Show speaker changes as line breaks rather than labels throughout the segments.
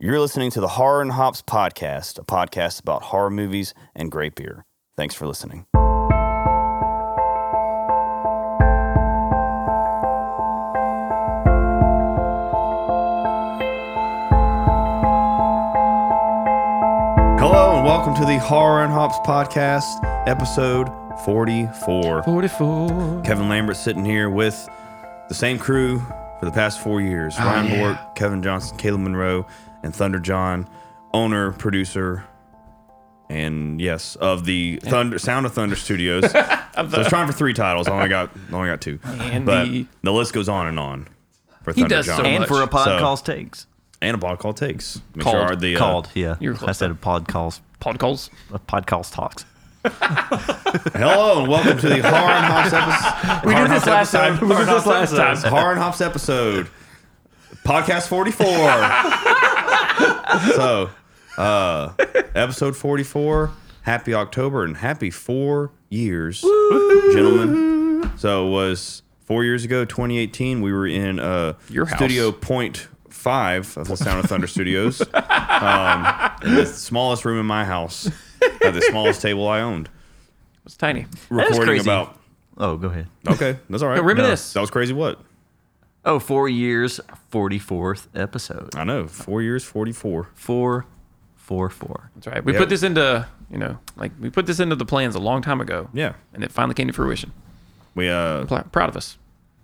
You're listening to the Horror and Hops podcast, a podcast about horror movies and great beer. Thanks for listening. Hello and welcome to the Horror and Hops podcast, episode 44.
44.
Kevin Lambert sitting here with the same crew for the past four years. Ryan
yeah.
Bork, Kevin Johnson, Caleb Monroe, and Thunder John, owner, producer, and yes, of the Thunder Sound of Thunder Studios. so I was trying for three titles. I only got I only got two.
And
but
the-
the, list goes on and on for Thunder
does so
John.
much.
and for a pod
So-
calls takes
and a pod call takes. Make
Called.
are the, uh,
called yeah
you were close
i said a pod calls
Pod calls.
a pod calls talks
Hello and welcome to the Horror and Hops episode. We
did this last time. We did this last
It's Horror and Hops episode, podcast 44. so, uh, episode 44, happy October and happy four years, gentlemen. So, it was four years ago, 2018, we were in uh,
Your house.
Studio Point Five of the Sound of Thunder Studios, um, in the smallest room in my house, at the smallest table I owned.
It's tiny.
is
Recording
crazy.
about.
oh go ahead
Okay, that's all right.
No, reminisce.
That was crazy. What?
oh four years 44th episode
I know. Four years, 44.
four four four
That's right. We
Yeah.
put this into, you know, like we put this into the plans a long time ago.
Yeah.
And it finally came to fruition.
We uh
Pl- proud of us.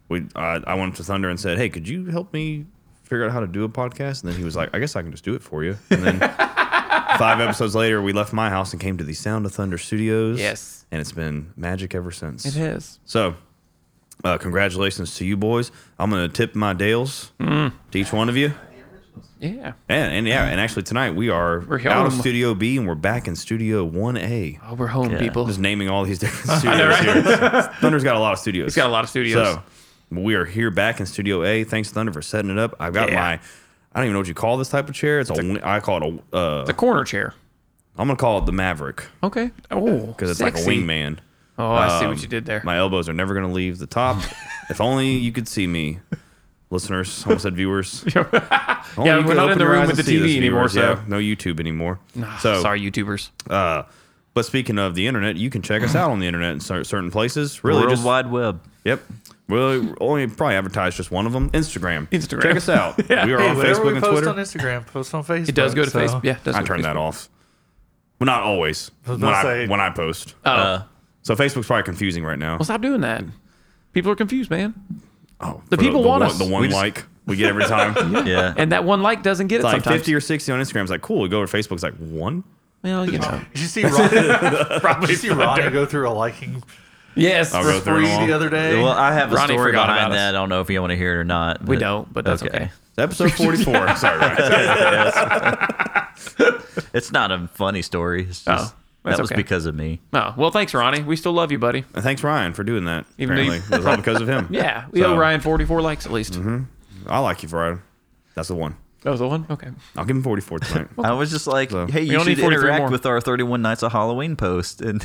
we I, I went up to Thunder and said, "Hey, could you help me figure out how to do a podcast?" And then he was like, "I guess I can just do it for you." And then five episodes later, we left my house and came to the Sound of Thunder Studios.
Yes.
and it's been magic ever since.
It is.
So, uh, congratulations to you boys. I'm gonna tip my dales
Mm.
to each one of you.
Yeah.
And, and yeah, and actually tonight we are
We're here.
out of Studio B and we're back in Studio One A.
Oh, we're home,
Yeah.
people.
Just naming all these different studios here. Thunder's got a lot of studios. He's
got a lot of studios.
So we are here back in Studio A. Thanks Thunder for setting it up. I've got
Yeah.
my. I don't even know what you call this type of chair. It's, a wi- I call it a. Uh,
The corner chair.
I'm gonna call it the Maverick
Okay. Oh,
because it's like a
sexy.
wingman.
Oh, I see
Um,
what you did there.
My elbows are never gonna leave the top. if only you could see me, listeners. I Almost said viewers. yeah,
Yeah, we're not in the room with the TV anymore, so-
no YouTube anymore.
Ah,
so
sorry, YouTubers.
Uh, but speaking of the internet, you can check us out on the internet in cer- certain places. Really,
world
just
wide web
Yep. We'll only probably advertise just one of them. Instagram.
Instagram.
Check us out. We are
Hey,
on
whatever
Facebook
we
and
post
Twitter.
on Instagram, post on Facebook.
It does go to
so-
Facebook. Yeah, it does
I
go to
turn that
Facebook.
off. Well, not always.
was
When
gonna
I,
say-
when I post.
Oh,
So Facebook's probably confusing right now.
well, stop doing that. People are confused, man.
Oh,
the
for
people
the
want
one,
us.
The one
We just-
like we get every time. It's
Oh, yeah
And that one like doesn't get it
like
sometimes.
50 or 60 on Instagram. It's like, cool. We go over to Facebook. It's like, one?
well, you know.
Did you see Ronnie? Probably did you see Ronnie go through a liking
Yes.
I'll go through
spree
it all.
the other day?
well i have a
Ronnie
story
forgot
behind
about us.
that i don't know if you want to hear it or not
We don't, but that's okay.
Episode 44. Sorry, right.
it's not a funny story it's just
Oh, that's
that was
okay.
because of me
Oh, well, thanks, Ronnie. We still love you, buddy.
And Thanks, Ryan, for doing that.
Even though you-
apparently. It was all because of him.
Yeah, we
So, Mm-hmm.
owe Ryan 44 likes at least.
I like you, Ryan. That's the one.
That was the one? Okay.
I'll give him 44 tonight.
i was just like
So-
hey you
only
should
need 43
interact
more.
with our 31 nights of halloween post and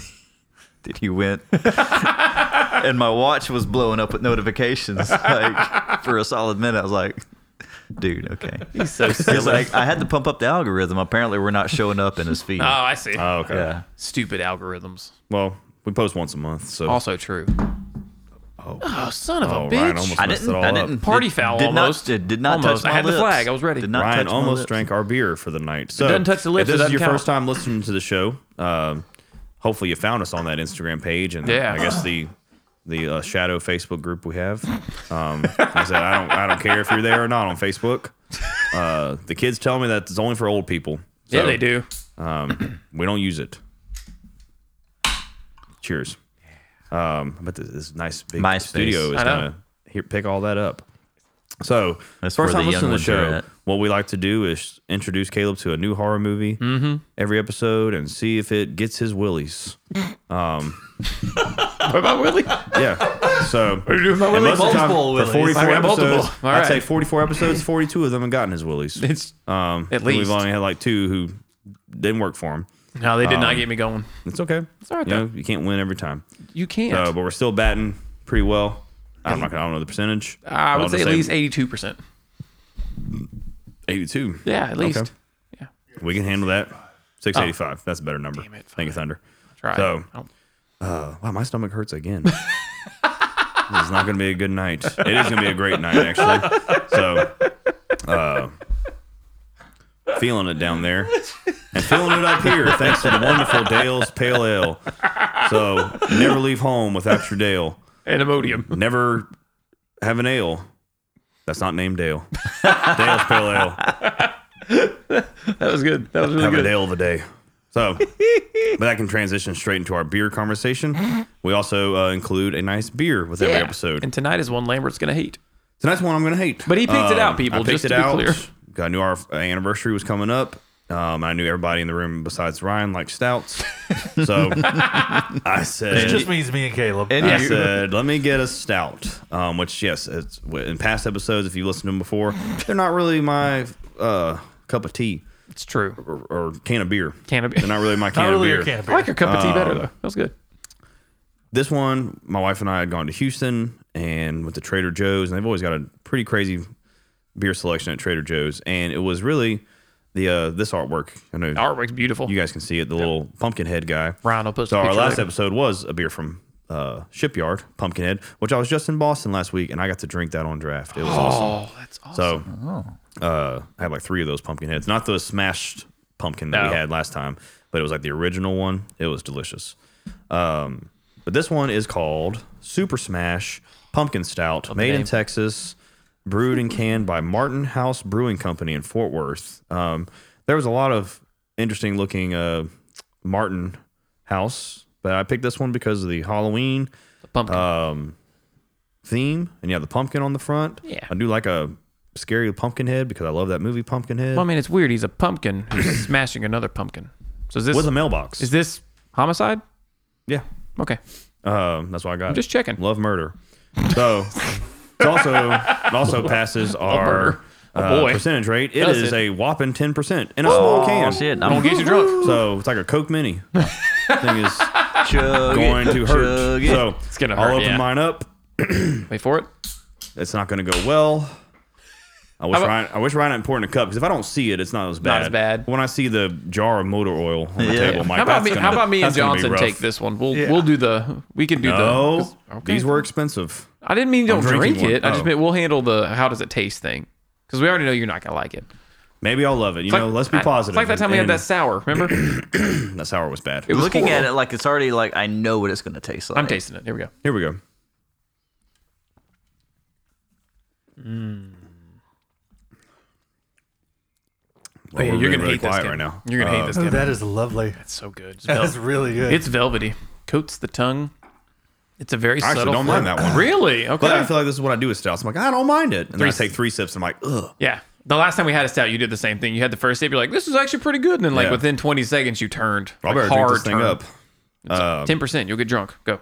did he went and my watch was blowing up with notifications like for a solid minute i was like dude okay
He's so
It's
silly.
like I had to pump up the algorithm. Apparently, we're not showing up in his feed.
oh, I see.
Oh, okay.
yeah.
Stupid algorithms.
Well, we post once a month, so
Also true. Oh, son of
Oh,
a bitch.
Ryan almost
I
messed
didn't.
it all
I
up.
didn't.
Party
did-
foul
Did
almost.
not. Did, did not
Almost.
touch my
I had the
lips.
flag. I was ready.
Did not
Ryan
touch my
almost
lips.
drank our beer for the night. So
doesn't touch the lips,
If
it
this is
doesn't
your
count.
first time listening to the show, um, hopefully you found us on that Instagram page and
Yeah.
I guess the the uh, shadow Facebook group we have. Um, like I said I don't I don't care if you're there or not on Facebook. Uh, the kids tell me that it's only for old people.
yeah,
So,
they do.
Um, we don't use it. Cheers. Um, but this, this nice big
MySpace.
studio is
I know.
gonna here, pick all that up. So
That's
first
where
time
the young
listening to the
ones are
show,
at.
what we like to do is introduce Caleb to a new horror movie every episode and see if it gets his willies.
What about Willie?
Yeah. So
you doing about
and most of the time,
Multiple
for
willies.
44
I got
episodes,
multiple. All
I'd
right.
say 44 episodes, 42 of them have gotten his willies.
It's,
Um,
At
we've
least.
only had like two who didn't work for him.
no, they did
um,
not get me going.
It's okay. It's
all right,
You,
though.
know, you can't win every time.
You can't.
Uh, but we're still batting pretty well. I'm not. I don't know the percentage.
Uh, I
I'll
would say
just
at least 82%.
82.
Yeah, at least.
We can handle that. 685. That's a better number.
Oh. Damn it,
Think of Thunder.
Try.
So-
I don't-
Uh, wow, my stomach hurts again. this is not going to be a good night. It is going to be a great night, actually. So, uh, feeling it down there and feeling it up here thanks to the wonderful Dale's Pale Ale. So, never leave home without your Dale.
and Imodium.
Never have an ale. That's not named Dale. Dale's Pale Ale.
That was good. That was really
have a
good.
Dale of the day. So, but that can transition straight into our beer conversation. We also uh, include a nice beer with every
Yeah.
episode.
And tonight is one Lambert's gonna hate.
Tonight's one I'm going to hate. Um,
But he picked it out, people,
I picked
just to be clear.
I knew our anniversary was coming up. Um, I knew everybody in the room besides Ryan liked stouts. So I
It
said,
just means me and Caleb.
And
I
you-
said, let me get a stout. Um, which, yes, it's, in past episodes, if you listened to them before, they're not really my uh, cup of tea
It's true.
or, or can of beer.
Can of
They're not really my can
not
of
really
beer.
a can of
I like
beer.
your cup of
Um,
tea better though. That was good.
this one, my wife and I had gone to Houston and went to Trader Joe's, and they've always got a pretty crazy beer selection at Trader Joe's, and it was really the uh, this artwork. I know
Artwork's beautiful.
you guys can see it, the little pumpkin head guy.
Ryan will post
So
a
our
picture
last
later.
episode was a beer from uh, Shipyard Pumpkinhead, which I was just in Boston last week, and I got to drink that on draft. It was awesome.
oh, that's awesome.
So uh, I had like three of those pumpkin heads, not the smashed pumpkin that
No.
we had last time, but it was like the original one. It was delicious. Um, but this one is called Super Smash Pumpkin Stout, made in
name.
Texas, brewed and canned by Martin House Brewing Company in Fort Worth. Um, there was a lot of interesting looking uh, Martin House, but I picked this one because of the Halloween
the pumpkin.
theme, and you have the pumpkin on the front.
Yeah.
I do like a scary pumpkin head because I love that movie Pumpkinhead.
well, I mean, it's weird. He's a pumpkin who's smashing another pumpkin. So is this
with a mailbox.
is this homicide?
yeah,
Okay,
um, that's why I got. it.
just checking.
Love murder. So it's also it also passes our
murder. Oh,
uh,
boy.
percentage rate. It
Does
is
it? Oh,
a whopping ten percent in a small can.
shit,
I'm
I'm
gonna get you drunk.
So it's like a Coke Mini. Thing is
chug
going
it,
to hurt.
chug it.
So
It's gonna
I'll
hurt,
open
yeah.
mine up.
Wait for it.
It's not going to go well. I wish
How about-
Ryan, I wish Ryan had poured in a cup because if I don't see it, it's not as bad.
as bad.
When I see the jar of motor oil on the
Yeah.
table, Mike,
how about
that's
me?
gonna-
how about me and
that's gonna be
Johnson
rough.
take this one? We'll we'll do the. We can do the.
No,
'cause- okay.
these were expensive.
I didn't mean don't
drinking
drink
one.
it. I just
Oh.
meant we'll handle the how does it taste thing because we already know you're not gonna like it.
Maybe I'll love it. You
It's
know,
like-
let's be
I-
positive.
It's like that time we had
And
that sour. Remember? It
that sour was bad.
was
Looking at
horrible.
it like it's already like I know what it's gonna taste like.
I'm tasting it. Here we go.
Here we go.
Mm.
Well,
Oh, yeah,
we're
you're
being
gonna
really
hate this
quiet
can.
right now. Uh,
You're gonna hate this.
Oh,
Can.
that is lovely.
It's so good. It's,
That
vel-
is really good.
it's velvety. Coats the tongue. It's a very
actually
subtle.
don't mind
flavor.
that one.
Really?
But I
Okay.
feel like this is what I do with stouts. I'm like, I don't mind it. And then I
Three-
take three sips and I'm like, ugh.
Yeah. The last time we had a stout, you did the same thing. You had the first sip, you're like, "This is actually pretty good," and then like
Yeah.
within 20 seconds, you turned.
I
Like,
better drink this thing up.
Ten percent, you'll get drunk. Go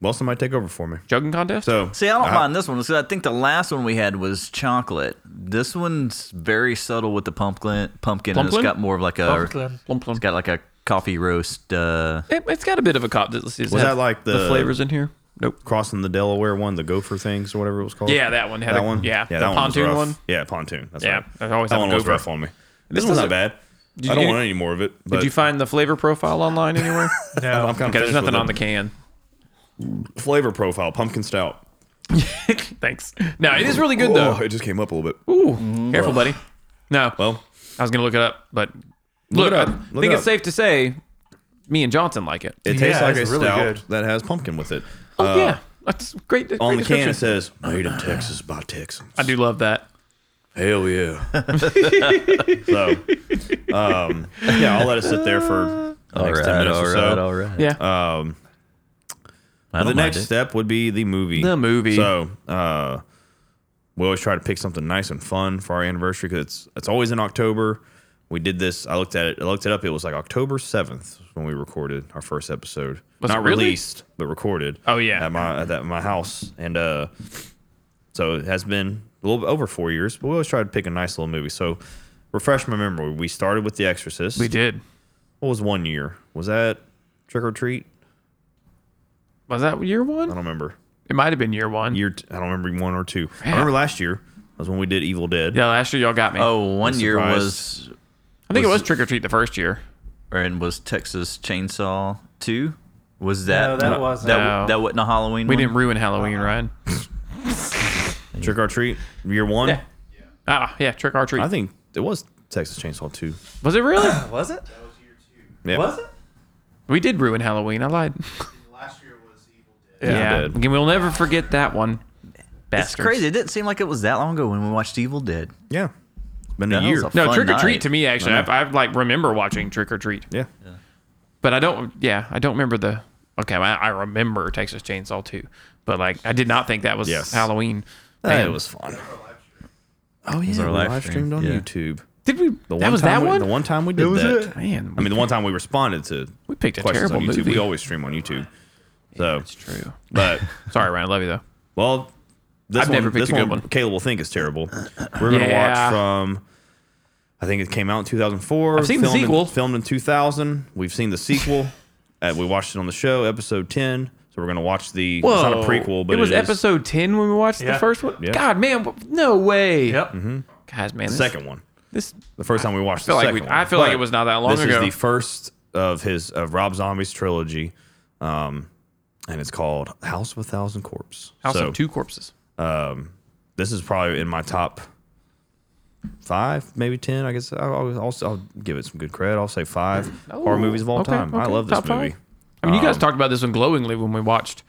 Well, somebody take over for me.
jugging contest.
So
See, I don't mind this one because I think the last one we had was chocolate. This one's very subtle with the pumpkin. Pumpkin, and it's
Plumplin?
got more of like a.
Pumpkin.
Plum, plum.
It's got like a coffee roast. Uh,
It, has got a bit of a cop. Was
Was that like the-
flavors in here? Nope.
crossing the Delaware one, the gopher things or whatever it was called.
Yeah, that one had
Oh, that
a,
one.
Yeah,
yeah
the
that one was
pontoon
rough.
one.
Yeah, pontoon. That's
Yeah,
right.
I always
that
have
one
a
was
gopher.
rough on me. This, one's
doesn't-
not bad.
Did
I
you-
don't want any more of it. But
Did you find the flavor profile online anywhere?
I'm
No.
kind of
okay, there's nothing on the can.
flavor profile. Pumpkin stout.
Thanks. No, it is really good though.
Oh, it just came up a little bit.
Ooh, careful, buddy. No,
Well,
I was gonna look it up, but look,
it up.
I
Look
think
it
it's
up.
safe to say, me and Johnson like it.
it
Yeah,
tastes like a
it's really
stout
good.
that has pumpkin with it.
oh yeah, that's great. great
Uh, On the can
description.
it says "Made in Texas by Texans."
I do love that.
Hell yeah! so, um, yeah, I'll let it sit there for the next ten minutes or so.
right.
Yeah,
Um,
I
the
don't
next
mind it.
step would be the movie.
The movie.
So uh, we always try to pick something nice and fun for our anniversary because it's it's always in October. We did this. I looked at it. I looked it up. It was like October seventh when we recorded our first episode.
Was
Not
it really?
released, but recorded.
Oh, yeah.
at my at that, my house, and uh, so it has been a little bit over four years. But we always try to pick a nice little movie. So refresh my memory. We started with The Exorcist.
we did.
What was one year? Was that Trick or Treat?
Was that year
I
one?
don't remember.
It might have been year one.
year t- I don't remember one or two. I remember last year was when we did Evil Dead.
yeah, last year y'all got me.
Oh, one
I'm
year
surprised.
was
I think it was Trick or Treat the first year.
And was Texas Chainsaw 2? Was that
No, that wasn't.
that,
No.
that wasn't a Halloween?
We
one?
didn't ruin Halloween, right?
Trick or treat, year one.
Yeah. Ah, yeah, Trick or Treat.
I think it was Texas Chainsaw Two.
was it really?
Was it?
Yeah.
Was it?
we did ruin Halloween. I lied.
Last year was Evil Dead.
Yeah.
Again, We'll never forget that one. Bastards.
It's crazy. It didn't seem like it was that long ago when we watched Evil Dead.
Yeah. Been a
That was
year.
a f-
No,
Fun
Trick or Treat
night.
to me actually. I, I like remember watching Trick or Treat,
yeah.
but I don't. Yeah, I don't remember the. Okay, I, I remember Texas Chainsaw 2, but like I did not think that was
Yes.
Halloween.
That
Man,
was fun.
Oh yeah,
It was our live streamed on
yeah.
YouTube.
Did we?
The
that was
time
that
we,
one.
The one time we did that.
Man,
I mean, the one time we responded to
we picked a
questions
terrible
on YouTube.
movie.
We always stream on YouTube. So,
it's true.
but
Sorry, Ryan. I love you though.
well, this
I've
one,
never picked
this
a good
one,
one.
Caleb will think is terrible. We're gonna
Yeah.
watch from. I think it came out in 2004.
I've seen the
filmed in-
sequel.
filmed in 2000. We've seen the sequel. uh, we watched it on the show, episode 10. So we're gonna watch the. It's not a prequel, but
it was
is
episode ten when we watched the
Yeah.
first one.
Yeah.
God, man, w- no way.
Yep.
Guys, man,
the
this,
second one.
This
The first time we watched
feel
the
like
second
we-
one.
I feel like
But
it was not that long
this
ago.
is the first of his of Rob Zombie's trilogy, um, and it's called House of a Thousand Corpses.
house
so,
of two corpses.
Um, this is probably in my top five, maybe ten. I guess I'll, I'll, I'll, I'll give it some good credit. I'll say five horror
Oh,
movies of all
okay,
time. I
okay.
love this
Top five.
movie.
I mean, you guys talked about this one glowingly when we watched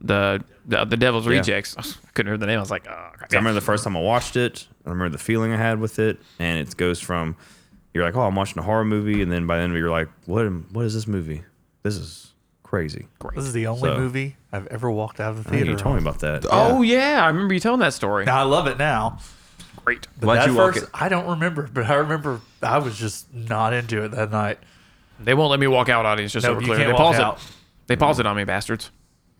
the the, the Devil's Rejects. I couldn't remember the name. I was like, oh,
I remember the first time I watched it. I remember the feeling I had with it, and it goes from you're like, "Oh, I'm watching a horror movie," and then by the end of it, you're like, "What? am- What is this movie? This is crazy."
This is the only
So-
movie I've ever walked out of the
I think
theater.
you told me
on.
about that.
Oh yeah, I remember you telling that story.
Now I love it now.
Great.
But
Why'd
that
you walk
first,
it-
I don't remember, but I remember I was just not into it that night.
They won't let me walk out, audience. Just
No,
so we're
you
clear,
can't
they
walk
pause
out.
it. They pause it on me, bastards.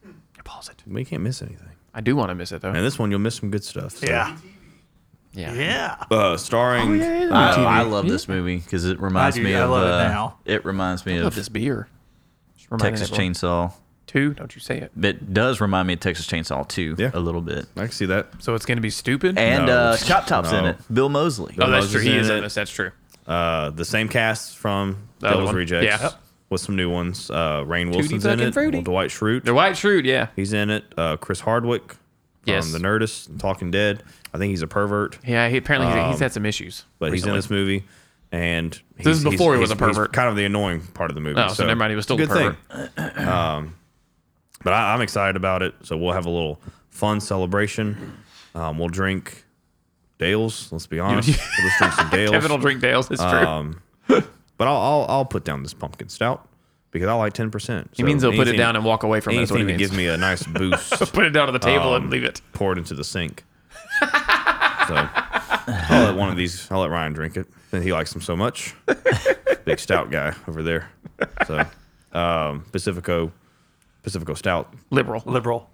They pause it.
We can't miss anything.
I do want to miss it though.
And this one, you'll miss some good stuff. so.
Yeah.
Yeah.
Yeah.
Uh, starring
Oh,
I, I love this movie because it reminds
I do.
me
I
of.
love it
uh,
now.
It reminds me
I love
of
this beer. Just reminding
Texas
everyone.
Chainsaw.
two. Don't you say it.
It does remind me of Texas Chainsaw 2
Yeah.
a little bit.
I can see that.
So it's gonna be stupid.
And
No.
uh, Chop Top's in
No.
it. Bill Mosley.
oh, that's
Moses
true. He
in
is
it.
in this. That's true.
Uh, the same cast from
The other
Devil's
one.
Rejects.
Yeah. Yep.
With some new ones. Uh, Rain Wilson's in
fucking
it.
fruity.
Well, Dwight Schrute.
The White Shrewd. Yeah.
He's in it. Uh, Chris Hardwick.
Yes.
From the Nerdist and Talking Dead. I think he's a pervert,
Yeah. He, apparently he's, he's had some issues.
Um, but he's in
recently.
this movie. And he's,
is before he was
he's-
a
he's
pervert.
kind of the annoying part of the movie.
Oh, so never mind, he was still a
good Thing. um, but I, I'm excited about it. So we'll have a little fun celebration. Um, we'll drink Dales. Let's be honest. we'll just drink some Dales.
Kevin will drink Dale's. It's true.
Um, but I'll, I'll I'll put down this pumpkin stout because I like ten percent.
he means he'll put it down and walk away from it. That's what he
anything to
means.
give me a nice boost,
put it down on the table
um,
and leave it.
pour it into the sink. so I'll let one of these. I'll let Ryan drink it. And he likes them so much. Big stout guy over there. So um, Pacifico, Pacifico stout,
Liberal.
Liberal.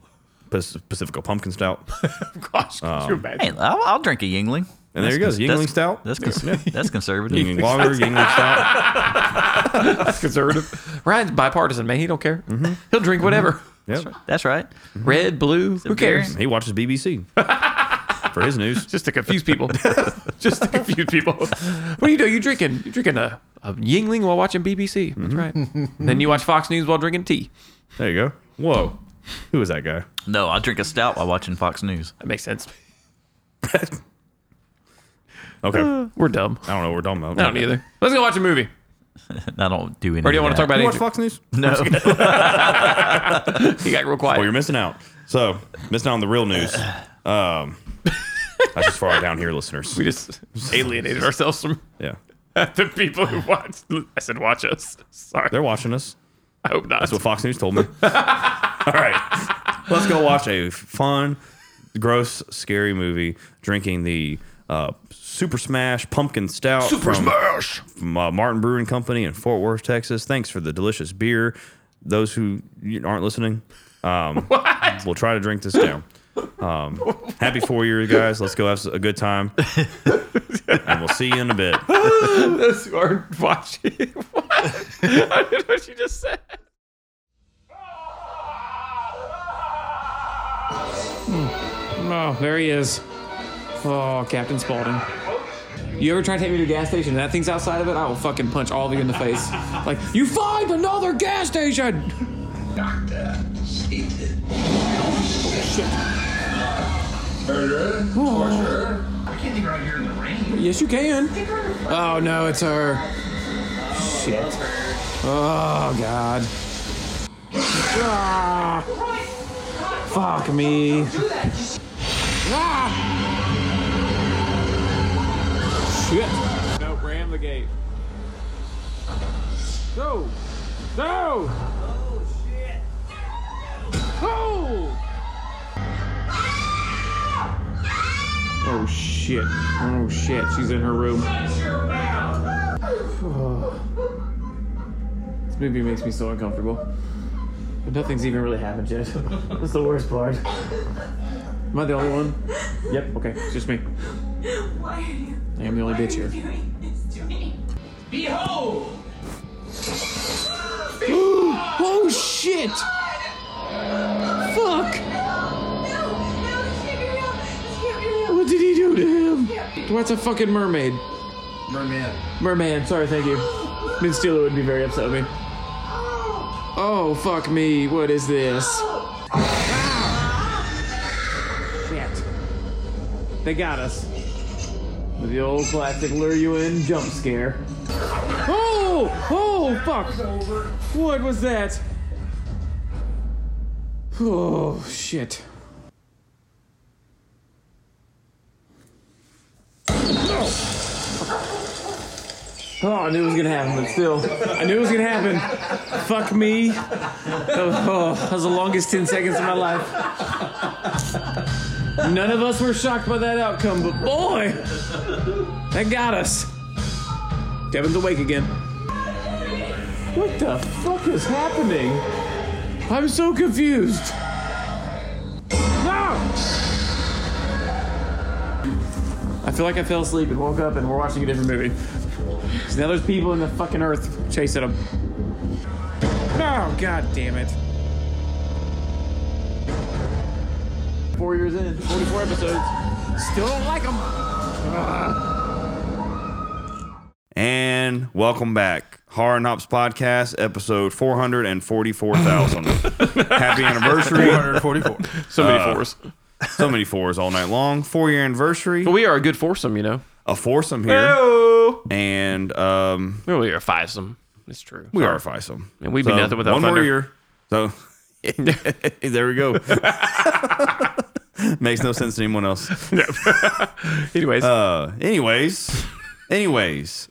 Pac- Pacifico pumpkin stout,
Gosh, could
Um,
you imagine?
Hey, I'll, I'll drink a Yingling.
and there you go. Yingling stout.
That's cons- that's conservative.
Yingling lager, Yingling stout.
That's conservative. Ryan's bipartisan, man. He don't care.
Mm-hmm.
He'll drink whatever.
Yep.
That's right.
Mm-hmm.
Red, blue. Who cares?
He watches BBC for his news.
Just to confuse people. Just to confuse people. What are you doing? You drinking? You drinking a, a Yingling while watching BBC? That's
Mm-hmm.
right. then you watch Fox News while drinking tea.
There you go. Whoa. Who is that guy?
No, I drink a stout while watching Fox News.
That makes sense.
Okay.
We're dumb.
I don't know what we're talking about.
Uh. I don't either. Let's go watch a movie.
I don't do anything.
Or do you want to talk about
You watch
anything?
Fox News?
No.
He got real quiet.
Well, Oh, you're missing out. So, missing out on the real news. Um, I just far down here, listeners.
we just alienated ourselves from
Yeah.
the people who watch. I said, watch us. Sorry.
They're watching us.
I hope not.
That's what Fox News told me. All right. Let's go watch a fun, gross, scary movie drinking the uh, Super Smash Pumpkin Stout. Super Smash! From uh, Martin Brewing Company in Fort Worth, Texas. Thanks for the delicious beer. Those who you- aren't listening, um, we'll try to drink this down. Um, happy four year, guys. Let's go have a good time. and we'll see you in a bit.
those who aren't watching. what? I did what you just said.
Hmm. Oh, there he is. Oh, Captain Spaulding. You ever try to take me to a gas station and that thing's outside of it? I will fucking punch all of you in the face. Like, you find another gas station! Oh. Yes, you can. Oh no, it's her. Shit. Oh god. Ah. Fuck me. Ah. Shit.
No, ram the gate.
No. No. Oh. Oh shit. Oh shit. She's in her room. This movie makes me so uncomfortable. But nothing's even really happened yet. That's the worst part. Am I the only one? Yep, okay, it's just me.
Why are you?
I am the only bitch here.
doing this to me? Behold!
Oh shit! Fuck!
No, no, this can't be real. This can't be real.
What did he do to him? What's a fucking mermaid? Merman. Merman, sorry, thank you. Min Steeler would be very upset with me. Oh, fuck me. What is this? Ah! Shit. They got us. With the old classic lure you in jump scare. Oh! Oh, fuck! What was that? Oh, shit. Oh, I knew it was gonna happen, but still, I knew it was gonna happen. Fuck me. That was, oh, that was the longest 10 seconds of my life. None of us were shocked by that outcome, but boy, that got us. Devin's awake again. What the fuck is happening? I'm so confused. Ah! No! I feel like I fell asleep and woke up and we're watching a different movie. Now there's people in the fucking earth chasing them. Oh god damn it. Four years in, 44 episodes. Still don't like them.
And welcome back. Horror and Hops Podcast, episode 444,000. Happy anniversary.
144.
So many
Uh.
fours.
So many fours all night long. Four year anniversary.
But we are a good foursome, you know.
A foursome here.
Oh.
And um,
Well, we are a fivesome. It's true.
we are a fivesome.
And we'd be nothing without
one more
Thunder.
year. So there we go. Makes no sense to anyone else.
Anyways,
Uh, anyways, anyways,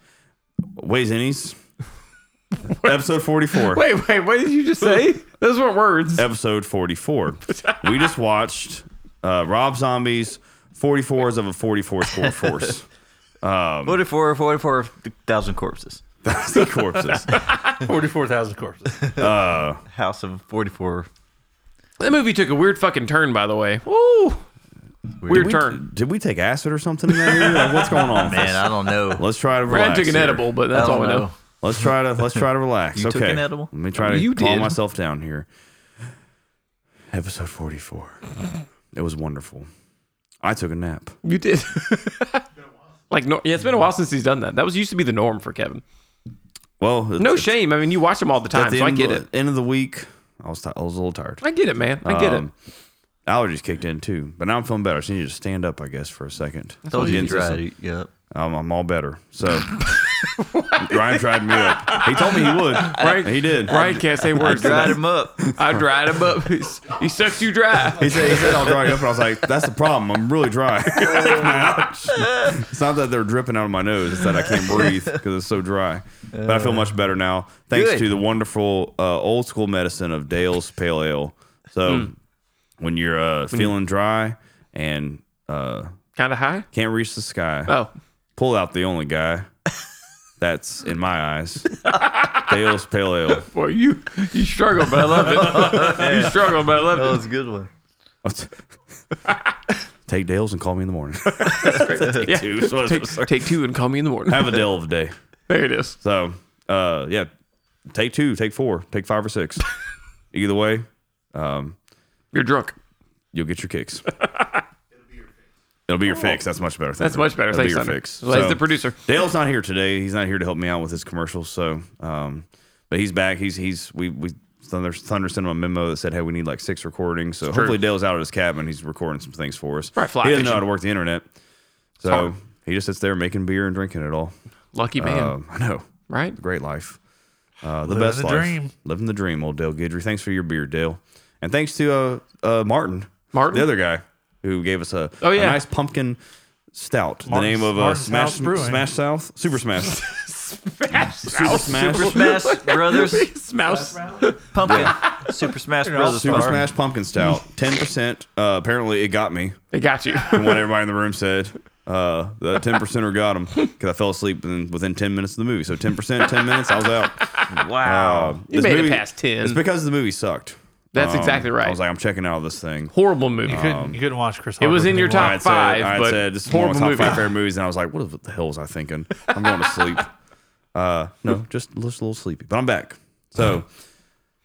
ways innies. Episode 44.
wait, wait, what did you just say? Those weren't words.
episode 44. we just watched uh, Rob Zombie's 44s of a 44 score force.
44, 44,000 corpses.
Sea corpses.
44,000 corpses.
House of 44.
That movie took a weird fucking turn, by the way. Woo! Weird
We-
turn.
Did we take acid or something? In that area? Like, what's going on?
Man, I don't know.
Let's try to
Brad
relax.
took an
here.
edible, but that's
I
all
don't
I know.
know.
Let's try to let's try to relax.
You
okay.
took an edible?
Let me try to
You
calm
did.
myself down here. Episode 44. It was wonderful. I took a nap.
You did. like, no, yeah, it's been a while since he's done that. That was used to be the norm for Kevin.
Well,
No
it's-
shame. I mean, you watch him all the
At
time,
the
so I
end
get
of
it.
the- End of the week, I was ti I was a little tired.
I get it, man. I get
Um, allergies kicked in too, but now I'm feeling better. So I need to stand up, I guess, for a second.
Told you
Against
to
this-
try it. Yep.
I'm, I'm all better. So Ryan tried me up. He told me he would. Right? He did.
it. Ryan can't say
I
words. to
dried
that.
him up.
I dried him up. He's- He sucks you dry.
He said he said I'll dry it up, and I was like, "That's the problem. I'm really dry. Ouch. It's not that they're dripping out of my nose; it's that I can't breathe because it's so dry. But I feel much better now, thanks
Good.
to the wonderful uh, old school medicine of Dale's Pale Ale. So when you're uh, feeling dry and uh,
Kind of high.
can't reach the sky,
Oh,
pull out the only guy that's in my eyes. Dale's Pale Ale.
boy, you you struggle, but I love it. you struggle, but I love
That
it.
was a good one.
Take Dale's and call me in the morning. Dude, that's what I
Take,
was saying.
take two and call me in the morning.
Have a Dale of a day.
There it is.
So, uh, yeah, take two, take four, take five or six. Either way,
You're drunk.
you'll get your kicks. It'll be your fix. That's much better.
That's
Thunder.
much better.
It'll
Thanks,
be your
Thunder.
fix.
Well, he's the producer.
Dale's not here today. He's not here to help me out with his commercials. So, um, but he's back. He's he's we we Thunder Thunder sent him a memo that said, hey, we need like six recordings. So hopefully Dale's out of his cabin. He's recording some things for us.
Right, fly
he doesn't know
fishing.
how to work the internet, so
hard.
he just sits there making beer and drinking it all.
Lucky man,
Um, I know.
right?
Great life. Uh, the
Living
best
the
life.
dream.
Living the dream, old Dale Guidry. Thanks for your beer, Dale. And thanks to uh, uh, Martin.
Martin?
The other guy who gave us a,
Oh,
a
yeah.
nice pumpkin stout.
Martin's-
the name of uh,
Martin's
Smash,
House Brewing.
Smash South? Super Smash.
Super
Smash.
Super Smash Brothers
Smash.
Pumpkin. Super Smash Brothers.
Super
Bar.
Smash Pumpkin Stout. 10%. Uh, apparently, it got me
They got you.
from what everybody in the room said. Uh, the 10%er got him because I fell asleep in, within 10 minutes of the movie. So 10%, 10 minutes, I was out.
Wow.
Um,
You
this
made it
movie-
past 10.
It's because the movie sucked. Um,
That's exactly right.
I was like, I'm checking out of this thing.
Horrible movie.
You couldn't, you couldn't watch Chris.
Um, It was in your
I
top
had
five,
said, I had
but
said, this is one
horrible
of my top
movie.
five favorite movies, and I was like, what the hell was I thinking? I'm going to sleep. Uh, no, just, just a little sleepy, but I'm back. So,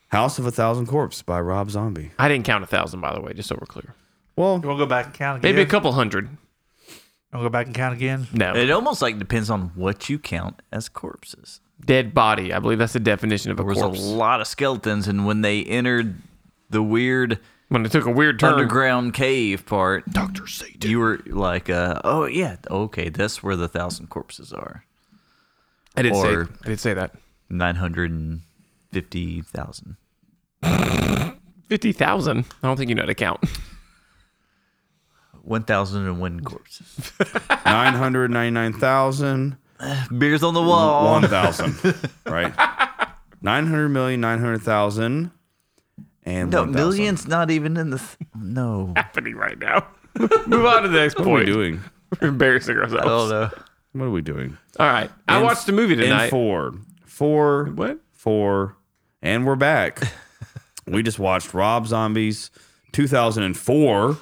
House of a Thousand Corpses by Rob Zombie.
I didn't count a thousand, by the way, just so we're clear.
Well,
You want to go back and count again?
Maybe a couple hundred.
You wanna go back and count again?
No,
It almost like depends on what you count as corpses.
dead body. I believe that's the definition of a
There was
corpse.
a lot of skeletons, and when they entered the weird
when it took a weird turn.
underground cave part,
Doctor Satan.
you were like, uh, "Oh yeah, okay, that's where the thousand corpses are."
I did
or-
say. I did say that.
Nine hundred and fifty thousand.
Fifty thousand. I don't think you know how to count.
1,001 corpses.
999,000,
Beers on the wall.
1,000, right? 900 million, 900,000, and
No,
1,000.
millions not even in the. Th- no. I
Happening right now. Move on to the next
What are we
point.
doing?
We're embarrassing ourselves.
don't know.
What are we doing?
All right. I
In-
watched a movie
In
tonight.
four. Four.
What?
Four. And we're back. we just watched Rob Zombie's 2004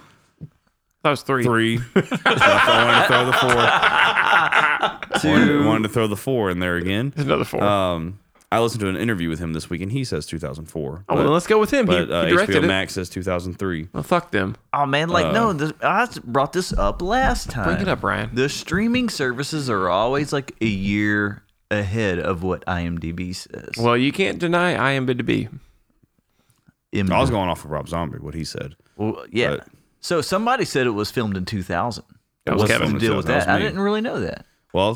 that was three.
three. I wanted to throw the four. Wanted, wanted to throw the four in there again.
There's another four.
Um, I listened to an interview with him this week, and he says 2004.
oh, well, let's go with him. He-
But
he,
uh,
directed
HBO
it.
Max says 2003.
Well, fuck them.
Oh, man. Like, no, this, I s- brought this up last time.
Uh. it up, Ryan.
The streaming services are always like a year ahead of what IMDb says.
Well, you can't deny I am bid to be.
In-
I was going off of Rob Zombie, what he said.
well, yeah.
but-
so somebody said it was filmed in 2000.
That was
What's the
Kevin.
To deal with
That was
that, I
me.
didn't really know that.
Well,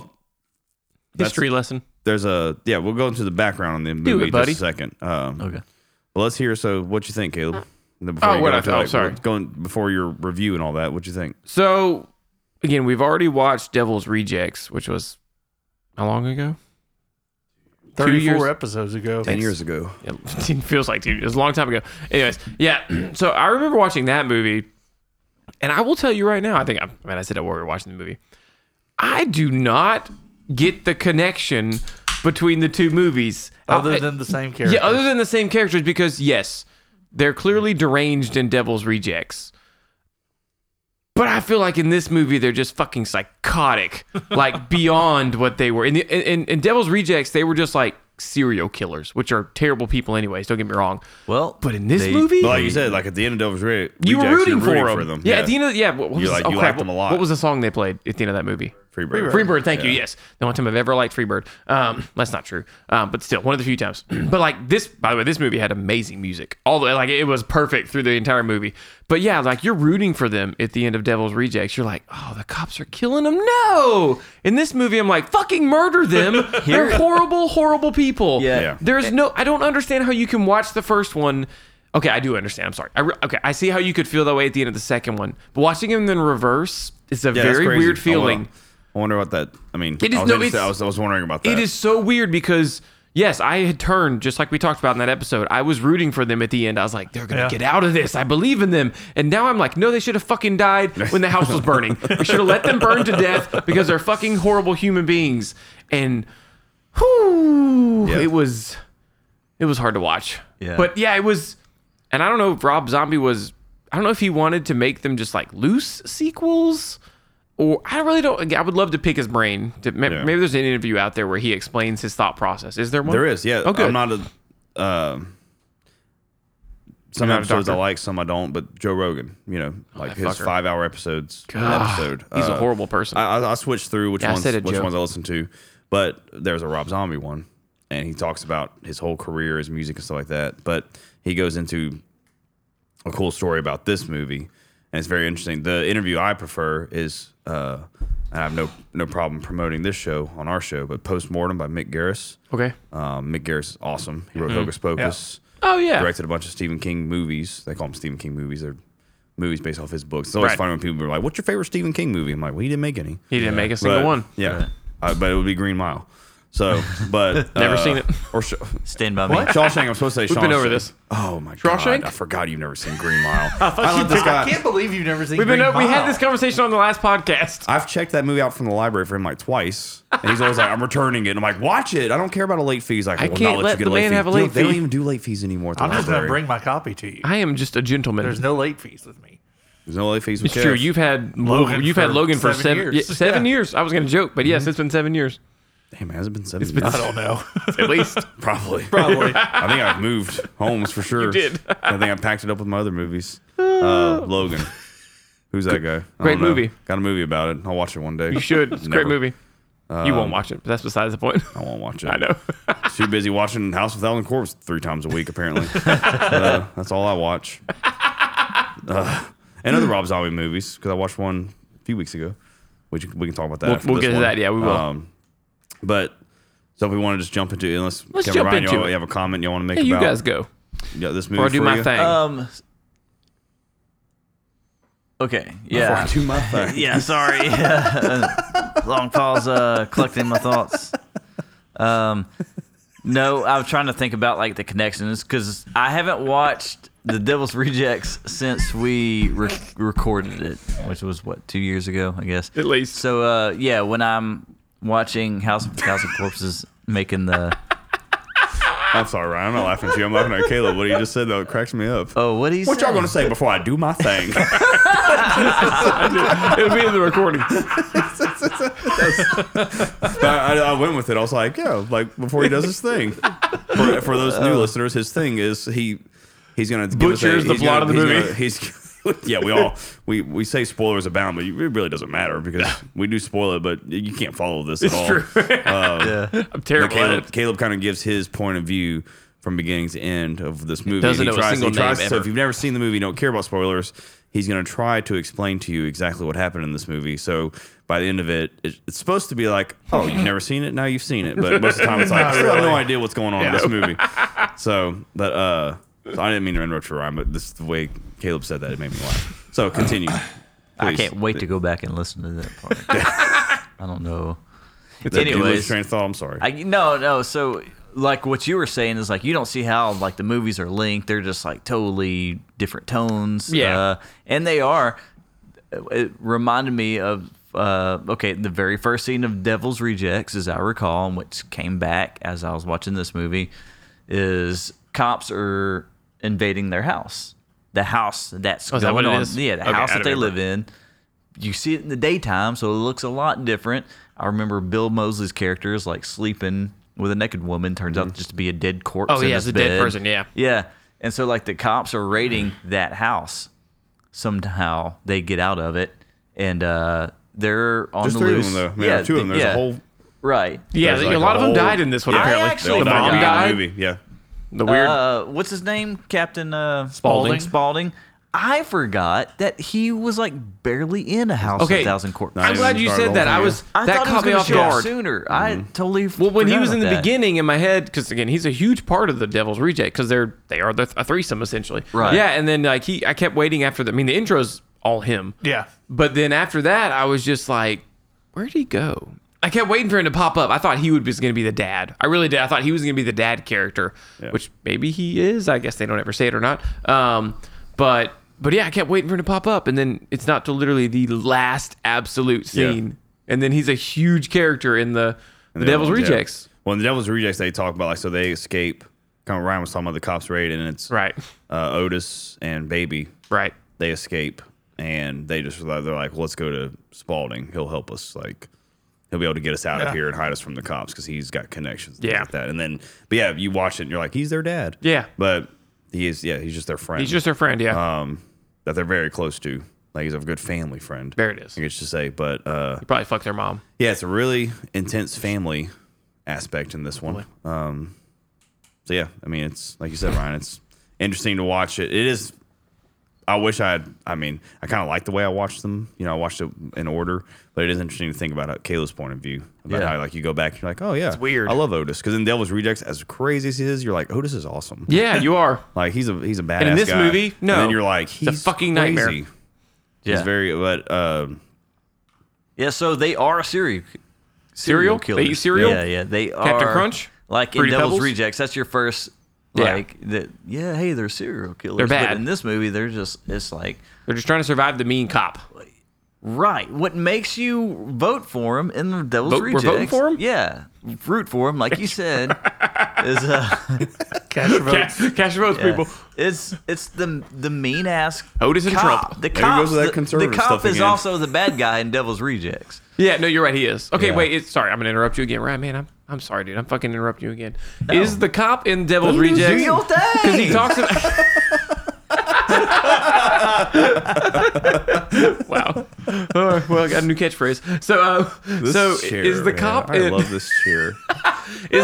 that's-
History lesson.
there's a yeah. We'll go into the background on the movie
it, buddy.
just a second. Um,
Okay.
Well, let's hear. So, what you think, Caleb? And then before
Oh,
you
what
go
I
into,
thought, sorry.
what- Going before your review and all that. What you think?
So, again, we've already watched Devil's Rejects, which was how long ago? Two years-
Thirty-four episodes ago.
ago.
it feels like dude, it was a long time ago. Anyways, yeah. So I remember watching that movie, and I will tell you right now. I think I man, I said I we were watching the movie. I do not get the connection between the two movies.
Other
I-
than the same character.
yeah, other than the same characters, because yes, they're clearly deranged in Devil's Rejects. But I feel like in this movie they're just fucking psychotic, like beyond what they were. In, the, in in Devil's Rejects, they were just like serial killers, which are terrible people, anyways. Don't get me wrong.
Well,
But in this
they-
movie,
But like you said, like at the end of Devil's Re-
you were
Rejects,
rooting,
you're
for, them. Yeah, at the end of the, yeah, what, what was
like-
oh,
you
crap,
liked them a
what-
lot.
What was the song they played at the end of that movie?
Free Bird.
Freebird, thank you. Yes, the only time I've ever liked Freebird. Um, that's not true, um, but still, one of the few times. but like this, by the way, this movie had amazing music. All the like, it was perfect through the entire movie. But yeah, like you're rooting for them at the end of Devil's Rejects. You're like, oh, the cops are killing them. No, in this movie, I'm like, fucking murder them. They're horrible, horrible people.
Yeah.
Yeah.
There's no. I don't understand how you can watch the first one. Okay, I do understand. I'm sorry. I re- okay, I see how you could feel that way at the end of the second one. But watching him in reverse is a
Yeah, that's
very
crazy.
weird
Oh, well.
feeling.
I wonder what that. I mean,
It is-
I was
no,
interested-
it's-
I was, I was wondering about that.
It is so weird because yes, I had turned just like we talked about in that episode. I was rooting for them at the end. I was like, they're gonna
Yeah.
get out of this. I believe in them. And now I'm like, no, they should have fucking died when the house was burning. we should have let them burn to death because they're fucking horrible human beings. And whoo,
Yeah.
it was it was hard to watch.
Yeah.
But yeah, it was and I don't know if Rob Zombie was I don't know if he wanted to make them just like loose sequels or I really don't I would love to pick his brain. To, ma-
Yeah.
Maybe there's an interview out there where he explains Oh, his thought process. Is there one?
There is. Yeah.
Oh, good.
I'm not a. um some
You're not a
episodes I
doctor? Oh,
like, some I don't. But Joe Rogan, you know, like
that
his
fucker.
five-hour episodes. an
God,
episode.
he's a
Uh,
horrible person.
I, I, I switched through which
Yeah, I
ones
said
which
it, Joe.
ones I listen to, but there's a Rob Zombie one, and he talks about his whole career, his music, and stuff like that. But he goes into a cool story about this movie, and it's very interesting. The interview I prefer is, uh, and I have no no problem promoting this show on our show, but Postmortem by Mick Garris.
okay. Mm-hmm.
Um, Mick Garris is awesome. He wrote Hocus Pocus
Oh yeah.
directed a bunch of Stephen King movies. They call them Stephen King movies. They're movies based off his books. It's always
Right.
funny when people are like, "What's your favorite Stephen King movie?" I'm like, "Well, he didn't make any.
He didn't make a single
But-
one.
Yeah, Uh, but it would be Green Mile. So, but
Never
uh,
seen it.
Or Sh-
Stand by me.
Shawshank. I'm supposed to say Shawshank.
We've been over this.
Oh my
Shawshank?
god! I forgot you've never seen Green Mile. I love this
I
guy.
can't believe you've never seen.
We've been
Green
we had
Mile.
this conversation on the last podcast.
I've checked that movie out from the library for him like twice, and he's always like, "I'm returning it." And I'm like, "Watch it. I don't care about a late fee." He's like,
I
"Well, not
can't let
let you
the
get a late
man
fee."
have a
You know,
late
they don't
fee.
even do late fees anymore. at the
I'm just gonna
library.
bring my copy to you.
I am just a gentleman.
There's no late fees with me.
There's no late fees. with
it's true.
Jeff.
You've had Logan. You've had
for
Logan for
seven
seven
years.
yeah, seven
Yeah.
years. I was gonna joke, but yes,
Mm-hmm.
it's been seven years
damn. Has it been seven?
been-
years?
I don't know.
at least.
Probably.
Probably.
I think I've moved homes for sure.
You did. Oh.
I think I packed it up with my other movies. Uh, Logan. Who's that guy? I don't
Great
know.
movie.
Got a movie about it. I'll watch it one day.
you should. It's a great movie. you
Um,
won't watch it, but that's besides the point.
I won't watch it.
I know.
Too busy watching House of Thousand Corpses three times a week, apparently. But, uh, that's all I watch. Uh, and other Rob Zombie movies, because I watched one a few weeks ago. Which we can talk about that.
We'll-
after
we'll
this
get to
one.
that. Yeah, we will.
Um, but so if we want to just jump into, unless
Let's
Kevin
jump
Ryan,
into
y'all,
it.
you have a comment you want to make
Hey, you
about
guys go.
yeah, this movie
Or I'll do
for
my
you?
thing.
Uh,
Um. Okay. Yeah.
Do my thing.
Yeah. Sorry. Long pause. Uh, collecting my thoughts. Um. No, I was trying to think about like the connections because I haven't watched The Devil's Rejects since we re- recorded it, which was what two years ago, I guess.
At least.
So uh, yeah, when I'm watching House of Thousand Corpses making the
I'm sorry, Ryan. I'm not laughing at you. I'm laughing at Caleb. What he just said though it cracks me up.
oh, what do you?
what y'all gonna say before I do my thing?
It'll be in the recording.
But I, I went with it. I was like, yeah, like before he does his thing. For, for those new listeners, his thing is he he's gonna give us a-
Uh. Butchers the
he's
plot
gonna-
of the
he's Gonna, he's yeah, we all we, we say spoilers abound, but it really doesn't matter because we do spoil it, but you can't follow this at all.
True.
Yeah.
I'm
But
terrible at
Caleb,
it.
Caleb kind of gives his point of view from beginning to end of this movie.
Doesn't
And
know a single name
So
ever.
if you've never seen the movie, don't care about spoilers. He's going to try to explain to you exactly what happened in this movie. So by the end of it, it it's supposed to be like, oh, you've never seen it, now you've seen it. But most of the time, it's like, I still have no idea what's going on in this movie. So, but uh, so I didn't mean to interrupt your rhyme, but this is the way Caleb said that. It made me laugh. So continue.
I can't wait to go back and listen to that part. I don't know.
Anyways,
Anyways,
train of thought. I'm sorry.
I, no, no. So, like what you were saying is like you don't see how like the movies are linked. They're just like totally different tones.
Yeah.
uh, and they are. It reminded me of uh, okay, the very first scene of Devil's Rejects, as I recall, and which came back as I was watching this movie, is cops are invading their house. The house that's
Oh, is that
going
what it
on,
is?
yeah, the
Okay,
house
I
that they
remember.
live in you see it in the daytime, so it looks a lot different. I remember Bill Mosley's character is like sleeping with a naked woman, turns out just to be a dead corpse.
Mm. Oh,
in
yeah,
his
it's a dead
bed.
person, yeah. Mm.
Yeah. And so, like, the cops are raiding that house. Somehow they get out of it, and uh, they're on
Just
the
three of
loose.
them though. Yeah, two of them. There's
yeah.
a whole.
Right.
Yeah,
There's
a
like a
lot of them
whole-
died in this one.
I
Apparently,
actually
the
The
mom
forgot.
died.
movie. Yeah.
The weird.
Uh, what's his name? Captain uh,
Spaulding.
Spaulding. I forgot that he was like barely in a house
Okay.
of thousand corpses.
I
I'm glad you
started
said
the
that.
whole
I
thing,
was
I
that
thought
caught
he
me
was
off
gonna show up
guard.
sooner. I totally
Well, when he was in the
beginning.
beginning, in my head, because again, he's a huge part of the Devil's Reject, because they're they are the, a threesome essentially.
Right.
Yeah, and then like he, I kept waiting after the. I mean, the intro's all him.
yeah.
But then after that, I was just like, where'd he go? I kept waiting for him to pop up. I thought he would was going to be the dad. I really did. I thought he was going to be the dad character, which maybe he is. I guess they don't ever say it or not. Um, but but yeah, I kept waiting for him to pop up, and then it's not till literally the last absolute
Yeah.
scene, and then he's a huge character in the, the,
other
Devil's
ones, yeah.
Rejects.
Well, in the Devil's Rejects, they talk about like so they escape. Kind of Ryan was talking about the cops raid, and it's
Right,
uh, Otis and Baby.
right.
They escape, and they just they're like, well, let's go to Spalding. He'll help us. Like he'll be able to get us out of here and hide us from the cops because he's got connections. Things
Yeah.
like that. And then, but yeah, you watch it, and you're like, he's their dad.
Yeah.
but He is, yeah, he's just their friend.
He's just her friend, yeah.
um, that they're very close to. Like he's a good family friend.
there it is.
I guess to say, but uh,
He probably fucked their mom.
yeah, it's a really intense family aspect in this one. Um, so yeah, I mean, it's like you said, Ryan. It's interesting to watch it. It is. I wish I had. I mean, I kind of like the way I watched them. You know, I watched it in order, but it is interesting to think about it, Kayla's point of view about
Yeah.
how like you go back, and you're like, oh yeah, it's
weird.
I love Otis because in Devil's Rejects, as crazy as he is, you're like, Otis is awesome.
Yeah, you are.
Like he's a he's a badass.
And in this
guy.
movie, no.
And then you're like,
a
he's
fucking nightmare.
crazy.
Yeah.
He's very, but um,
yeah. So they are a serial
Cereal?
killers.
They eat cereal?
Yeah, yeah. They are
Captain Crunch?
Like in
Fruity
Devil's
Pebbles?
Rejects, that's your first.
Yeah.
Like that, yeah. Hey, they're serial killers.
They're
But
bad.
in this movie, they're just it's like
They're just trying to survive the mean cop.
right. What makes you vote for him in the Devil's
Vote- we're
Rejects?
voting for 'em?
Yeah, root for him, like you said. is uh,
Cash votes.
Cash, cash votes,
yeah.
people.
It's it's the the mean ass
Otis and
cop.
Trump.
The
There
cop.
goes that
The, the
conservative
cop
stuff
is
again.
also the bad guy in Devil's Rejects.
Yeah, no, you're right. He is. Okay,
Yeah.
wait. It's, sorry, I'm gonna interrupt you again. Right, man. I'm, I'm sorry, dude. I'm fucking interrupt you again. Is the cop in Devil's
Do
Rejects?
your thing.
Because he talks about. wow. All right, well, I got a new catchphrase. So, uh,
this
so
chair,
is the
man,
cop
I
in
love this chair.
is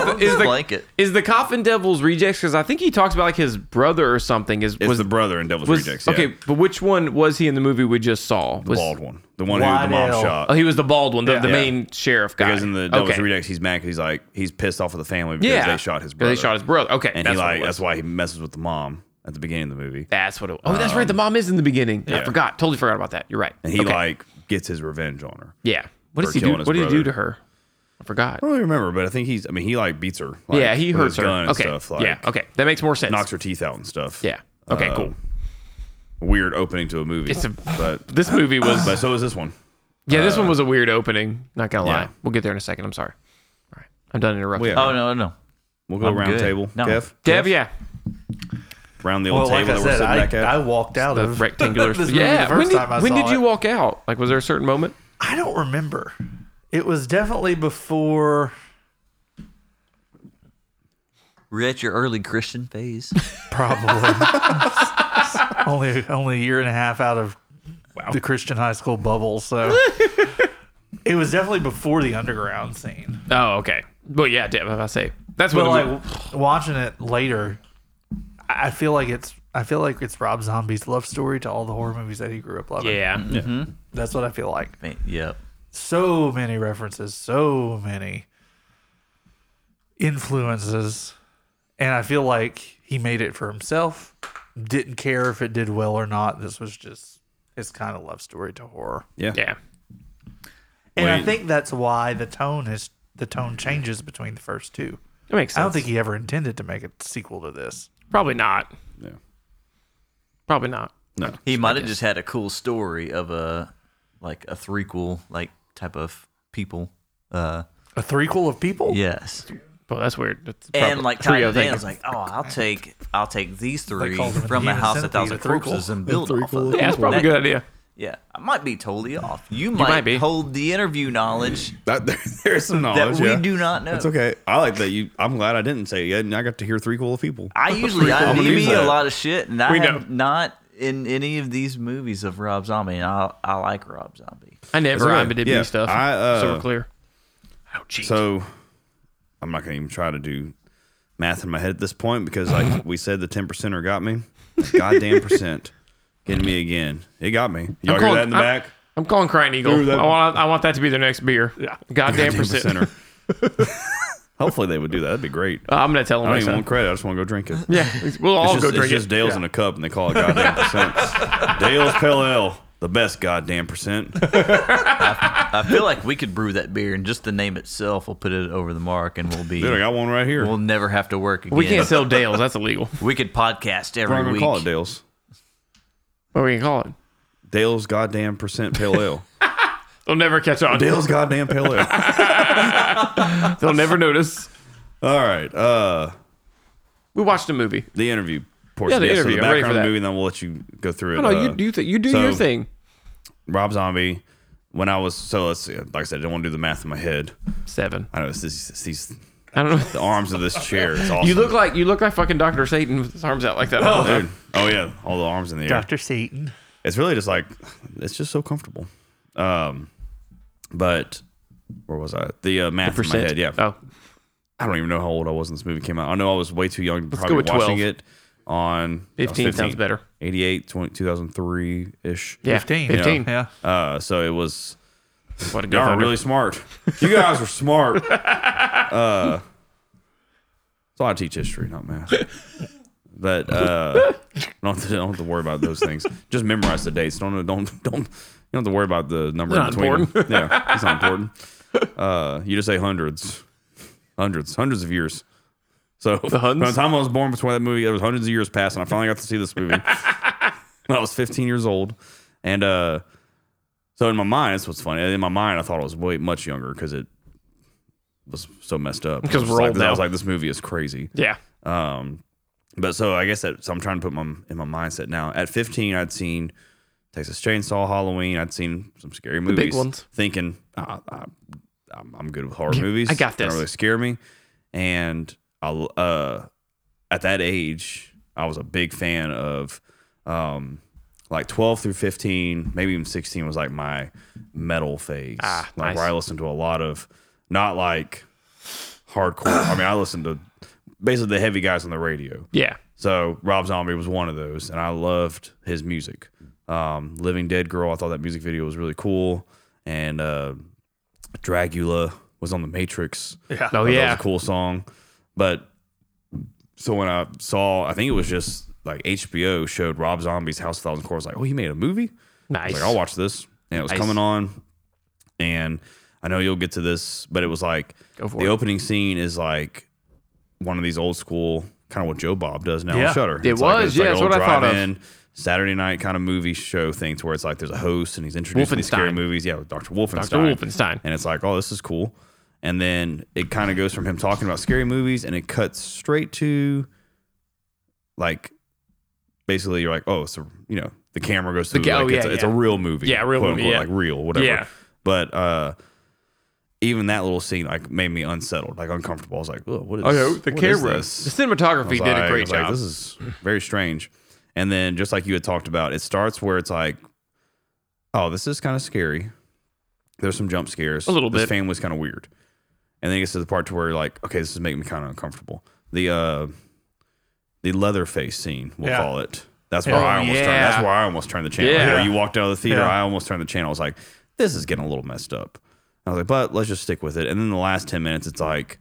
the, is
the
the
blanket.
is the cop in Devil's Rejects? Because I think he talks about like his brother or something. Is
It's
was
the brother in Devil's
was
Rejects. yeah.
okay? But which one was he in the movie we just saw?
the
Was-
bald one, the one who the mom
Waddell.
shot.
Oh, he was the bald one, the, the
Yeah.
main sheriff guy.
because in the Devil's
Okay.
Rejects, he's mad because he's like he's pissed off with the family because
Yeah,
they shot his
because
brother.
They shot his brother. Okay,
and
that's
he
what it
like
was.
that's why he messes with the mom at the beginning of the movie.
That's what it was. Oh, that's right. The mom is in the beginning. I
Uh, yeah.
forgot. Totally forgot about that. You're right.
And he
Okay.
like gets his revenge on her.
yeah. What
for
does he do?
killing
What
his
did he
brother.
do to her? I forgot.
I don't really remember, but I think he's. I mean, he like beats her. Like,
yeah, he
with his
hurts her.
gun and
okay.
stuff. Like,
yeah. Okay. That makes more sense.
Knocks her teeth out and stuff.
Yeah. Okay.
Uh,
cool.
Weird opening to a movie.
It's a-
but
This movie was.
but so is this one.
yeah. This one was a weird opening. Not gonna lie.
yeah.
We'll get there in a second. I'm sorry. All right. I'm done interrupting.
Well, yeah.
Oh no no.
We'll go
I'm
round
good.
table.
No.
Kev,
Dev, yeah.
round the
Well,
old
like
table
I
that we're
said,
sitting back
I,
at.
I walked out
The
of
rectangular.
this movie
yeah.
the first
when did,
time I
when
saw
did you
it.
walk out? Like, was there a certain moment?
I don't remember. It was definitely before
We're at your early Christian phase.
probably only only a year and a half out of the Christian high school bubble. So it was definitely before the underground scene.
Oh, okay. Well, yeah, Dev. I say that's what.
But
the-
like w- watching it later, I I feel like it's I feel like it's Rob Zombie's love story to all the horror movies that he grew up loving.
yeah.
Mm-hmm.
that's what I feel like.
Man, yep.
So many references, so many influences, and I feel like he made it for himself. Didn't care if it did well or not. This was just his kind of love story to horror,
Yeah.
Yeah.
and I
Wait.
think that's why the tone is the tone changes between the first two.
That makes sense.
I don't think he ever intended to make a sequel to this.
Probably not.
Yeah.
Probably not.
No.
He might have just had a cool story of a like a threequel like type of people. Uh
A threequel of people?
yes.
Well, that's weird. That's
And
probably-
like tied
trio
it in,
thing.
I was like, oh, I'll take I'll take these three
called them a
from a
human
house a
centipede, a
thousand
threequel.
corpses and
A
build off of.
threequel.
yeah, that's probably a
That-
good idea.
Yeah, I might be totally off. You might,
might be.
hold the interview knowledge
That, there, there's some
that
knowledge.
we
Oh, yeah.
do not know.
It's okay. I like that you. I'm glad I didn't say it yet, and I got to hear three cool people.
I usually I
I'm gonna use
me a
that.
lot of shit, and I
We
have
know.
not in any of these movies of Rob Zombie. And I I like Rob Zombie.
I never
okay.
IMDb
Yeah,
stuff.
I, uh,
so we're clear. Oh, geez.
So I'm not gonna even try to do math in my head at this point because like we said, the ten percenter got me. Goddamn percent getting me again. It got me. Y'all hear
calling-
that in the
I'm-
back?
I'm calling Crying Eagle.
Ooh, that-
I want, I want that to be their next beer. Goddamn
Goddamn
percent.
Hopefully they would do that. That'd be great.
Uh, I'm gonna tell
I
them.
don't
next
even
time.
want credit. I just want to go drink it.
yeah, we'll all
it's
go
just,
drink
it's just
it.
Dale's in a cup and they call it goddamn percent. Dale's Pale Ale, the best goddamn percent.
I feel like we could brew that beer, and just the name itself will put it over the mark, and we'll be
Dude, I got one right here.
we'll never have to work again.
We can't sell Dale's. That's illegal.
We could podcast
We're not
every
gonna
week.
call it Dale's.
What are we gonna call it?
Dale's goddamn percent pale ale.
They'll never catch on.
Dale's goddamn pale ale.
They'll never notice.
All right. Uh,
We watched a movie.
the interview portion.
Yeah, the
so
interview. I'm
the
ready
background
for
of the
that.
movie, and then we'll let you go through it.
No,
Uh,
you do th- you do
so-
your thing.
Rob Zombie. When I was so let's see, like I said, I didn't want to do the math in my head.
Seven.
I know this is these
I don't know.
The arms of this chair. It's awesome.
You look like you look like fucking Doctor Satan with his arms out like that.
Oh, dude. Oh yeah, all the arms in the air.
Doctor Satan.
It's really just like it's just so comfortable. Um, but where was I? The uh, math in my
Percent.
head. Yeah,
Oh,
I don't even know how old I was when this movie came out. I know I was way too young. to
Let's
probably
go with
watching
12.
it on I was
15 sounds better.
88, 20, 2003 ish.
yeah.
15.
Fifteen.
Yeah.
Uh, so it was.
What a good
Y'all are
Thunder.
really smart. You guys were smart. Uh, so I teach history, not math. But uh, I don't, have to, I don't have to worry about those things. Just memorize the dates. Don't don't don't. You don't have to worry about the number
It's
in between.
not
them.
important.
Yeah, it's not important. Uh, you just say hundreds, hundreds, hundreds of years. So by
huns?
the time I was born between that movie, there was hundreds of years passed, and I finally got to see this movie when I was 15 years old, and uh, so in my mind, that's what's funny. In my mind, I thought I was way much younger because it was so messed up.
'Cause
I was
we're
like,
old
I was
now.
like, this movie is crazy.
Yeah.
Um, but so I guess that so I'm trying to put my in my mindset now. At 15, I'd seen Texas Chainsaw, Halloween. I'd seen some scary movies,
big ones.
Thinking ah, I, I'm, I'm good with horror movies.
I got
They don't
this.
really scare me. And I, uh, at that age, I was a big fan of um, like 12 through 15, maybe even 16 was like my metal phase.
Ah,
like
nice.
where I listened to a lot of not like hardcore. I mean, I listened to basically the heavy guys on the radio.
Yeah.
So Rob Zombie was one of those, and I loved his music. Um, Living Dead Girl, I thought that music video was really cool, and uh, Dracula was on the Matrix.
Oh
Yeah.
I thought that
yeah.
was a cool song. But so when I saw, I think it was just like HBO showed Rob Zombie's House of Thousand Corpses. Like, oh, he made a movie. I was
Nice.
like, I'll watch this. And it was coming on. And I know you'll get to this, but it was like
Go for
the
it.
opening scene is like one of these old school, kind of what Joe Bob does now
Yeah.
on Shutter.
It was, yeah, that's what I thought of.
Saturday night kind of movie show thing to where it's like there's a host and he's introducing these scary
Wolfenstein.
movies. Yeah, with Dr. Wolfenstein.
Dr. Wolfenstein.
And it's like, oh, this is cool. And then it kind of goes from him talking about scary movies and it cuts straight to like basically you're like, oh, it's a, you know, the camera goes through.
ca-
like,
oh,
it's,
yeah,
a, it's a
yeah.
real movie.
Yeah, a real
quote,
movie,
unquote,
yeah.
Like real, whatever.
Yeah.
But uh, even that little scene like made me unsettled, like uncomfortable. I was like, oh, what is
Oh, yeah, the
what is
camera. The
this?
cinematography
I was
did
like-
a
I
great
was like,
job.
this is very strange. And then just like you had talked about, it starts where it's like, oh, this is kind of scary. There's some jump scares.
A little
this
bit.
family's kind of weird. And then it gets to the part to where you're like, okay, this is making me kind of uncomfortable. The uh the Leatherface scene, we'll
Yeah.
call it. That's where
Oh,
I almost turned.
yeah.
That's where I almost turned the channel.
Yeah.
Where you walked out of the theater,
Yeah.
I almost turned the channel. I was like, this is getting a little messed up. I was like, but let's just stick with it. And then the last ten minutes, it's like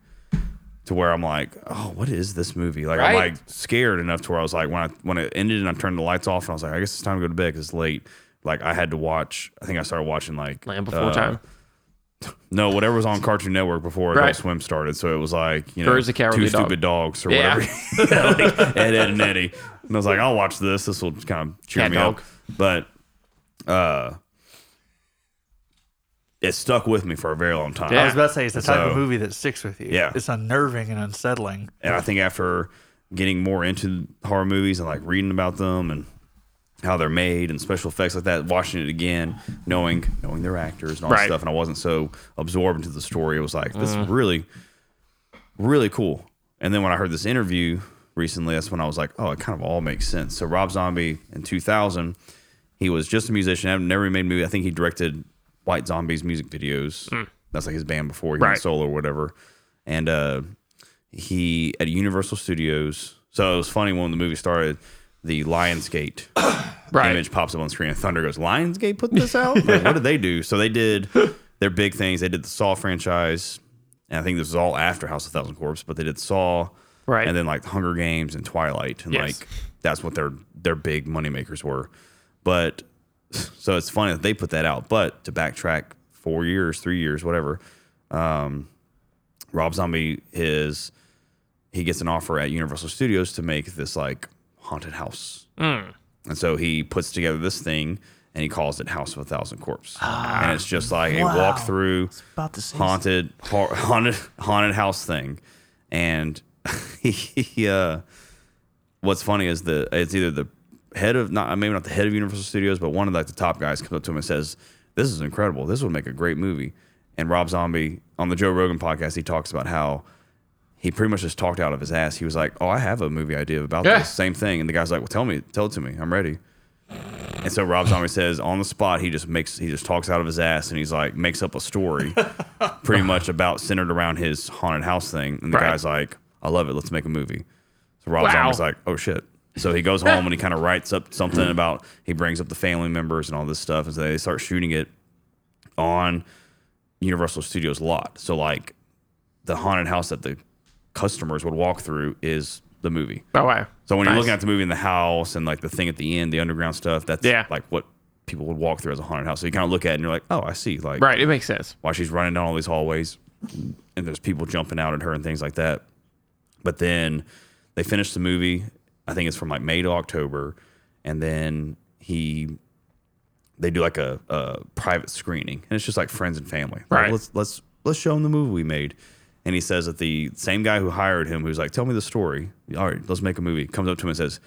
to where I'm like, oh, what is this movie? Like I'm
Right.
like scared enough to where I was like, when I when it ended and I turned the lights off and I was like, I guess it's time to go to bed because it's late. Like I had to watch. I think I started watching like
Land Before
uh,
Time.
No, whatever was on Cartoon Network before Adult
Right.
Swim started. So it was like you know,
Courage the Cowardly
two
Dog.
stupid dogs or
Yeah.
whatever. Like, Ed, Ed, and Eddie. And I was like, I'll watch this. This will kind of cheer
Cat
me
dog.
up. But uh, it stuck with me for a very long time.
I was about to say it's the type
So-
of movie that sticks with you.
Yeah.
It's unnerving and unsettling.
And I think after getting more into horror movies and like reading about them and how they're made and special effects like that, watching it again, knowing knowing their actors and all that
Right.
stuff, and I wasn't so absorbed into the story. It was like this is really, really cool. And then when I heard this interview recently, that's when I was like, oh, it kind of all makes sense. So Rob Zombie in 2000, he was just a musician. I've never made a movie. I think he directed White Zombies music videos. That's like his band before he
Right.
went solo or whatever. And uh, he at Universal Studios. So it was funny when the movie started. The Lionsgate
Right.
image pops up on screen, and Thunder goes, "Lionsgate put this out? Like, what did they do?" So they did their big things. They did the Saw franchise, and I think this was all after House of Thousand Corpses, but they did Saw,
Right.
And then like the Hunger Games and Twilight, and
Yes.
like that's what their their big moneymakers were. But so it's funny that they put that out. But to backtrack four years, three years, whatever, um, Rob Zombie his he gets an offer at Universal Studios to make this like haunted house.
Mm.
And so he puts together this thing and he calls it House of a Thousand Corpse. and it's just like a walk through
Ah, About to say
haunted har- haunted haunted house thing. And he uh what's funny is the it's either the head of not maybe not the head of Universal Studios, but one of like the top guys comes up to him and says, "This is incredible. This would make a great movie." And Rob Zombie on the Joe Rogan podcast, he talks about how he pretty much just talked out of his ass. He was like, "Oh, I have a movie idea about
Yeah.
this same thing," and the guy's like, "Well, tell me, tell it to me. I'm ready." And so Rob Zombie says on the spot, he just makes he just talks out of his ass, and he's like makes up a story, pretty much about centered around his haunted house thing. And the
Right.
guy's like, "I love it. Let's make a movie." So Rob
Wow.
Zombie's like, "Oh shit." So he goes home and he kind of writes up something about he brings up the family members and all this stuff, and so they start shooting it on Universal Studios lot. So like the haunted house that the customers would walk through is the movie.
Oh wow.
So when you're
Nice.
looking at the movie in the house and like the thing at the end, the underground stuff, that's
Yeah.
like what people would walk through as a haunted house. So you kind of look at it and you're like, oh, I see. Like
Right, it makes sense.
while she's running down all these hallways and there's people jumping out at her and things like that. But then they finish the movie. I think it's from like May to October, and then he they do like a, a private screening, and it's just like friends and family. Like,
Right.
let's let's let's show them the movie we made. And he says that the same guy who hired him, who's like, "Tell me the story." All right, let's make a movie. Comes up to him and says,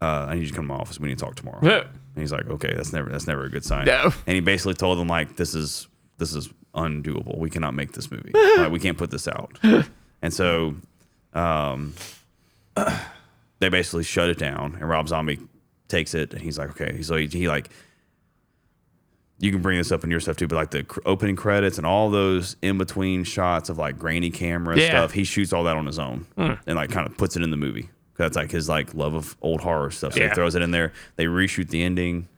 uh, "I need you to come to my office. We need to talk tomorrow."
Yeah.
and he's like, "Okay, that's never that's never a good sign."
No.
And he basically told them like, "This is this is undoable. We cannot make this movie. Like, we can't put this out." And so um, they basically shut it down, and Rob Zombie takes it, and he's like, okay, he's like, he like, you can bring this up in your stuff too, but like the cr- opening credits and all those in between shots of like grainy camera
Yeah.
stuff, he shoots all that on his own and like kind of puts it in the movie. That's like his like love of old horror stuff. So
Yeah.
he throws it in there. They reshoot the ending,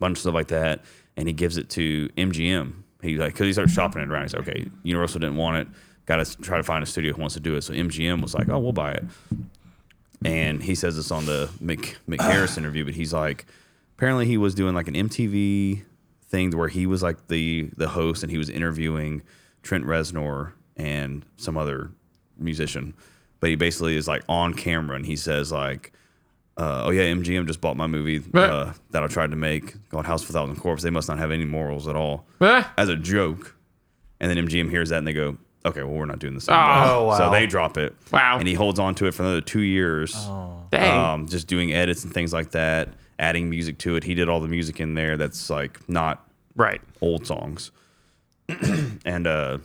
bunch of stuff like that, and he gives it to MGM. He like because he started shopping it around. He's like, okay, Universal didn't want it. Got to try to find a studio who wants to do it. So MGM was like, oh, we'll buy it. And he says this on the Mc, McHarris interview, but he's like, apparently he was doing like an MTV thing where he was like the the host and he was interviewing Trent Reznor and some other musician. But he basically is like on camera and he says like, uh, oh yeah, MGM just bought my movie
Right.
uh, that I tried to make called House of a Thousand Corpses. They must not have any morals at all,
Ah.
as a joke. And then MGM hears that and they go, okay, well we're not doing this.
Oh,
So
wow.
they drop it.
Wow. Oh.
And he holds on to it for another two years,
Dang.
um, just doing edits and things like that, adding music to it. He did all the music in there that's like not
right.
old songs. and uh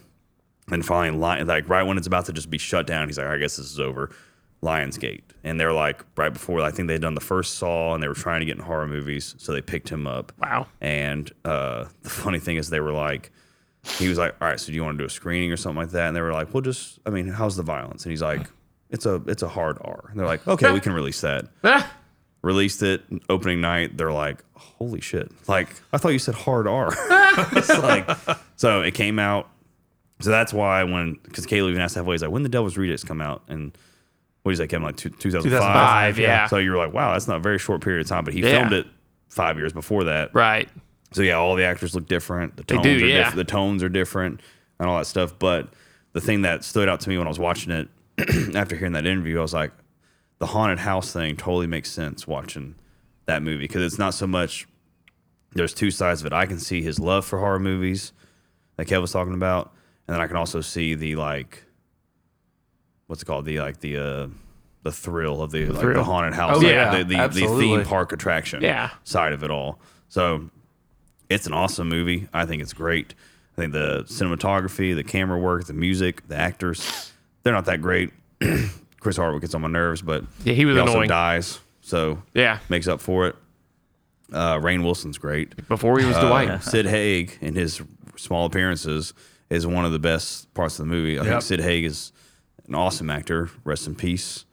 and finally Lion like right when it's about to just be shut down, he's like, I guess this is over. Lionsgate. And they're like right before I think they'd done the first Saw and they were trying to get in horror movies, so they picked him up.
Wow.
And uh the funny thing is they were like he was like, All right, so do you want to do a screening or something like that? And they were like, Well just I mean, how's the violence? And he's like, It's a it's a hard R. And they're like, Okay, we can release that
Ah.
released it opening night they're like holy shit like i thought you said hard r it's like so it came out so that's why when because caleb even asked halfway he's like when the devil's rejects come out and what did you say came like two- 2005
2005, yeah.
so you're like wow that's not a very short period of time but he
Yeah.
filmed it five years before that
Right.
so yeah, all the actors look different. The
They
tones
do,
are
yeah.
different. The tones are different and all that stuff. But the thing that stood out to me when I was watching it after hearing that interview, I was like, the haunted house thing totally makes sense watching that movie because it's not so much. There's two sides of it. I can see his love for horror movies that Kev was talking about, and then I can also see the like, what's it called? The like the uh, the thrill of the, like, the
thrill.
haunted house,
Oh,
like,
yeah,
the, the, the
absolutely.
theme park attraction
Yeah.
side of it all. So it's an awesome movie. I think it's great. I think the cinematography, the camera work, the music, the actors, they're not that great. Chris Hardwick gets on my nerves, but
Yeah, he was
also
annoying.
dies, so
Yeah.
makes up for it. Uh, Rain Wilson's great.
Before he was
Uh,
Dwight.
Sid Haig in his small appearances is one of the best parts of the movie. I think
Yep.
Sid Haig is an awesome actor. Rest in peace.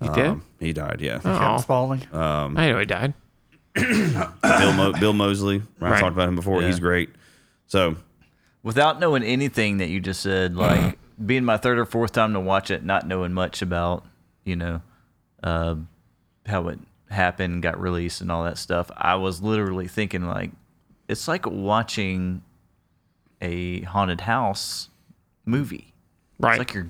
He did.
Um, he died, yeah.
Oh,
Spalding.
I know he died.
Bill, Mo- Bill Mosley. I
Right.
talked about him before. He's great. So
Without knowing anything that you just said, like being my third or fourth time to watch it, not knowing much about, you know, uh, how it happened, got released, and all that stuff, I was literally thinking, like, it's like watching a haunted house movie.
Right.
It's like you're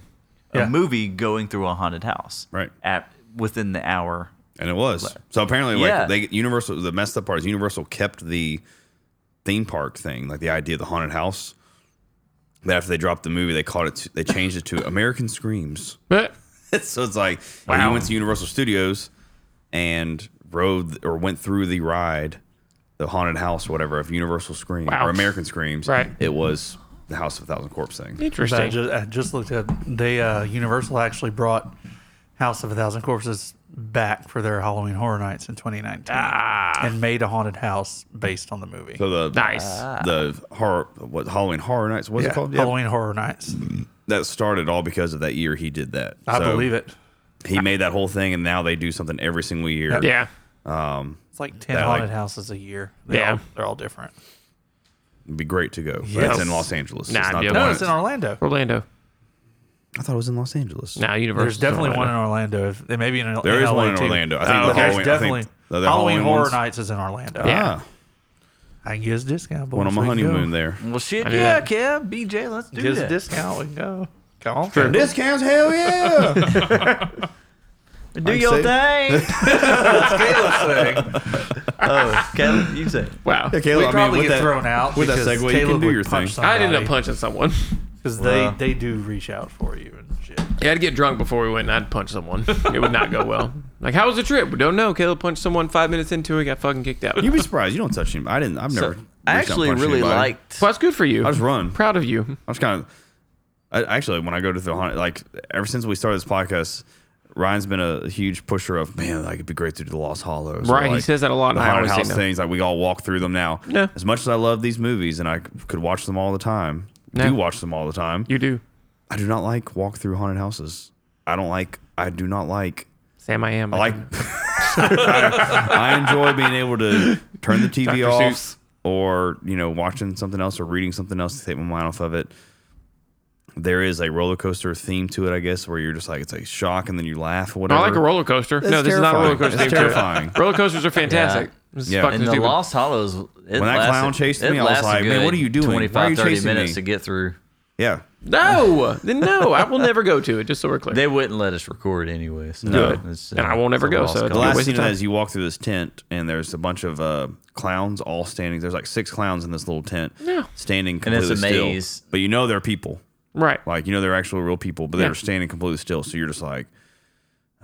Yeah.
a movie going through a haunted house.
Right.
At, within the hour.
And it was. So apparently, like
Yeah.
they Universal, the messed up part is Universal kept the theme park thing, like the idea of the haunted house. But after they dropped the movie, they called it. To, they changed it to American Screams.
But
so it's like when you went to Universal Studios and rode or went through the ride, the haunted house, whatever of Universal Scream
Wow.
or American Screams.
Right.
It was the House of a Thousand Corpse thing.
I
Interesting.
just, I just looked at they uh, Universal actually brought House of a Thousand Corpses back for their Halloween Horror Nights in 2019 and made a haunted house based on the movie.
So the
Nice.
the horror what Halloween Horror Nights what's
yeah,
it called? Yeah,
Halloween Horror Nights.
that started all because of that year he did that.
I
So
believe it.
He made that whole thing, and now they do something every single year.
yeah.
It's like 10
that, like-
haunted houses a year. They
Yeah.
all, they're all different.
It'd be great to go. But
Yes.
It's in Los Angeles.
Nah,
it's not
dude.
the
No,
one-
No, it's in Orlando.
Orlando.
I thought it was in Los Angeles.
Nah, Universal.
There's definitely one in Orlando. If, there may be in
There
in
is
LA
one in
too.
Orlando. I
But
think the
there's
Halloween- I think
definitely
the- the
Halloween,
Halloween
Horror
ones-
Nights is in Orlando.
Yeah.
Ah,
I can get us a discount.
went on
boys.
my
We can go.
honeymoon there.
Well, shit,
I do
yeah,
that.
Kev, BJ, let's do
Get us a
that.
discount. We can go. Come on.
Discounts, hell yeah!
do
say-
your thing. That's Caleb's thing. Oh, Caleb, you say.
Wow.
Caleb,
We'd
I mean,
probably
with
get
that-
thrown out
with that
because
segue, you
Caleb
can do
would
your
punch
thing.
I ended up punching someone.
because
Wow.
they they do reach out for you and shit.
Yeah, I'd get drunk before we went and I'd punch someone. It would not go well. Like, how was the trip? We don't know. Caleb punched someone five minutes into it, got fucking kicked out.
You'd be surprised. You don't touch him. I didn't. I've never. reached out
I
and
actually
punched
really
anybody.
liked.
Well, that's good for you.
I just run.
proud of you.
I was kind of. I, actually, when I go to the haunted, like ever since we started this podcast, Ryan's been a huge pusher of man. Like it'd be great to do the Lost Hollows. or,
Right, he
like,
says that a lot,
The
and I
haunted
always
house
say no.
things like we all walk through them now.
Yeah.
As much as I love these movies and I c- could watch them all the time,
Yeah.
do watch them all the time.
You do.
I do not like walk through haunted houses. I don't like. I do not like.
Sam, I am.
I like. I, I enjoy being able to turn the TV
Dr.
off,
Seuss.
or you know, watching something else or reading something else to take my mind off of it. There is a roller coaster theme to it, I guess, where you're just like it's a shock and then you laugh or
No,
whatever.
I like a roller coaster.
That's
no, this is not a roller
terrifying.
coaster.
That's
theme to it.
terrifying.
Roller coasters are fantastic. This is
Yeah.
fucking
In the
stupid.
Lost Hollows, it
that
lasted-
clown chased
it
me, I was
lasted
like, "Man,
good
what are you doing? Why are
25,
you
30
chasing
minutes
me?"
to get through.
Yeah,
No, then no, I will never go to it. Just so we're clear.
They wouldn't let us record anyway. So
No.
it's, uh,
And I won't ever
it's a
go,
lost
so it's-
the
cause.
Yeah,
last
waste
scene
of time.
is you walk through this tent and there's a bunch of uh, clowns all standing. There's like six clowns in this little tent,
Yeah.
standing
And it's
completely
a maze.
still. But you know they're people.
right.
Like you know they're actual real people, but
Yeah.
they're standing completely still. So you're just like,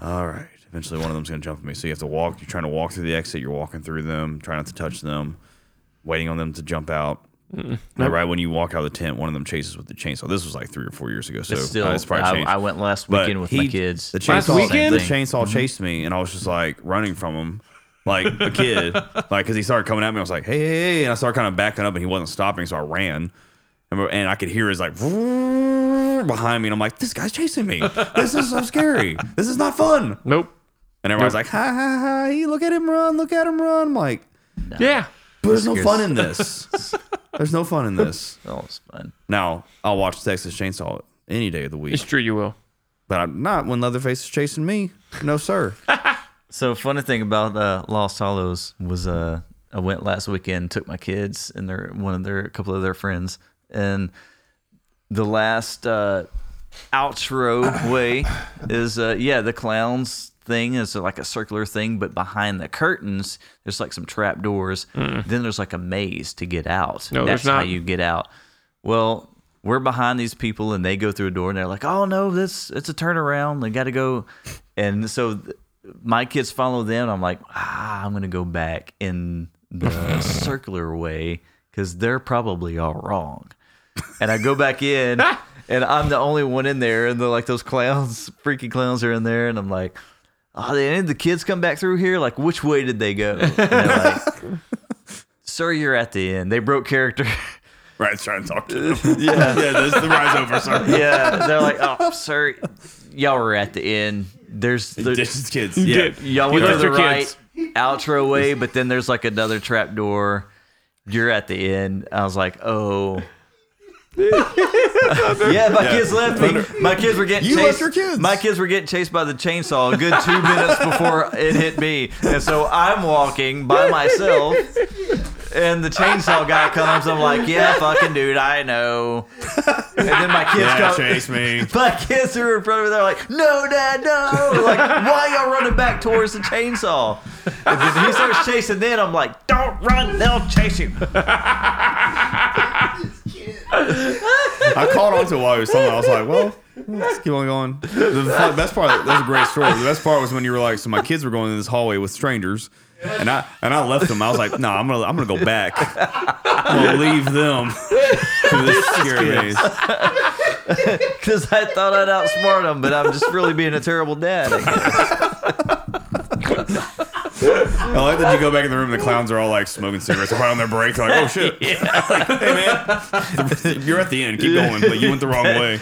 all right. Eventually one of them's gonna jump at me. So you have to walk. You're trying to walk through the exit. You're walking through them, trying not to touch them, waiting on them to jump out. And Right when you walk out of the tent, one of them chases with the chainsaw. This was like three or four years ago. So
It's still,
uh, it's probably
I,
changed.
I went last
But
weekend with
he-
my kids.
The
Last
chainsaw, Mm-hmm.
weekend?
the chainsaw chased me, and I was just like running from him, like a kid, like because he started coming at me. I was like, hey, hey, hey, and I started kind of backing up, and he wasn't stopping, so I ran, and we- and I could hear his like behind me, and I'm like, this guy's chasing me. This is so scary. This is not fun.
Nope.
And everyone's like, ha ha ha, he- look at him run, look at him run. I'm like,
Yeah.
but there's no
Scares-
fun in this. There's no fun in this.
oh, it's fun.
Now I'll watch Texas Chainsaw any day of the week,
It's true. You will.
but I'm not when Leatherface is chasing me. No sir.
So funny thing about uh, Lost Hollows was uh, I went last weekend, took my kids and their one of their a couple of their friends, and the last uh, outro way is uh, yeah the clowns thing is like a circular thing, but behind the curtains there's like some trap doors. Then there's like a maze to get out.
Hmm. No, there's
That's how
not.
you get out. Well. We're behind these people, and they go through a door, and they're like, "Oh no, this it's a turnaround. They got to go." And so th- my kids follow them. I'm like, ah, I'm gonna go back in the circular way because they're probably all wrong. And I go back in, and I'm the only one in there, and they're like those clowns, freaky clowns, are in there, and I'm like, oh, did any of the kids come back through here? Like, which way did they go? And they're like, Sir, you're at the end. They broke character.
Ryan's trying to talk to him. yeah, yeah, this is the rise over, sir.
yeah, they're like, oh, sir, y'all were at the end. There's the,
Just kids. Yeah.
Y'all went to
left
the
your
right
kids.
outro way, but then there's like another trap door. You're at the end. I was like, oh. yeah, my kids left me. My kids were getting
You left
chased.
your kids.
My kids were getting chased by the chainsaw a good two minutes before it hit me, and so I'm walking by myself, and the chainsaw guy comes. I'm like, yeah, fucking dude, I know. And then my kids
Yeah,
come.
chase me.
My kids are in front of me. They're like, "No, Dad, no!" Like, why y'all running back towards the chainsaw? And then he starts chasing. Then I'm like, "Don't run! They'll chase you."
I caught on to it while he was talking. I was like, well, let's keep on going. The fu- best part, that's a great story. The best part was when you were like, so my kids were going in this hallway with strangers. And I and I left them. I was like, no, I'm gonna I'm gonna go back. I'm gonna leave them. through this scary maze.
Because I thought I'd outsmart them, but I'm just really being a terrible dad. I guess.
I like that you go back in the room and the clowns are all like smoking cigarettes. They're probably on their break. They're like, oh shit. hey, man. You're at the end. Keep going. But you went the wrong way.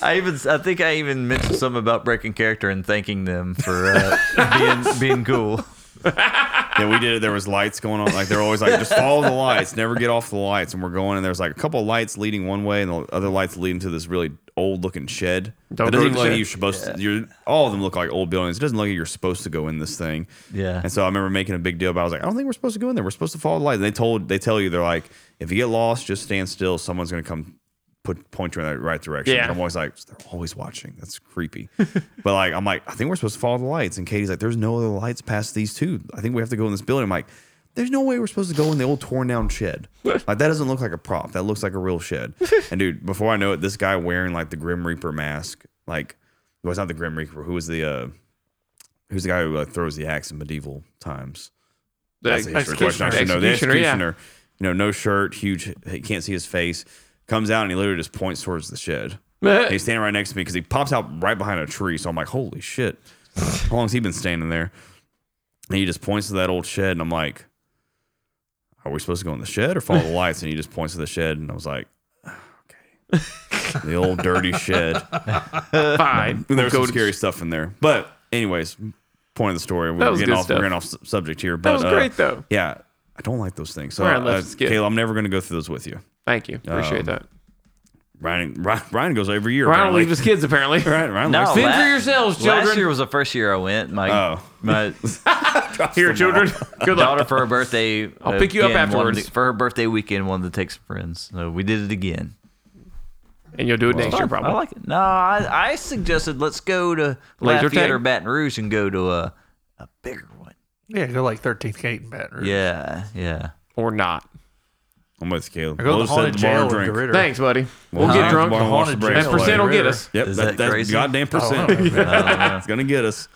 I even, I think I even mentioned something about breaking character and thanking them for uh, being being cool.
Yeah, we did it. There was lights going on. Like they're always like, just follow the lights, never get off the lights. And we're going, and there's like a couple of lights leading one way, and the other lights leading to this really old looking shed.
Don't
it
go to
doesn't even
the
look like
shed.
you're supposed to. You're, all of them look like old buildings. It doesn't look like you're supposed to go in this thing.
Yeah.
And so I remember making a big deal about. it. I was like, I don't think we're supposed to go in there. We're supposed to follow the lights. And they told, they tell you, they're like, if you get lost, just stand still. Someone's gonna come. Put point you in the right direction.
Yeah.
And I'm always like, they're always watching. That's creepy. but like, I'm like, I think we're supposed to follow the lights. And Katie's like, there's no other lights past these two. I think we have to go in this building. I'm like, there's no way we're supposed to go in the old torn down shed. like that doesn't look like a prop. That looks like a real shed. and dude, before I know it, this guy wearing like the Grim Reaper mask, like well, it's not the Grim Reaper. Who was the uh who's the guy who uh, throws the axe in medieval times? That's a history question. I should know. The
Executioner, yeah.
executioner, you know, no shirt, huge. He can't see his face. Comes out and he literally just points towards the shed. And he's standing right next to me because he pops out right behind a tree. So I'm like, holy shit. How long's he been standing there? And he just points to that old shed. And I'm like, are we supposed to go in the shed or follow the lights? And he just points to the shed. And I was like, okay. The old dirty shed.
Fine.
And there's
Go
some
to-
scary stuff in there. But anyways, point of the story. We're
That was
getting
good
off.
stuff.
We're getting off su- subject here. But
was
uh,
great, though.
Yeah, I don't like those things. So,
All right,
uh,
let's skip.
Caleb, I'm never going to go through those with you.
Thank you. Appreciate that.
Ryan, Ryan, Ryan goes every year.
Ryan will
apparently.
leave his kids apparently.
Ryan, Ryan
No,
likes-
Fend
la-
for yourselves,
Last
children.
year was the first year I went. My
Oh.
my
Here, children. Good
daughter
luck.
for her birthday. I'll
pick you up afterwards.
for her birthday weekend, wanted to take some friends, so we did it again.
And you'll do it next year, probably.
I like it. No, I, I suggested let's go to
Laser
Lafayette
tag?
or Baton Rouge and go to a a bigger one.
Yeah, go like 13th Gate in Baton Rouge.
Yeah, yeah.
or not.
I'm with Caleb.
Or go to
Lois
the
said bar
haunted jail in
drink.
DeRidder.
Thanks, buddy. We'll
Lois
get
said
drunk. Oh,
bar and watch
Haunted
the breaks
jail.
That
play.
percent will get us.
Yep,
Is
that,
that
that
crazy?
goddamn
Oh,
percent.
Uh,
it's gonna get us.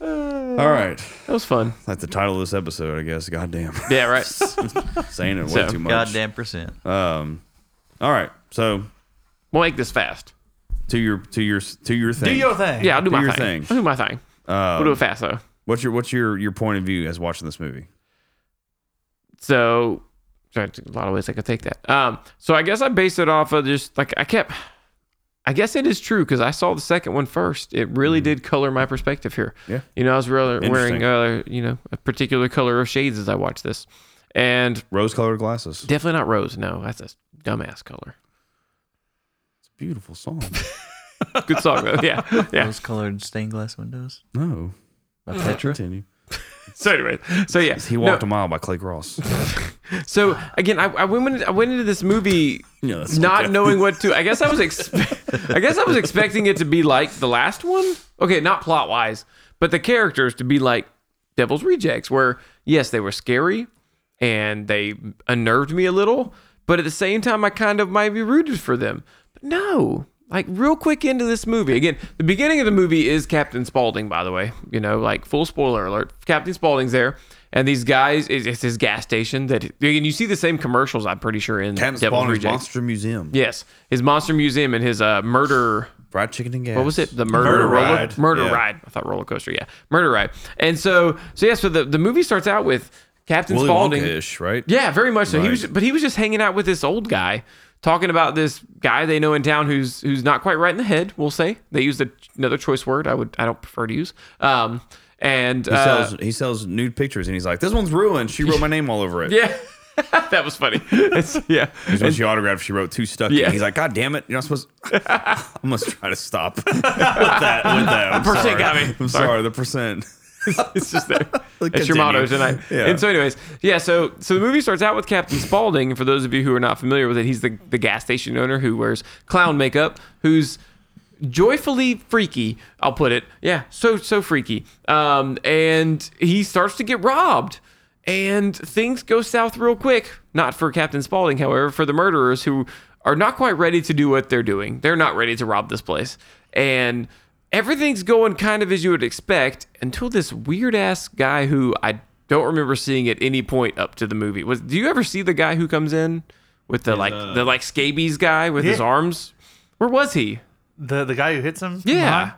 All right,
That was fun.
that's the title of this episode, I guess. Goddamn,
Yeah, right.
saying it way
So,
too much. Um,
Goddamn percent.
All right, so
we'll make this fast.
to your to your to your thing. Um,
Do your thing.
Yeah, I'll do,
Do
my
your
thing.
thing. Um,
I'll do my thing. we'll do it fast though.
What's your what's your your point of view as watching this movie?
So sorry, a lot of ways I could take that. Um, so I guess I based it off of just like I kept. I guess it is true because I saw the second one first. It really did color my perspective here.
Mm-hmm. Yeah.
you know, I was really wearing
Interesting.
uh, you know a particular color of shades as I watched this, and
Rose colored glasses.
definitely not rose. No, that's a dumbass color.
It's a beautiful song.
Good song though. Yeah, yeah.
Those colored stained glass windows.
no,
By Petra.
continue.
So anyway, so yeah,
He
No,
walked a mile by Clay Cross.
So again, I, I went I went into this movie
Yeah, that's
not
okay.
knowing what to. I guess I was expe- I guess I was expecting it to be like the last one. Okay, not plot wise, but the characters to be like Devil's Rejects, where yes, they were scary and they unnerved me a little, but at the same time, I kind of might be rooted for them. But no. Like real quick into this movie again. The beginning of the movie is Captain Spaulding, by the way. You know, like full spoiler alert. Captain Spaulding's there, and these guys. It's it's his gas station that, and you see the same commercials. I'm pretty sure in
Captain
Devil's
Spaulding's
Rejects.
Monster Museum.
Yes, his monster museum and his uh, murder.
Fried chicken and gas.
What was it? The murder,
Murder
roller,
Ride.
Murder
Yeah.
ride. I thought roller coaster. Yeah, murder ride. And so, so yeah. So the, the movie starts out with Captain
Willy
Spaulding.
Wonka-ish, right?
Yeah, very much so. He was,
Right.
but he was just hanging out with this old guy, talking about this guy they know in town who's who's not quite right in the head. We'll say they used a, another choice word. I would I don't prefer to use. Um, and
He
uh,
sells, he sells nude pictures and he's like, this one's ruined. She wrote my name all over it.
yeah, that was funny. It's- yeah,
Here's when she autographed, she wrote two stuck.
Yeah.
Yeah. He's like, God damn it. You're not supposed I must try to stop with that. With that. I'm
Percent
sorry.
got me.
I'm
Sorry.
sorry. The percent.
it's just there. It's
Continue.
your motto tonight.
Yeah.
And so, anyways, yeah. So, so the movie starts out with Captain Spaulding. And for those of you who are not familiar with it, he's the the gas station owner who wears clown makeup, who's joyfully freaky. I'll put it. Yeah, so so freaky. Um, and he starts to get robbed, and things go south real quick. Not for Captain Spaulding, however, for the murderers who are not quite ready to do what they're doing. They're not ready to rob this place, and everything's going kind of as you would expect until this weird ass guy who I don't remember seeing at any point up to the movie. Was do you ever see the guy who comes in with the like the like scabies guy with his
uh, Yeah.
arms. Where was he?
The the guy who hits him. from
Yeah.
behind,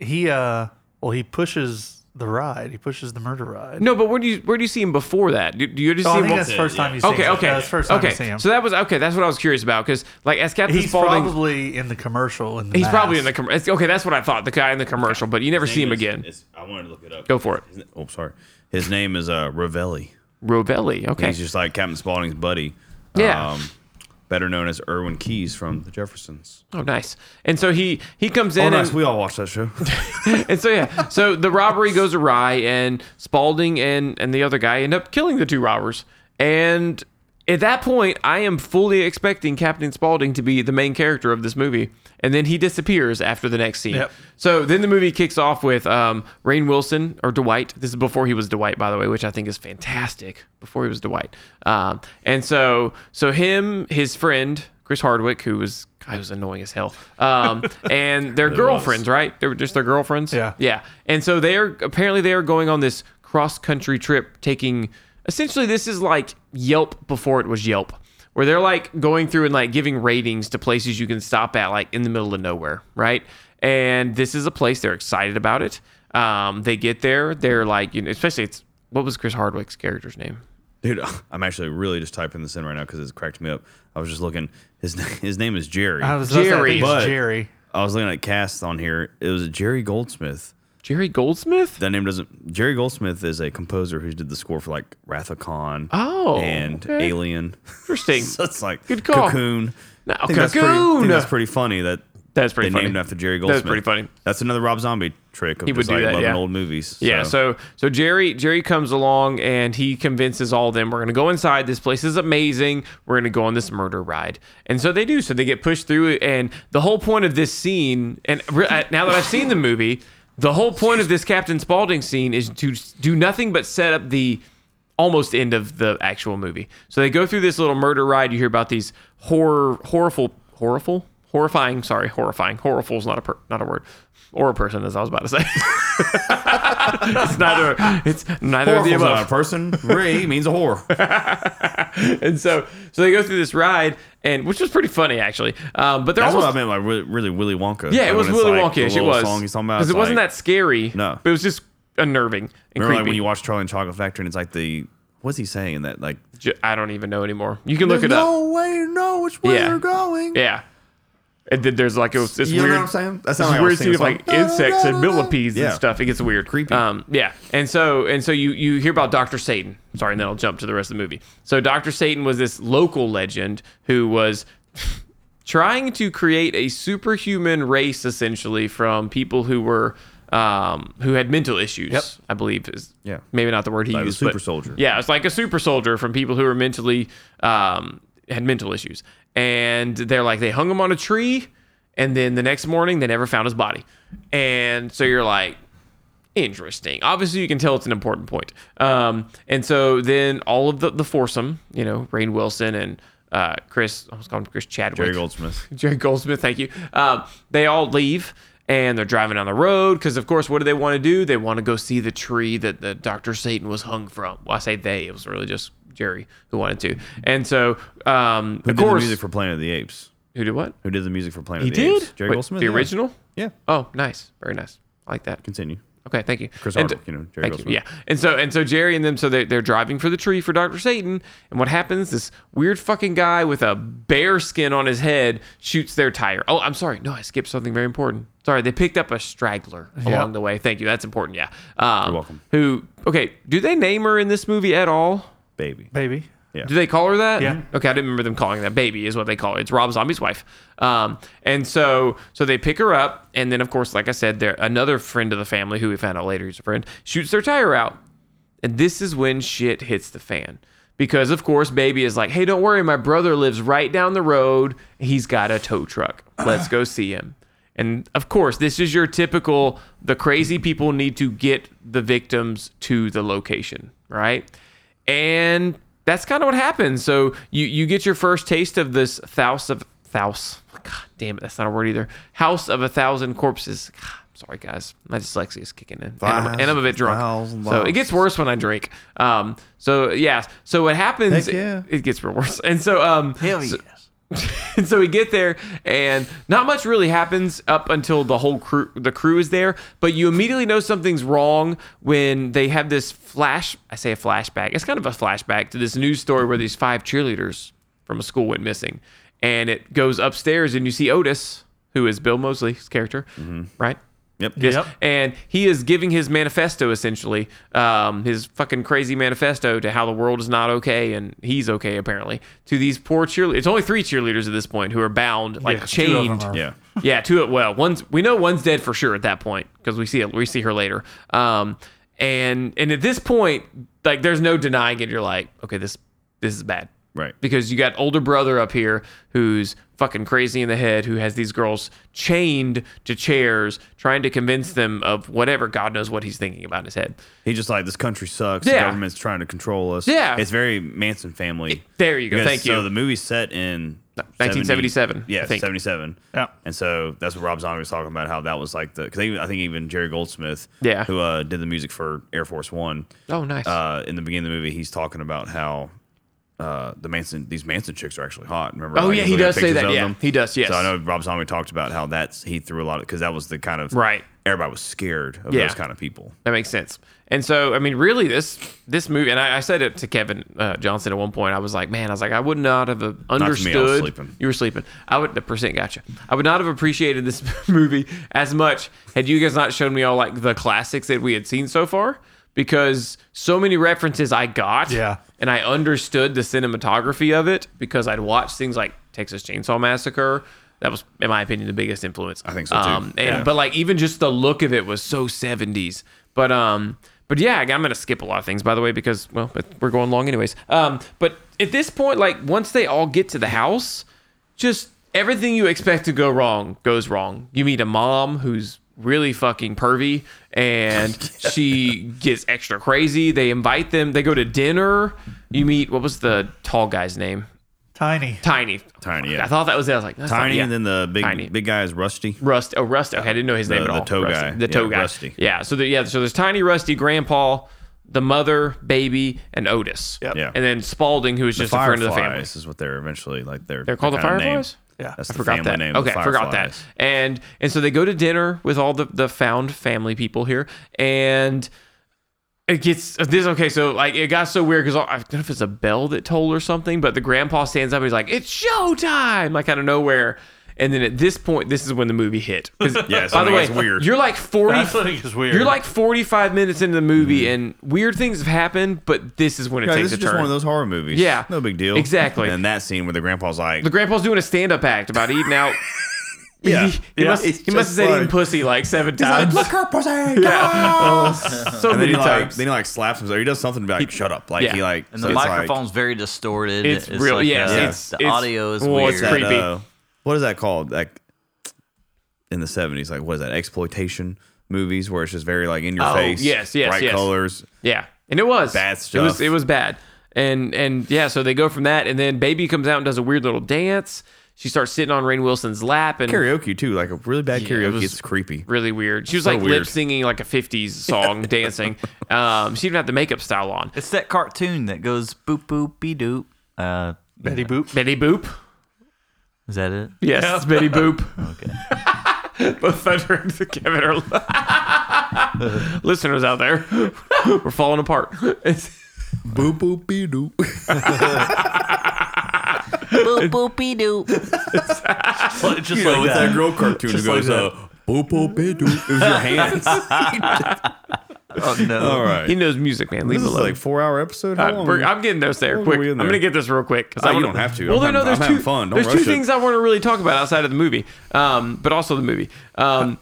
He uh well he pushes the ride. He pushes the murder ride.
No, but where do you where do you see him before that? Do, do you just see
Oh, I
him?
think
before-
that's the first time you see
Okay,
him.
okay,
That's the first time
okay.
you see him.
So that was okay. That's what I was curious about because, like, as Captain
he's
Spaulding,
probably in the commercial. In the
he's probably in the
mask.
com- it's- okay. That's what I thought. The guy in the commercial, but you never see him
It's-
again.
it's- I wanted to look it up.
Go for it,
His- Oh, sorry. His name is uh, Rovelli.
Rovelli. Okay,
He's just um, like Captain Spaulding's buddy.
Yeah.
better known as Irwin Keys from The Jeffersons.
oh nice. And so he he comes
Oh,
in,
nice.
and,
We all watched that show.
and so yeah, so the robbery goes awry, and Spaulding and and the other guy end up killing the two robbers. And at that point, I am fully expecting Captain Spaulding to be the main character of this movie, and then he disappears after the next scene.
Yep.
So then the movie kicks off with um, Rain Wilson or Dwight. This is before he was Dwight, by the way, which I think is fantastic. Before he was Dwight, um, and so so him, his friend Chris Hardwick, who was I was annoying as hell, um, and their girlfriends, right? They were just their girlfriends.
Yeah.
yeah. And so they are apparently they are going on this cross country trip, taking essentially this is like Yelp before it was Yelp. Where they're like going through and like giving ratings to places you can stop at, like in the middle of nowhere, right? and this is a place they're excited about it. Um, they get there, they're like, you know, especially it's what was Chris Hardwick's character's name?
Dude, I'm actually really just typing this in right now because it's cracked me up. I was just looking. His na- his name is Jerry.
I was about to say, I
Jerry,
think it's
but-
Jerry.
I was looking at casts on here. It was Jerry Goldsmith.
Jerry Goldsmith.
That name doesn't. Jerry Goldsmith is a composer who did the score for like Wrath of Khan.
Oh,
and
okay.
Alien.
Interesting.
so it's like
Good call.
Cocoon.
No,
I think That's pretty, I
Cocoon.
think that's pretty funny. That
That's pretty
they
funny.
named after Jerry
was
Goldsmith.
pretty funny.
That's another Rob Zombie trick. Of
He would
just,
do
like,
that,
loving
yeah.
old movies.
Yeah, so so Jerry Jerry comes along and he convinces all of them we're gonna go inside. This place is amazing. We're gonna go on this murder ride, and so they do. So they get pushed through, it, and the whole point of this scene, and re- uh, now that I've seen the movie, the whole point of this Captain Spaulding scene is to s- do nothing but set up the almost end of the actual movie. So they go through this little murder ride. You hear about these horror, horrible, horrible, horrifying. Sorry, horrifying. Horriful is not a per, not a word or a person, as I was about to say. it's neither. It's neither of the
Oracle's not a
above.
person. Ray means a whore.
And so, so they go through this ride, and which was pretty funny actually. Um, but they're
That's what I
almost.
meant. Like really, really Willy Wonka.
yeah, it was Willy Wonka. It was
Song he's talking about.
because it
it's
wasn't
like-
that scary.
No.
but it was just unnerving and
Remember like
creepy.
when you watch Charlie and Chocolate Factory and it's like the what's he saying in that like
J- I don't even know anymore. You can look it up.
way to know which way
Yeah.
you're going.
Yeah. And then there's like it was this
You
weird,
know what I'm saying? That
That's
sounds
this
like I
weird
was
scene
singing
of like
a song.
insects and millipedes
Yeah.
and stuff. It gets weird,
Creepy.
Um, yeah, and so and so you you hear about Doctor Satan. Sorry, and then I'll jump to the rest of the movie. So Doctor Satan was this local legend who was trying to create a superhuman race essentially from people who were um, who had mental issues. I believe is
Yeah.
maybe not the word he
Like a
used.
super
but-
soldier.
Yeah, it's like a super soldier from people who are mentally um, had mental issues, and they're like they hung him on a tree, and then the next morning they never found his body, and so you're like, interesting. Obviously, you can tell it's an important point. Um, and so then all of the the foursome, you know, Rain Wilson and uh, Chris, I was calling him Chris Chadwick,
Jerry Goldsmith.
Jerry Goldsmith, thank you. Um, they all leave and they're driving down the road because, of course, what do they want to do? They want to go see the tree that the Doctor Satan was hung from. Well, I say they; it was really just Jerry who wanted to. And so, um,
Who
of
did the
course,
music for Planet of the Apes?
who did what?
Who did the music for Planet
He
of the Apes?
did
Jerry
Wait,
Goldsmith.
the
yeah.
original.
Yeah.
Oh, nice, very nice. I like that.
Continue.
Okay, thank you.
Chris
And-
Hardwick, you know, Jerry
thank you.
Goldsmith.
Yeah, and so and so Jerry and them, so they're, they're driving for the tree for Doctor Satan, and what happens? This weird fucking guy with a bear skin on his head shoots their tire. Oh, I'm sorry, no, I skipped something very important. Sorry, they picked up a straggler along the way. Thank you, that's important. Yeah, um,
You're welcome.
Who? Okay, do they name her in this movie at all?
Baby.
Baby.
Yeah.
Do they call her that?
Yeah.
Okay, I didn't remember them calling that baby is what they call it. It's Rob Zombie's wife. Um, and so so they pick her up, and then of course, like I said, there another friend of the family who we found out later he's a friend shoots their tire out, and this is when shit hits the fan. Because of course, baby is like, hey, don't worry, my brother lives right down the road. He's got a tow truck. Let's go see him. And of course, this is your typical the crazy people need to get the victims to the location, right? And that's kind of what happens. So you you get your first taste of this house of house. God damn it, that's not a word either. House of a thousand corpses. God, Sorry, guys. My dyslexia is kicking in. and, I'm,
Thousand,
and I'm a bit drunk.
thousand
So it gets worse when I drink. Um, so, yeah. So what happens,
Heck yeah.
it gets real worse. And so, um,
Hell
so-
yes.
and so we get there and not much really happens up until the whole crew the crew is there but you immediately know something's wrong when they have this flash i say a flashback it's kind of a flashback to this news story where these five cheerleaders from a school went missing and it goes upstairs and you see otis who is bill mosley's character right
Yep.
Yes.
Yep.
And he is giving his manifesto essentially, um, his fucking crazy manifesto to how the world is not okay and he's okay apparently to these poor cheerleaders. It's only three cheerleaders at this point who are bound like
Yeah, two of them
chained.
are.
Yeah.
yeah, two. at- Well, one's we know one's dead for sure at that point because we see it. We see her later. Um, and and at this point, like there's no denying it. You're like, okay, this this is bad
Right.
because you got older brother up here who's fucking crazy in the head who has these girls chained to chairs trying to convince them of whatever god knows what he's thinking about in his head
He just like this country sucks.
Yeah.
The government's trying to control us.
Yeah.
It's very Manson family.
there you go,
Because-
thank you.
So the movie's set in
1977,
70 Yeah,
I think.
77.
Yeah.
And so that's what Rob Zombie was talking about. How that was like the because I think even Jerry Goldsmith,
Yeah.
who uh, did the music for Air Force One.
Oh, nice.
Uh, in the beginning of the movie, he's talking about how. Uh, the Manson, these Manson chicks are actually hot. Remember?
Oh, yeah,
he's
he
looking at
does say
pictures
that,
of
yeah.
them.
He does, yes.
So I know Rob Zombie talked about how that's he threw a lot of because that was the kind of
Right.
Everybody was scared of
Yeah.
those kind of people.
That makes sense. And so, I mean, really, this this movie, and I, I said it to Kevin uh, Johnson at one point. I was like, man, I was like, I would not have uh,
me, I was
understood.
sleeping.
You were sleeping. I would the percent gotcha. I would not have appreciated this movie as much had you guys not shown me all like the classics that we had seen so far. Because so many references I got,
Yeah.
and I understood the cinematography of it because I'd watched things like Texas Chainsaw Massacre. That was, in my opinion, the biggest influence. I
think so, too.
Um, and,
Yeah.
But like even just the look of it was so 70s. But um, but yeah, I'm gonna skip a lot of things by the way because well, but we're going long anyways. Um, but at this point, like once they all get to the house, just everything you expect to go wrong goes wrong. You meet a mom who's really fucking pervy and she gets extra crazy. They invite them. They go to dinner. You meet what was the tall guy's name?
Tiny.
Tiny.
Tiny,
I
yeah.
thought that was it. I was like, that's not-
Tiny,
yeah.
and then the big
Tiny.
big guy is Rusty.
Rust. Oh, Rusty. Okay, I didn't know his name
the
at all.
toe
Rusty.
guy.
The toe
Yeah,
guy.
Rusty.
Yeah. So the, yeah. So there's Tiny, Rusty, Grandpa, the mother, baby, and Otis.
Yep.
Yeah.
And then Spalding, who is just a friend of the family.
Fireflies is what they're eventually like. They're
They're called the Fireflies.
Yeah.
That's
I
the
forgot
family
that.
name.
okay,
the
I forgot that.
Fireflies.
And and so they go to dinner with all the the found family people here, and it gets this okay. So like it got so weird because I don't know if it's a bell that tolled or something, but the grandpa stands up. and He's like, "It's showtime!" Like out of nowhere. And then at this point, this is when the movie hit. 'Cause,
Yeah, so
by the
it
way,
gets weird.
you're like forty.
That's what I think is weird.
You're like 45 minutes into the movie,
Mm-hmm.
and weird things have happened, but this is when it
Yeah,
takes
this
a
is just
turn.
one of those horror movies.
Yeah.
no big deal.
Exactly.
And that scene where the grandpa's like,
the grandpa's doing a stand-up act about eating out.
yeah,
He, he must,
It's
he must have
just
said eating
like-
pussy like seven times. Oh,
look her pussy.
so
And then
many
he like,
times.
then he like slaps him. So he does something like, shut up. Like
yeah.
he like,
And
so
the
it's like-
microphone's very distorted.
It's real-
Like,
yes,
uh,
it's-
the
it's-
audio is
well, it's
weird.
that,
creepy.
uh, what is that called? Like in the seventies, like what is that exploitation movies where it's just very like in your face.
Oh, yes, yes,
bright
yes.
colors.
yeah, and it was
Bad
It was
stuff.
it was bad, and and yeah, so they go from that, and then baby comes out and does a weird little dance. She starts sitting on Rain Wilson's lap and
Karaoke too, like a really bad
it
karaoke.
was-
it's creepy.
really weird. She was
So
like lip
weird.
singing like a '50s song, dancing. Um, she didn't have the makeup style on.
It's that cartoon that goes boop boop be doop. Uh,
Betty Boop.
Betty Boop.
is that it?
Yes, it's Betty Boop. Okay. Both Thunder and Kevin are listeners out there. We're falling apart. It's-
Boop boop be doo.
boop boop be doop.
Just
Yeah,
like
with
that.
that girl cartoon that
Just like
goes,
that.
uh, boop, boop, bee, doo. It was your hands.
Oh no.
All right.
He knows music, man. Leave
this
him
is
alone.
like four hour episode. How
Uh,
long?
we're- I'm getting those there
long
quick.
are we
I'm
in there?
gonna get this real quick. 'cause
Oh,
I
you
wanna-
don't have to.
Well,
I'm
no,
having-
there's
I'm
two
having fun. Don't
there's
rush
two
it.
things I want to really talk about outside of the movie, um, but also the movie. Um,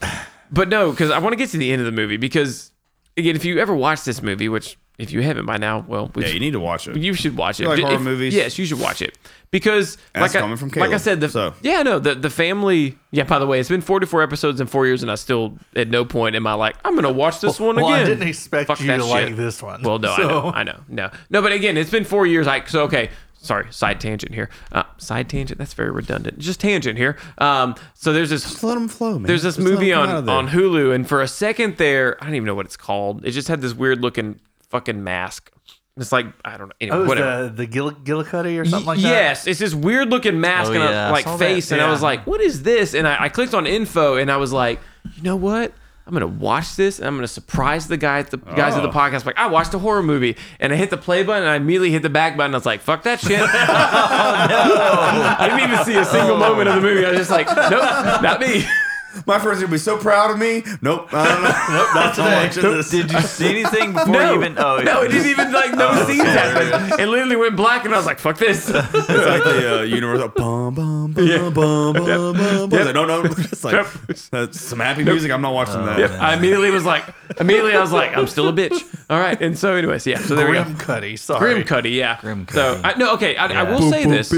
but no, because I want to get to the end of the movie because again, if you ever watch this movie, which if you haven't by now, well, we've,
yeah, you need to watch it.
you should watch it.
You like
If-
horror
if-
movies?
Yes, you should watch it because
That's
like I-
coming from
Like I
Caleb,
said, the
so.
yeah, no, the the family. Yeah, by the way, it's been 44 episodes in four years, and I still at no point am I like I'm gonna watch this one
Well,
again.
I didn't expect
Fuck
you
that
to like
shit.
this one.
Well, no,
so.
I, know, I know, no, no. But again, it's been four years. Like, so okay, Sorry, side tangent here. Uh, side tangent. That's very redundant. Just tangent here. Um, so there's this
Let them flow, Oh, man.
there's this
Just let 'em
movie
come out of
on,
there.
on Hulu, and for a second there, I don't even know what it's called. It just had this weird looking fucking mask. It's like I don't know. Anyway,
Oh, it was
whatever.
the, the Gill- Gillicuddy or something like that?
yes, it's this weird looking mask
Oh,
and
yeah, I
a like
saw that.
face, and I was
Yeah.
like, "What is this?" And I, I clicked on info, and I was like, "You know what? I'm gonna watch this, and I'm gonna surprise the guy at the guys
Oh.
at the podcast." Like, I watched a horror movie, and I hit the play button, and I immediately hit the back button. I was like, "Fuck that shit!" Oh, I didn't even see a single
Oh,
moment of the movie. I was just like, "Nope, not me."
My friends would be so proud of me. Nope, I don't know. nope, not today.
Did you see anything before
No,
you even? Oh,
no, it didn't even like no scenes
sorry.
happened. It literally went black, and I was like, "Fuck this."
It's like the uh, universal bum bum bum bum bum bum. It's like, No, no, it's like that's some happy music. I'm not watching
Uh,
that.
I immediately was like, immediately I was like, I'm still a bitch. All right, and so anyways, yeah. So there we go.
Grim Cuddy, sorry.
Grim Cuddy, yeah.
Grim
So
Cuddy.
I, no, okay. I, I
Yeah.
will say this.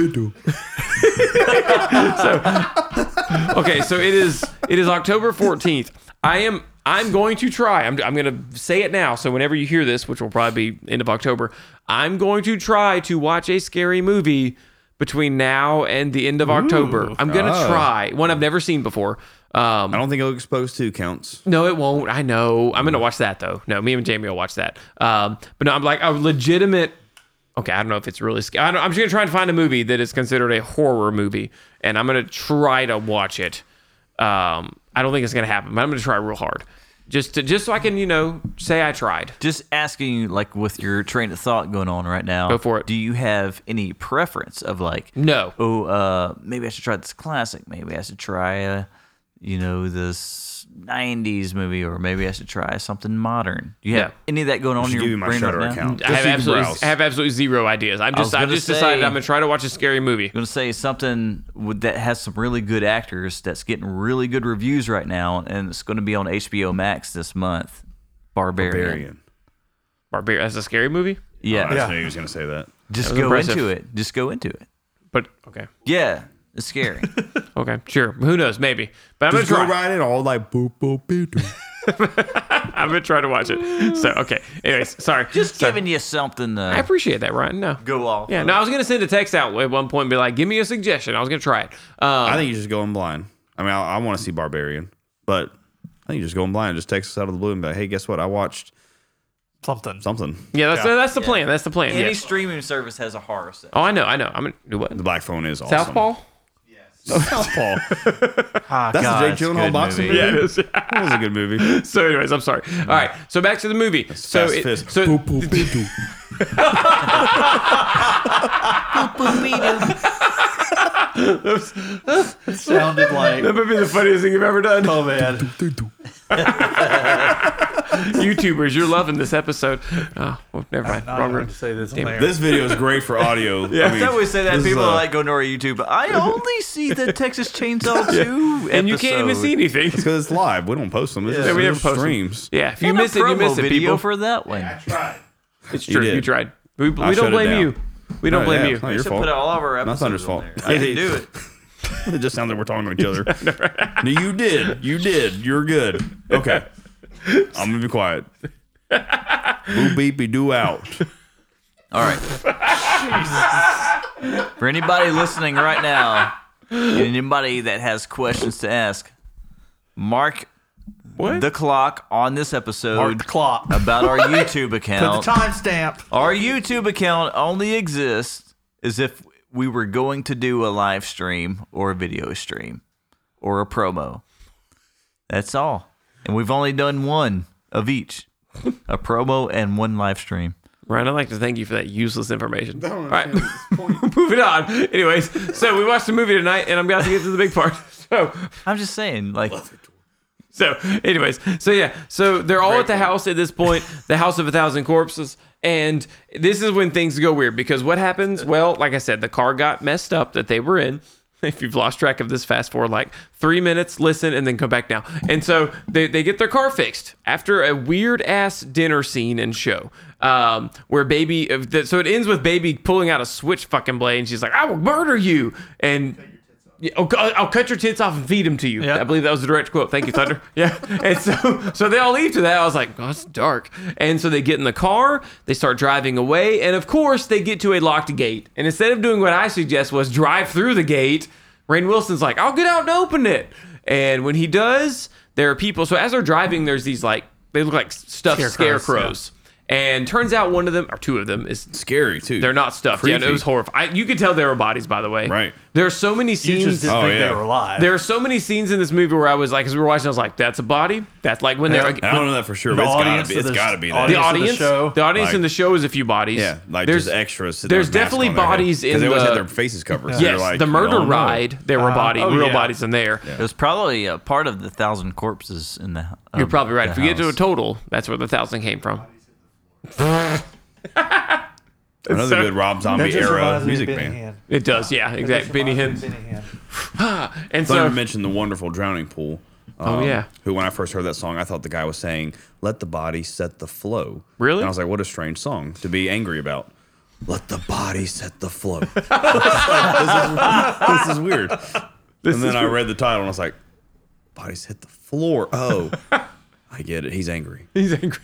Okay, so it is it is October fourteenth. I am I'm going to try. I'm I'm going to say it now. So whenever you hear this, which will probably be end of October, I'm going to try to watch a scary movie between now and the end of October. I'm going to
Oh.
Ah.
try one I've never seen before. Um,
I don't think Oak Exposed 2 counts.
No, it won't. I know. I'm gonna watch that though. No, me and Jamie will watch that. Um, but no, I'm like a legitimate. Okay, I don't know if it's really. Sc- I don't, I'm just gonna try and find a movie that is considered a horror movie, and I'm gonna try to watch it. Um, I don't think it's gonna happen, but I'm gonna try real hard, just to just so I can you know say I tried.
Just asking you, like, with your train of thought going on right now.
Go for it.
Do you have any preference of like?
No.
Oh, uh, maybe I should try this classic. Maybe I should try, uh, you know, this '90s movie, or maybe I should try something modern. Do you have
No.
any of that going on in
Should
your
give you my
brain
Shutter
right now?
account.
I
Just so
have
you can
absolutely
browse.
I have absolutely zero ideas. I'm
was
just I've
gonna
just decided
say-
I'm gonna try to watch a scary movie.
I'm gonna say something with, that has some really good actors that's getting really good reviews right now, and it's gonna be on HBO Max this month. Barbarian.
Barbarian. Oh,
Barbarian. That's a scary movie,
Yeah,
I just knew he was going to say that.
just
was
go
impressive.
into it. Just go into it.
but okay,
Yeah, it's scary.
okay, sure. Who knows? Maybe. But I'm
Just go
gonna try.
right in all like boop boop boop. boop.
I'm gonna try to watch it. So okay. Anyways, sorry.
just
So-
giving you something to
I appreciate that, Ryan. No.
go off.
Yeah, no, I was gonna send a text out at one point and be like, "Give me a suggestion." I was gonna try it. Um,
I think you just go in blind. I mean, I, I want to see Barbarian, but I think you just go in blind. Just text us out of the blue and be like, hey, guess what? I watched
Something.
something.
yeah, that's that's the plan. That's the plan.
Any
yeah.
streaming service has a horror set.
Oh, I know, I know. I'm gonna do what?
The Black Phone is awesome.
Southpaw.
Southpaw.
Ah,
That's
God,
the
it's
Jake
a
Gyllenhaal
good
boxing
movie.
movie. that was a good movie.
So, anyways, I'm sorry. All right, so back to the movie.
Mm.
so,
fast
it-
fist.
so
Boop, boop, boop, boop.
Sounded like.
that might be the funniest thing you've ever done.
Oh, man.
YouTubers, you're loving this episode. Oh, well, never mind.
I
Wrong
don't
room.
to say this on
Damn it.
there.
This video is great for audio. yeah, I mean,
I always say that
this is,
people
uh,
like go to our YouTube. I only see the Texas Chainsaw 2
And you can't even see anything.
because it's live. We don't post them. It's just,
we
we
never post them.
streams.
Yeah, if you miss it, you miss it,
video
people.
for that one.
it's true.
You
You,
did.
tried. We, we
I shut
don't
it
blame
down.
you. We don't
No,
blame
yeah,
you.
it's not
We
your
should
fault.
put all of our episodes.
Thunder's
on
fault.
there. I didn't do it.
It just sounds like we're talking to each other. no, you did. You did. You're good. Okay. I'm gonna be quiet. Boo beepy do out.
All right. For anybody listening right now, and anybody that has questions to ask, mark
What?
the clock on this episode
Mark the clock. Put
about our YouTube
the
account.
timestamp.
Our YouTube account only exists as if we were going to do a live stream or a video stream or a promo. That's all. And we've only done one of each a promo and one live stream.
Ryan, I'd like to thank you for that useless information. All right, moving on. Anyways, so we watched a movie tonight, and I'm about to get to the big part. So,
I'm just saying, like,
so, anyways, so yeah, so they're all at the house at this point, the house of a thousand corpses, and this is when things go weird because what happens? Well, like I said, the car got messed up that they were in. If you've lost track of this, fast forward like three minutes, listen, and then come back now. And so they, they get their car fixed after a weird ass dinner scene and show um, where baby. So it ends with baby pulling out a switch fucking blade, and she's like, "I will murder you," and Yeah, I'll, cu- I'll cut your tits off and feed them to you.
Yeah.
I believe that was the direct quote. Thank you, Thunder. yeah. And so, so they all leave to that. I was like, oh, it's dark. And so they get in the car, they start driving away, and of course they get to a locked gate. And instead of doing what I suggest was drive through the gate, Rain Wilson's like, I'll get out and open it. And when he does, there are people. So as they're driving, there's these like they look like stuffed
Scarecrows,
scarecrows.
yeah.
And turns out one of them or two of them is
Scary too.
they're not stuffed. Yeah, no,
Creepy.
it was horrifying. I, you could tell there were bodies, by the way.
Right.
There are so many scenes.
You just
in-
think
Oh, yeah.
they were alive.
there are so many scenes in this movie where I was like, as we were watching, I was like, "That's a body." That's like when they're
Yeah.
I don't know that for sure, but
The
it's gotta
audience
be.
of
It's
this-
gotta be that.
the
audience of the
audience.
show,
the audience
like-
in the show is a few bodies.
yeah, like
there's
there's extras. sitting
There's
with masks
definitely
on their head.
bodies
'Cause
in
they always
the.
had their faces covered. so
yes,
you're like,
the
you
murder
don't know.
ride. There were body,
oh,
real
yeah.
bodies in there.
It was probably a part of the thousand corpses in the. um,
You're probably right.
the
If we get to a
house.
total, that's where the thousand came from.
Another
so-
good Rob
That
Zombie
just
era
reminds me of
music
Benny
band.
Hinn.
It does, yeah,
That just
exactly. Benny
reminds
Hinn,
me of Benny Hinn.
and so
Thunder mentioned the wonderful drowning pool.
Oh, yeah.
Who, when I first heard that song, I thought the guy was saying, "Let the body set the flow."
Really?
And I was like, "What a strange song to be angry about." Let the body set the flow. this, is, this is weird. and then I read the title and I was like, "Bodies hit the floor." Oh, I get it. He's angry.
He's angry.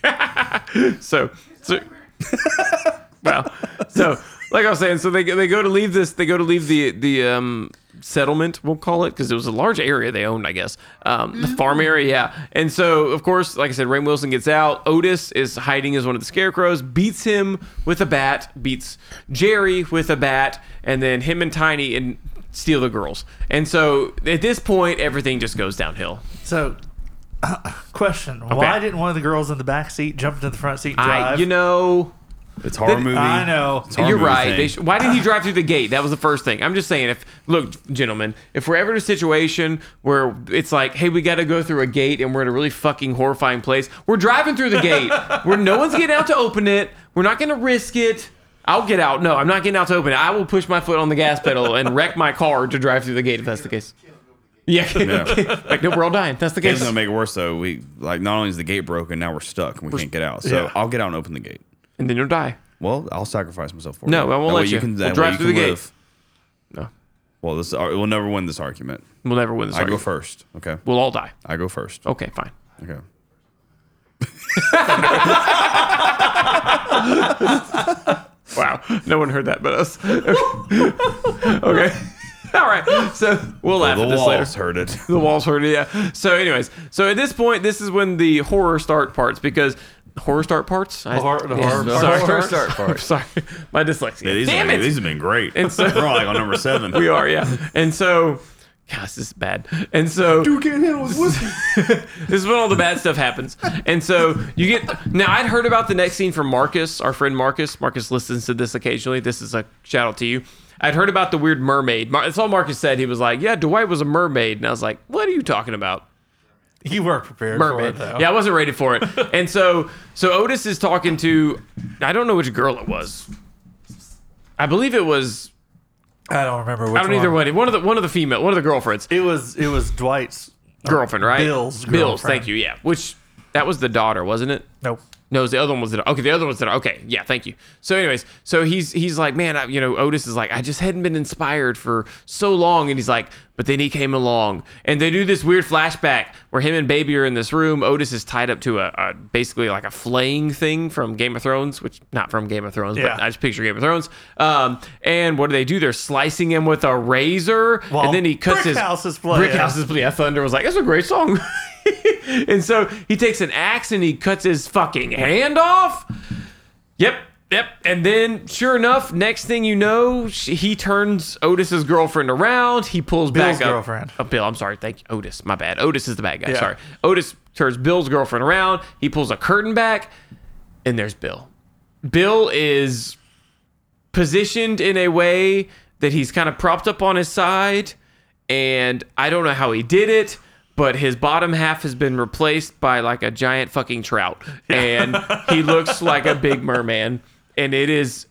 so, so wow. So, like I was saying, so they they go to leave this. They go to leave the the um settlement. We'll call it because it was a large area they owned, I guess. Um, the farm area, yeah. And so, of course, like I said, Ray Wilson gets out. Otis is hiding as one of the scarecrows. Beats him with a bat. Beats Jerry with a bat, and then him and Tiny and steal the girls. And so, at this point, everything just goes downhill.
So, uh, question: Why didn't one of the girls in the back seat jump into the front seat and drive?
I, you know.
It's a horror
Then-
movie.
I know.
It's a horror
You're
movie
right.
thing.
They sh- why did he drive through the gate? That was the first thing. I'm just saying, if look, gentlemen, if we're ever in a situation where it's like, hey, we got to go through a gate and we're in a really fucking horrifying place, we're driving through the gate where no one's getting out to open it. We're not going to risk it. I'll get out. No, I'm not getting out to open it. I will push my foot on the gas pedal and wreck my car to drive through the gate if that's the case. Yeah,
Yeah.
like no, we're all dying. That's the
It's
case.
gonna make it worse though. We like not only is the gate broken, now we're stuck and we can't get out. So
yeah.
I'll get out and open the gate.
And then you'll die.
Well, I'll sacrifice myself for
No,
you.
I won't
That
let
way
you.
Can,
We'll
that
drive
way you
through
can
the gate.
live.
No,
Well, this ar- we'll never win this argument.
we'll never win this.
I go
argument.
first. Okay,
We'll all die.
I go first.
Okay, fine.
Okay.
Wow, no one heard that but us. Okay. okay. All right. So we'll laugh
the
at this
walls
later.
heard it.
The walls heard it, yeah. So, anyways, so at this point, this is when the horror start parts because horror start parts. I,
hor- the horror-
Yeah,
horror
sorry,
start
I'm sorry, my dyslexia.
Yeah, these,
Damn
have
it!
been, these have been great.
And so-
we're like on number seven.
we are, yeah. And so, gosh, this is bad. And so, you can't this is when all the bad stuff happens. And so you get now. I'd heard about the next scene from Marcus, our friend Marcus. Marcus listens to this occasionally. This is a shout out to you. I'd heard about the weird mermaid. Mar- That's all Marcus said. He was like, "Yeah, Dwight was a mermaid," and I was like, "What are you talking about?"
You were prepared
mermaid.
for it, though.
Yeah, I wasn't ready for it. and so so Otis is talking to I don't know which girl it was. I believe it was
I don't remember which
I don't
one.
either one. One of the one of the female one of the girlfriends.
It was it was Dwight's.
Girlfriend, right?
Uh, Bill's
Bill's,
girlfriend.
thank you, yeah. Which that was the daughter, wasn't it?
Nope.
No, it was the other one was the okay. The other one's the okay. Yeah, thank you. So, anyways, so he's he's like, man, I, you know, Otis is like, I just hadn't been inspired for so long, and he's like, but then he came along, and they do this weird flashback where him and Baby are in this room. Otis is tied up to a, a basically like a flaying thing from Game of Thrones, which not from Game of Thrones,
Yeah.
but I just picture Game of Thrones. Um, and what do they do? They're slicing him with a razor,
While
and then he cuts
Brick
his
House is playing.
Brick House is playing. Yeah, Thunder was like, "That's a great song." and so he takes an axe and he cuts his fucking hand off. Yep, yep. And then, sure enough, next thing you know, she, he turns Otis's girlfriend around. He pulls
Bill's
back up.
girlfriend.
Uh, Bill, I'm sorry. Thank you, Otis. My bad. Otis is the bad guy.
Yeah.
Sorry. Otis turns Bill's girlfriend around. He pulls a curtain back, and there's Bill. Bill is positioned in a way that he's kind of propped up on his side, and I don't know how he did it, but his bottom half has been replaced by like a giant fucking trout, and he looks like a big merman, and it is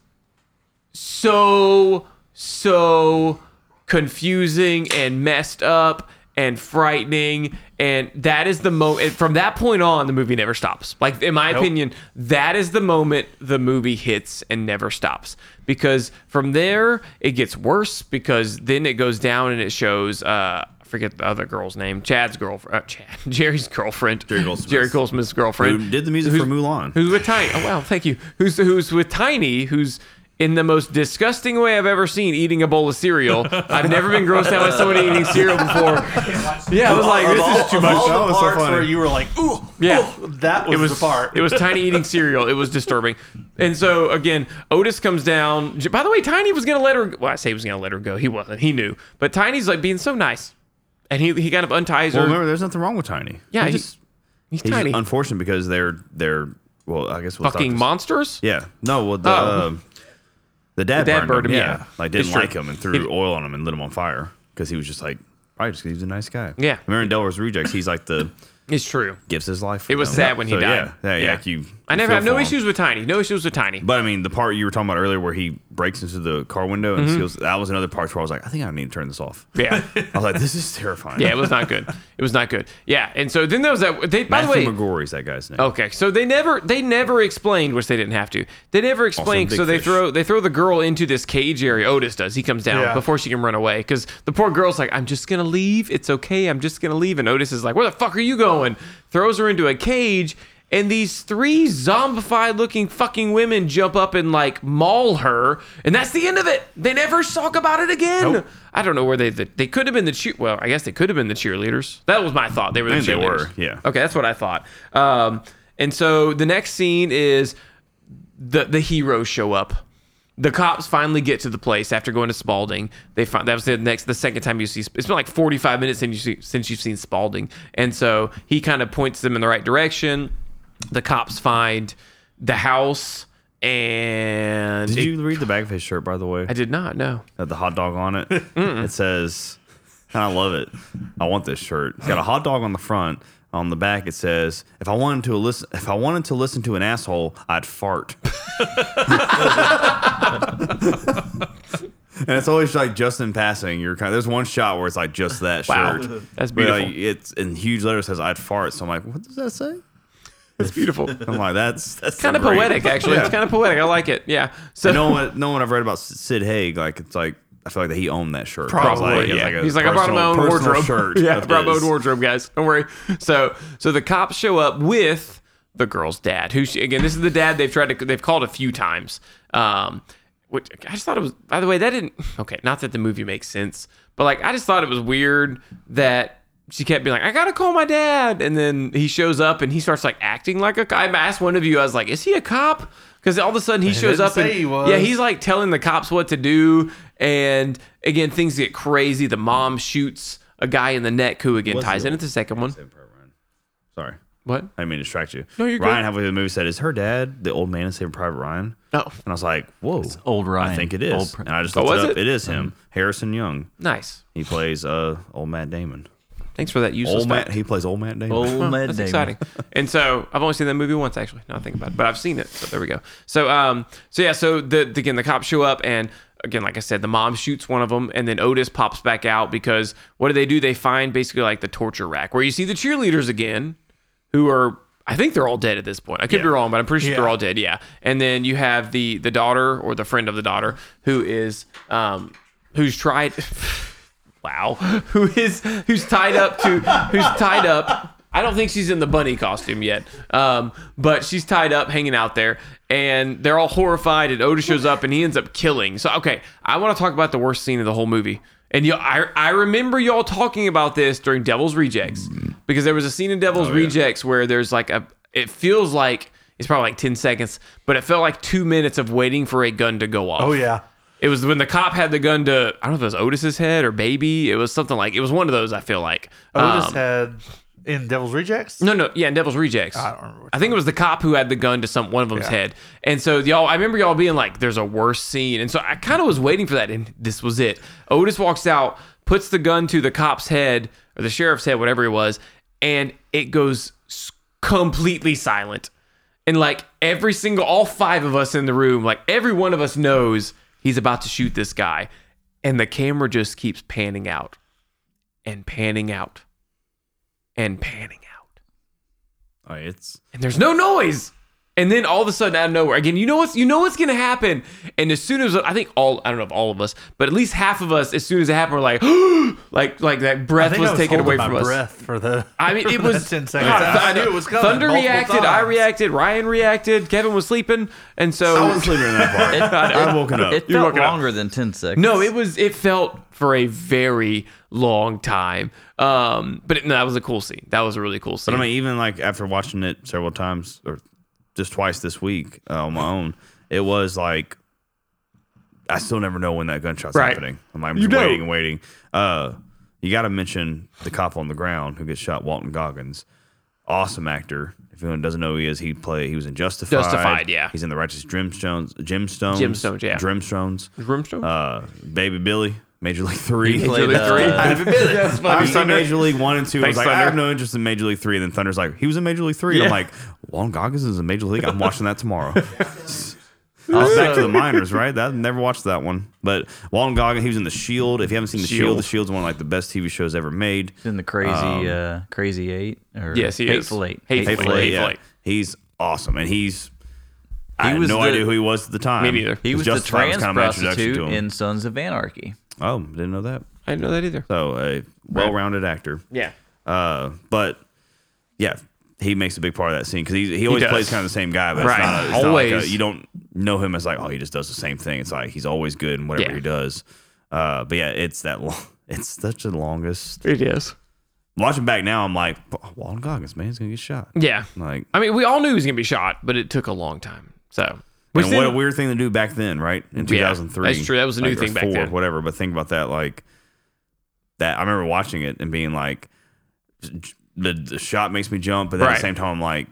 so so confusing and messed up. and frightening. And that is the moment. From that point on, the movie never stops. Like in my opinion, that is the moment the movie hits and never stops because from there it gets worse because then it goes down and it shows. Uh, I Forget the other girl's name. Chad's girlfriend. Uh, Chad, Jerry's girlfriend. Jerry
Goldsmith.
Jerry Goldsmith's girlfriend.
Who did the music
Who's-
for Mulan.
Who's with Tiny? Oh wow, thank you. Who's who's with Tiny? Who's in the most disgusting way I've ever seen eating a bowl of cereal. I've never been grossed out by somebody eating cereal before. Yeah, I was like, this is
Too
much.
All
That
the
was so
parts
funny.
where you were like, ooh,
yeah.
that was,
It was
the part.
It was Tiny eating cereal. It was disturbing. And so again, Otis comes down. J- By the way, Tiny was gonna let her. Well, I say he was gonna let her go. He wasn't. He knew. But Tiny's like being so nice, and he he kind of unties
Well,
her.
remember, there's nothing wrong with Tiny.
yeah,
He
he-
just-
he's
he's
tiny.
unfortunate because they're they're well, I guess we'll
Fucking
stop
monsters.
this. Yeah, no, well the
Oh.
um, the dad,
The dad
burned, him. Yeah, like
It's
didn't
true.
like him and threw
He-
oil on him and lit him on fire because he was just like probably just 'cause he was a nice guy.
Yeah.
remember in Delaware Rejects, he's like the
It's true.
gives his life. For
It was
them.
sad when he
So,
died.
Yeah, yeah, yeah. like you,
I
you
never
feel
have no
for him.
issues with Tiny. No issues with Tiny.
But I mean, the part you were talking about earlier where he breaks into the car window and steals, that was another part where I was like, I think I need to turn this off.
Mm-hmm. Yeah.
I was like, this is terrifying.
Yeah, it was not good. It was not good. Yeah, and so then there was that. They, by the way, Oh,
Matthew McGorry's that guy's name.
okay, so they never they never explained, which they didn't have to. They never explained.
big
So they
fish.
throw they throw the girl into this cage area. Otis does. He comes down
Yeah.
before she can run away because the poor girl's like, "I'm just gonna leave. It's okay. I'm just gonna leave." And Otis is like, "Where the fuck are you going?" Throws her into a cage. And these three zombified looking fucking women jump up and like maul her. And that's the end of it. They never talk about it again. I don't know where they, they they could have been the cheer. Well, I guess they could have been the cheerleaders. That was my thought. They were the
I think they
cheerleaders.
were, yeah.
Okay, that's what I thought. Um, and so the next scene is the the heroes show up. The cops finally get to the place after going to Spalding. They find that was the next the second time you see. It's been like forty five minutes since you see, since you've seen Spalding, and so he kind of points them in the right direction. The cops find the house, and
Did
it-
you read the bag of his shirt, by the way?
I did not know.
Had the hot dog on it. it says, and I love it. I want this shirt. It's got a hot dog on the front. On the back, it says, "If I wanted to listen, if I wanted to listen to an asshole, I'd fart." and it's always like just in passing. You're kind of, there's one shot where it's like just that
Wow.
shirt.
That's
But, like,
beautiful.
it's in huge letters says "I'd fart." So I'm like, what does that say?
It's beautiful.
I'm like, that's that's
kind of
great.
poetic, actually. It's kind of poetic. I like it. Yeah. So
And no one, no one I've read about Sid Haig. Like it's like I feel like that he owned that shirt.
Probably,
It's
yeah.
a
He's like, I brought my
personal-
own
personal
wardrobe.
Shirt
yeah, I
of
brought my
his.
own wardrobe, guys. Don't worry. So, so the cops show up with the girl's dad, who she, again, this is the dad they've tried to they've called a few times. Um, which I just thought it was. By the way, that didn't. Okay, not that the movie makes sense, but like I just thought it was weird that she kept being like, I gotta call my dad. And then he shows up and he starts like acting like a cop. I asked one of you, I was like, is he a cop? Because all of a sudden he shows
didn't
up and
say he was.
yeah, he's like telling the cops what to do. And again, things get crazy. The mom shoots a guy in the neck who again ties in at the second one.
Sorry,
What?
I didn't mean to distract you.
No, you're good.
Ryan halfway through the movie said, "Is her dad the old man in Saving Private Ryan?"
Oh,
And I was like, "Whoa, it's
old Ryan.
I think it
Old
is.
pr-
and I just
Oh,
looked
was
it up.
it?
it is him, Harrison Young.
nice.
He plays uh old Matt Damon.
Thanks for that useless
Old Matt.
fact.
He plays old Matt Damon.
Old
Well,
Matt
that's
Damon.
exciting. And so I've only seen that movie once, actually. Now I think about it, but I've seen it. So there we go. So um, so yeah, so the, the- again the cops show up and again, like I said, the mom shoots one of them, and then Otis pops back out because what do they do? They find basically like the torture rack where you see the cheerleaders again, who are I think they're all dead at this point. I could be
Yeah.
wrong, but I'm pretty sure they're
Yeah.
all dead. Yeah. And then you have the the daughter or the friend of the daughter who is um who's tried. Wow. Who is who's tied up to who's tied up. I don't think she's in the bunny costume yet. Um, but she's tied up hanging out there and they're all horrified and Otis shows up and he ends up killing. So okay, I want to talk about the worst scene of the whole movie. And you I I remember y'all talking about this during Devil's Rejects because there was a scene in Devil's
Oh,
Rejects where there's like a it feels like it's probably like 10 seconds, but it felt like 2 minutes of waiting for a gun to go off.
Oh, yeah.
It was when the cop had the gun to I don't know if it was Otis's head or baby. It was something like it was one of those. I feel like
Otis
Um,
had in Devil's Rejects.
no, no, yeah, in Devil's Rejects. I
don't remember which
I think it was the cop who had the gun to some one of them's
Yeah.
head, and so y'all. I remember y'all being like, "There's a worse scene," and so I kind of was waiting for that, and this was it. Otis walks out, puts the gun to the cop's head or the sheriff's head, whatever it was, and it goes s- completely silent. And like every single, all five of us in the room, like every one of us knows he's about to shoot this guy, and the camera just keeps panning out and panning out and panning out.
All right, it's
And there's no noise. And then all of a sudden out of nowhere, again, you know what's you know what's gonna happen. And as soon as I think all I don't know if all of us, but at least half of us, as soon as it happened, we're like, like like that breath was, taken away from us.
Breath for the.
I mean, it
for the
was
ten
God,
seconds. I knew it was coming.
Thunder
multiple
reacted, I
times.
reacted, Ryan reacted, Kevin was sleeping, and so
I wasn't sleeping in that part. I woken up.
It felt longer than 10 seconds.
no, it was it felt for a very long time. Um, but it, no, that was a cool scene. That was a really cool scene.
But I mean, even like after watching it several times or just twice this week uh, on my own, it was like I still never know when that gunshot's
Right.
happening. I'm like, I'm
You
just
don't.
waiting and waiting. Uh, you got to mention the cop on the ground who gets shot, Walton Goggins. Awesome actor. If anyone doesn't know who he is, he play. He was in Justified.
Justified, yeah.
He's in the Righteous Gemstones. Gemstones.
Gemstones, yeah.
Gemstones.
Gemstones?
Uh, Baby Billy, Major League Three.
He played,
Major League
uh,
I was in Major League One and Two. I was
Thanks,
like, I
Thunder.
have no interest in Major League Three. And then Thunder's like, he was in Major League Three. And I'm like, Juan Goggins is in Major League. I'm watching that tomorrow. I was back to the minors, right? That never watched that one. But Juan Goggins, he was in The Shield. If you haven't seen The Shield,
Shield.
The Shield's one of like the best TV shows ever made.
in the crazy,
Um,
uh, crazy eight. Or
Yes, he is.
hateful eight.
Hateful
Hateful Eight,
Eight,
yeah.
Eight.
He's awesome, and he's. I
He
had
was
no
the-
idea who he was at the time.
Me neither.
He
It
was the
Justified
trans
kinda my introduction
prostitute
to him.
in Sons of Anarchy.
Oh, didn't know that.
I didn't know that either.
So a well-rounded actor.
Yeah.
Uh, but yeah, he makes a big part of that scene because he he always
does.
plays kind of the same guy. But it's
Right.
not- it's not like a-
Always.
you don't know him as like oh he just does the same thing. It's like he's always good in whatever
Yeah.
he does. Uh, but yeah, it's that long. It's such the longest.
It is.
Watching back now, I'm like Walton Goggins, man, he's gonna get shot.
Yeah.
Like,
I mean, we all knew he was gonna be shot, but it took a long time. So Which
and what a
then-
weird thing to do back then, right? In 2003,
that's true. That was a new
like, or
thing back
four,
then.
Whatever, but think about that. Like that, I remember watching it and being like, the, the shot makes me jump, but then at
Right.
the same time, I'm like,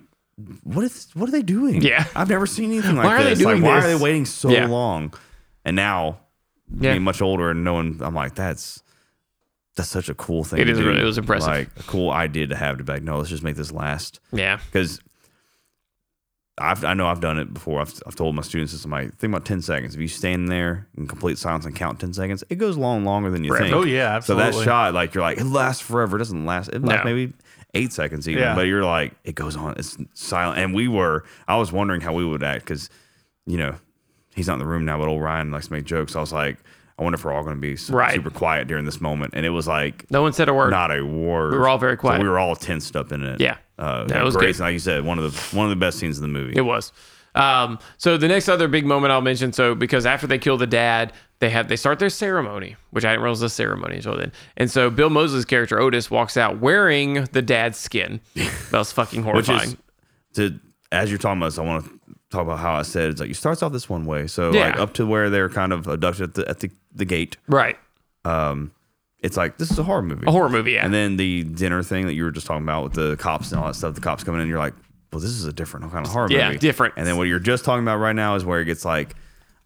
what is what are they doing?
Yeah.
I've never seen anything like
Why are they
this.
doing
like, why
this?
are they waiting so
Yeah.
long? And now,
Yeah.
being much older and knowing, I'm like, that's. That's such a cool thing.
It
to
is
do.
really- it was impressive.
Like a cool idea to have to be like, no, let's just make this last
yeah.
because I've, I know I've done it before. I've, I've told my students this. I'm like, think about 10 seconds. If you stand there in complete silence and count 10 seconds, it goes long longer than you
Forever.
think.
Oh, yeah,
So that
absolutely.
shot, like, you're like, it lasts forever. It doesn't last. It lasts
No.
maybe eight seconds even.
Yeah.
But you're like, it goes on. It's silent. And we were, I was wondering how we would act because, you know, he's not in the room now, but old Ryan likes to make jokes. I was like, I wonder if we're all going to be su-
Right.
super quiet during this moment. And it was like,
No one said a word.
not a word.
We were all very
So
quiet.
we were all tensed up in it.
Yeah.
uh,
That was
great.
good.
Like you said, one of the one of the best scenes in the movie.
It was. Um, so the next other big moment I'll mention. So because after they kill the dad, they have they start their ceremony, which I didn't realize was a ceremony until then. And so Bill Moses' character Otis walks out wearing the dad's skin. That was fucking
Which
horrifying.
is to as you're talking about this, I want to talk about how I said it's like you starts off this one way, so
Yeah.
like up to where they're kind of abducted at the, at the, the gate.
right.
It's like this is a horror movie.
A horror movie. Yeah.
And then the dinner thing that you were just talking about with the cops and all that stuff. The cops coming in, you're like, well, this is a different kind of horror
Yeah,
movie.
different.
And then what you're just talking about right now is where it gets like.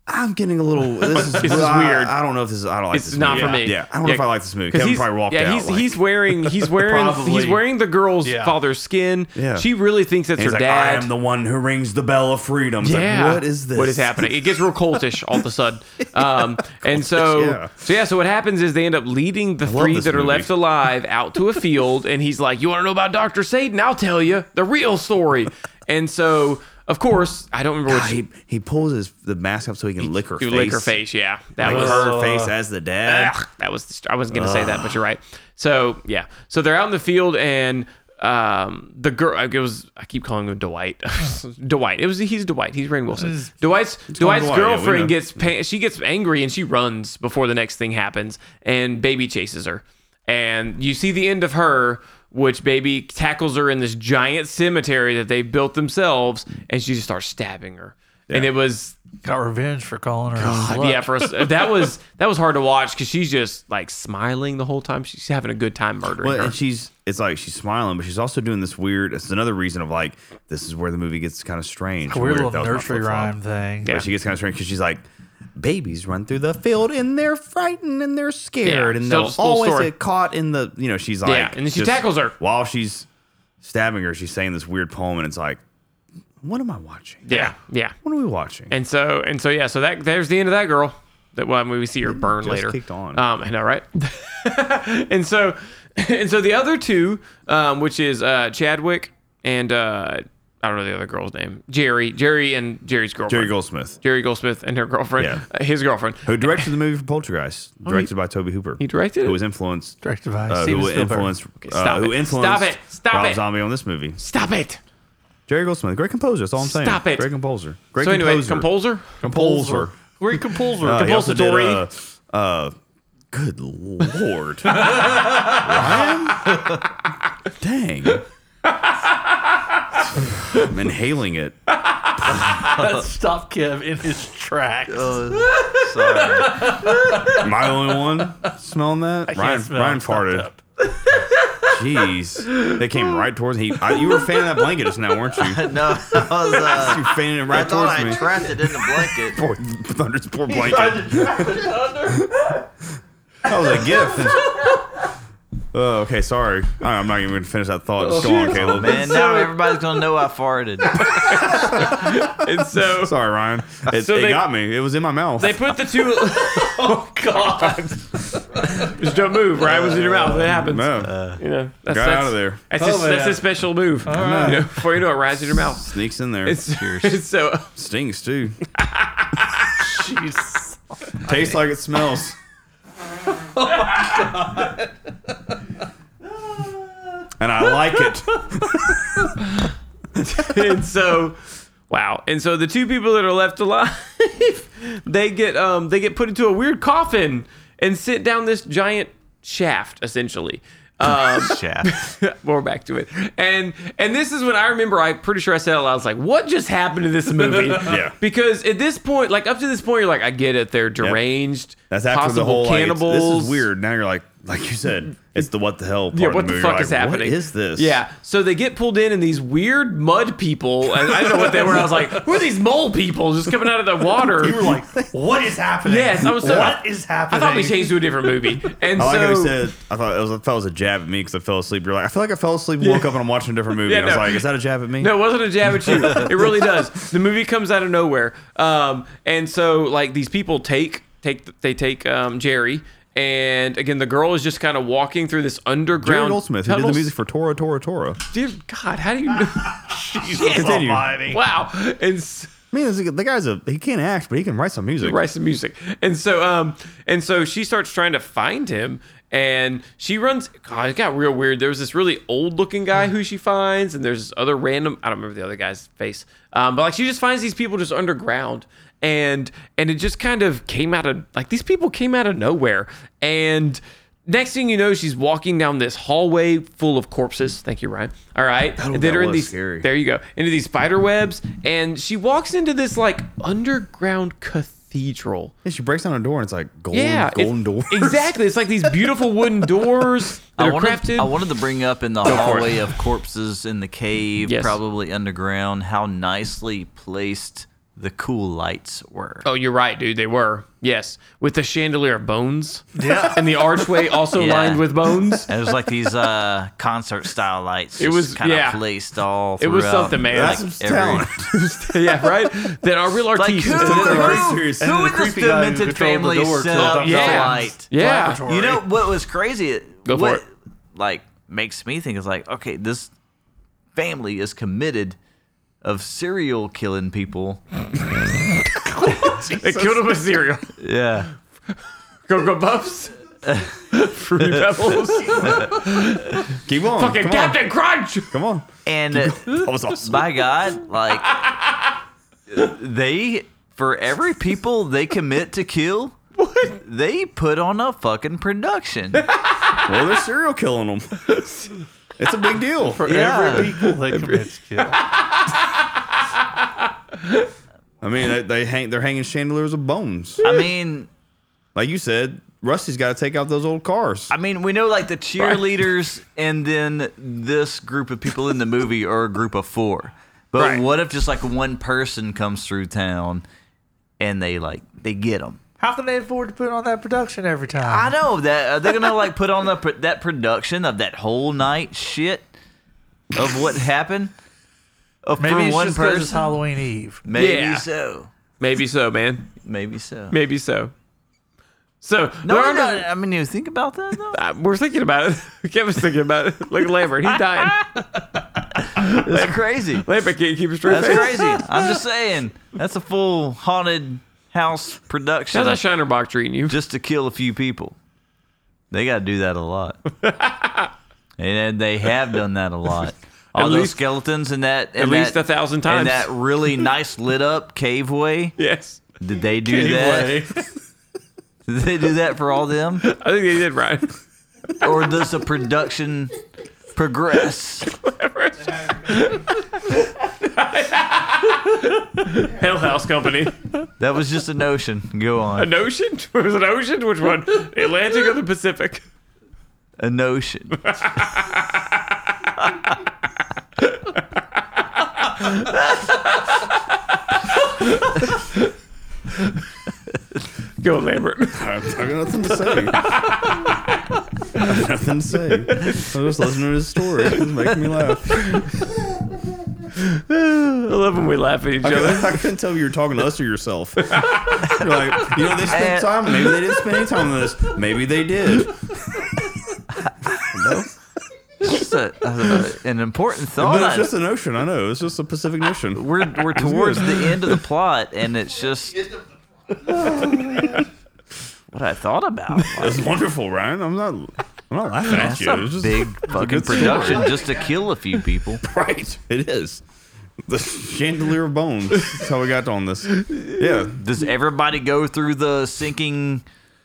I'm getting a little. This is,
is
I-
weird.
I, don't know if this is. I don't like
it's
this.
not
movie.
for me.
Yeah, I don't know if I like this movie.
'Cause
Kevin
he's-
probably walked
yeah,
out.
He's,
like-
he's wearing he's wearing he's
Probably.
wearing the girl's
Yeah.
father's skin.
Yeah.
She really thinks that's
And
her
he's like,
dad.
I am the one who rings the bell of freedom. It's like,
yeah.
what is this?
What is happening? It gets real cultish all of a sudden. Um, and so,
yeah.
so yeah. So what happens is they end up leading the three
this
that are
movie.
left alive out to a field, and he's like, "You want to know about Doctor Satan? I'll tell you the real story." And so, of course, I don't remember
God,
what she,
he, he pulls his the mask up so he can lick her
do
face.
lick her face. Yeah, that
Like
was
her face as the dad.
Ugh, that was I wasn't gonna say that, but you're right. So yeah, so they're out in the field and um the girl it was I keep calling him Dwight. Dwight. It was he's Dwight. He's Rain Wilson. Dwight's Dwight's
Dwight, yeah, we
girlfriend
know.
gets pa- she gets angry and she runs before the next thing happens and baby chases her and you see the end of her. Which baby tackles her in this giant cemetery that they built themselves, and she just starts stabbing her. And
Yeah.
it was
Got revenge for calling her. a slut.
yeah, for us, that was that was hard to watch because she's just like smiling the whole time. She's having a good time murdering
Well,
her.
and she's it's like she's smiling, but she's also doing this weird. It's another reason of like this is where the movie gets kind of strange.
Weird
That
little
was my
nursery
flip-flop.
rhyme thing.
Yeah.
But she gets kind of strange because she's like, babies run through the field and they're frightened and they're scared
Yeah,
and
still
they'll
just a little
always
story.
get caught in the you know she's like
Yeah, and then she tackles her.
while she's stabbing her. She's saying this weird poem and it's like, what am I watching?
yeah, yeah.
What are we watching?
And so and so yeah, so that there's the end of that girl. that when we see her burn
just
later.
kicked on.
Um, I know, right? and so, and so the other two, um, which is uh, Chadwick and uh, I don't know the other girl's name, Jerry, Jerry and Jerry's girlfriend,
Jerry Goldsmith,
Jerry Goldsmith and her girlfriend,
Yeah.
uh, his girlfriend.
who directed the movie for Poltergeist, directed by Toby Hooper.
Oh, he directed it?
Who was influenced.
Directed by
uh,
Steven
who
Spielberg.
influenced?
stop
uh, who
it.
influenced?
Stop it. Stop
Rob
it.
Zombie on this movie.
Stop it.
Jerry Goldsmith, great composer. That's all I'm saying.
Stop it.
Great composer. Great
so
composer.
anyway, composer.
composer.
Great composer.
Uh, he also did,
Compulsatory.
uh, uh, good lord. Ryan? Dang. I'm inhaling it.
Stop Kev in his tracks.
Oh, Sorry.
Am I the only one smelling that?
I can't
Ryan,
smell.
Ryan
I'm fucked
farted.
up.
Jeez. They came right towards me. I, you were fanning that blanket just now, weren't you? You
No, I was. Uh,
were fanning it
I
right
thought
towards
I
me.
trapped it in the blanket.
Poor, Thunder's poor blanket. That was a gift. oh, okay. Sorry. All right, I'm not even going to finish that thought. Just go on, Caleb.
Man, now everybody's gonna know I farted.
And so
Sorry, Ryan. It,
So
it
they-
got me. It was in my mouth.
they put the two Oh God! Just don't move. Right, it was in your mouth. It happens.
Uh, no.
You know, that's,
Got
Uh, that's,
out of there.
That's, just, that's a special move. You know, before you know it, rides in your mouth.
Sneaks in there.
It's, it's so
Stings too.
Jeez.
Tastes like it smells. And I like it.
and so wow. And so the two people that are left alive, they get um they get put into a weird coffin and sit down this giant shaft essentially. Um,
Shaft.
we're back to it. And and this is when I remember I pretty sure I said it aloud, I was like, what just happened to this movie?
Yeah.
Because at this point, like up to this point, you're like, I get it, they're deranged.
That's after
possible
the whole like, it's-
cannibals.
this is weird. Now you're like, like you said, it's the what the hell part
Yeah,
of
what the
movie.
fuck
You're
is
like,
happening?
What is this?
Yeah. So they get pulled in, and these weird mud people. And I don't know what they were. I was like, who are these mole people just coming out of the water?
You were like, what is happening?
Yes, I was so-
What is
I
happening?
thought we changed to a different movie. And
I like how
so,
you said. I thought it was, I thought it was a jab at me because I fell asleep. You're like, I feel like I fell asleep, woke up, and I'm watching a different movie.
Yeah,
and I was
no.
like, is that a jab at me?
No, it wasn't a jab at you. It really does. The movie comes out of nowhere. Um, and so like these people take take they take um, Jerry and again the girl is just kind of walking through this
Jerry
underground
Goldsmith, who did the
tunnels-
music for Toro Toro Toro.
Dear God, how do you know?
Jesus
Continue.
Almighty.
wow. And s-
I mean, this is- the guy's a he can't act, but he can write some music.
write some music. And so um and so she starts trying to find him and she runs God, it got real weird. There was this really old looking guy who she finds, and there's this other random I don't remember the other guy's face. Um, but like she just finds these people just underground and and it just kind of came out of like these people came out of nowhere. And next thing you know, she's walking down this hallway full of corpses. Thank you, Ryan. All right. That,
that
are in
was
these
scary.
there you go into these spider webs and she walks into this like underground cathedral
And she breaks down a door and it's like gold,
yeah it-
golden door.
exactly it's like these beautiful wooden doors that
I
are
wanted,
crafted
I wanted to bring up in the hallway of corpses in the cave,
Yes.
probably underground, how nicely placed the cool lights were.
oh you're right dude they were yes with the chandelier of bones
Yeah.
and the archway also
Yeah.
lined with bones
It was like these uh, concert style lights. It
was-
was kind of
yeah.
placed all.
It was
throughout,
something, man.
That's
like,
some talent.
yeah right that are real
Like
artistes
who,
very
who,
serious.
who,
And
the
in this
creepy guy who
demented
controlled the
family
door
set
to
up
the
the
yeah
light?
yeah
You know what was crazy?
Go for
what,
it.
Like makes me think is like, okay, this family is committed of serial killing people.
they killed him with cereal
Yeah.
go go buffs fruity pebbles
Keep on.
fucking
come on.
captain crunch
Come on.
And uh,
That was awesome.
by God, like they for every people they commit to kill, what? They put on a fucking production.
well, they're serial killing them. It's a big deal.
yeah.
People that commit to kill.
I mean, they, they hang. They're hanging chandeliers of bones.
I mean,
Like you said, Rusty's got to take out those old cars.
I mean, we know like the cheerleaders and then this group of people in the movie are a group of four. But
Right.
what if just like one person comes through town and they like they get them?
How can they afford to put on that production every time?
I know that are they gonna like put on the, pr- that production of that whole night shit of what happened? Of
Maybe
for
it's
one
just 'cause it's
person,
Halloween Eve.
maybe
Yeah.
so,
maybe so man
maybe so.
maybe so So
No,
there
no,
are
no. I mean, you think about that though.
Uh, we're thinking about it. Kevin's thinking about it. Look at Lambert. He's dying.
That's crazy.
Lambert can't keep a straight
That's
face.
crazy. I'm just saying. That's a full haunted house
How's that
production
Shiner box treating you?
just to kill a few people. They got to do that a lot, and they have done that a lot. All those
least-
skeletons in that, in
at least
that-
a thousand
in
times.
that really nice lit up caveway.
yes.
Did they do that? Did they do that for all them,
I think they did right.
or does the production progress?
Hell House Company.
That was just a notion. Go on.
An ocean? Was it ocean? Which one? The Atlantic or the Pacific?
a notion.
Go Lambert.
I I got nothing to say. I got nothing to say. I'm just listening to his story. It's making me laugh.
I love when we laugh at each
I
other.
couldn't, I couldn't tell if you were talking to us or yourself. You're like, you know, they spent time. Maybe they didn't spend any time on this. Maybe they did. No,
Just a, a- an important
but
thought.
it's just an ocean. I know. It's just a Pacific ocean.
we're we're towards the end of the plot, and it's just what I thought about.
It's wonderful, Ryan. I'm not. I'm not laughing at you. It's just
Big fucking
good story.
production just to kill a few people.
right. It is. The chandelier of bones. That's how we got on this. Yeah.
Does everybody go through the sinking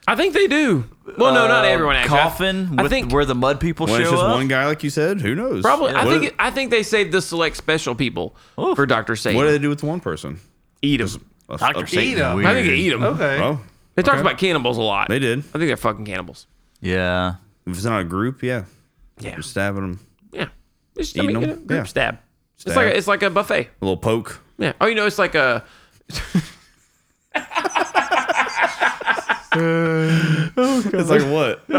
I think they do. Well, no, not
uh,
everyone. Actually. I-
coffin
I
with
think
where the mud people
When it's
show
just
up?
one guy, like you said, who knows?
probably. I
What
think.
do-
I think they saved the select special people for Doctor Satan.
What do they do with one person?
eat them.
Us-
Doctor
up-
Satan's
up.
weird.
I think they eat them.
Okay.
Well,
They talked
Okay.
about cannibals a lot.
Oh, they did.
I think they're fucking cannibals.
Yeah,
If it's not a group, yeah,
Yeah.
You're stabbing them.
Yeah. Just, I
Eating
mean, you know,
them?
group
Yeah.
stab. It's
Stab.
like a, it's like a buffet.
A little poke.
Yeah. Oh, you know, it's like a.
It's like what?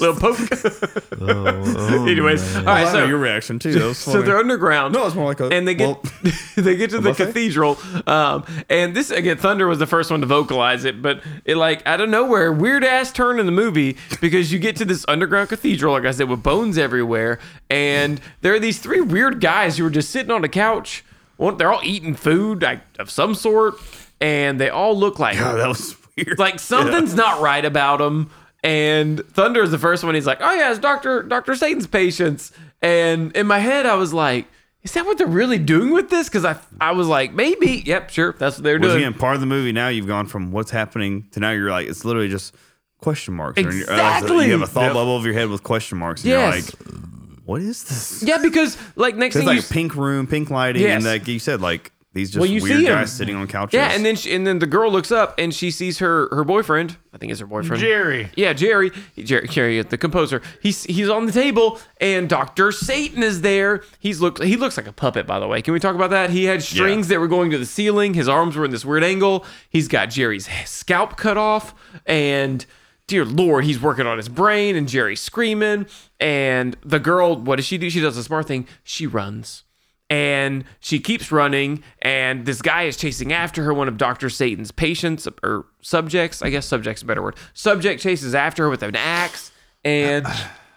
little poke. Anyways, all
I
right.
love
So
your reaction too. That was
so
funny.
they're underground.
no, it's more like a
and they get
well,
they get to the
buffet?
cathedral. Um, and this again, Thunder was the first one to vocalize it, but it like out of nowhere, weird ass turn in the movie because you get to this underground cathedral, like I said, with bones everywhere, and there are these three weird guys who are just sitting on a couch. Well, they're all eating food like, of some sort, and they all look like
God, that was weird.
like something's not right about him. And Thunder is the first one. He's like, "Oh yeah, it's Doctor Doctor Satan's patients." And in my head, I was like, "Is that what they're really doing with this?" Because I I was like, "Maybe, yep, sure, that's what they're
Once
doing."
again, part of the movie. Now you've gone from what's happening to now you're like it's literally just question marks. Or you're- uh,
Exactly.
You have a thought
Yep.
bubble over your head with question marks. And
Yes.
You're like, what is this?
yeah, because like next
It's
thing you
like
s-
pink room, pink lighting,
Yes.
and like you said, like these just
Well, you
weird
see 'em.
guys sitting on couches.
yeah, and then she, and then the girl looks up and she sees her her boyfriend. I think it's her boyfriend,
Jerry.
Yeah, Jerry, Jerry, Jerry, the composer. He's he's on the table, and Doctor Satan is there. He's looked he looks like a puppet, by the way. Can we talk about that? He had strings that were going to the ceiling. His arms were in this weird angle. He's got Jerry's scalp cut off, and dear lord, he's working on his brain. And Jerry's screaming. And the girl, what does she do? She does a smart thing. She runs. And she keeps running, and this guy is chasing after her. One of Dr. Satan's patients or subjects, I guess subject's a better word. Subject chases after her with an axe, and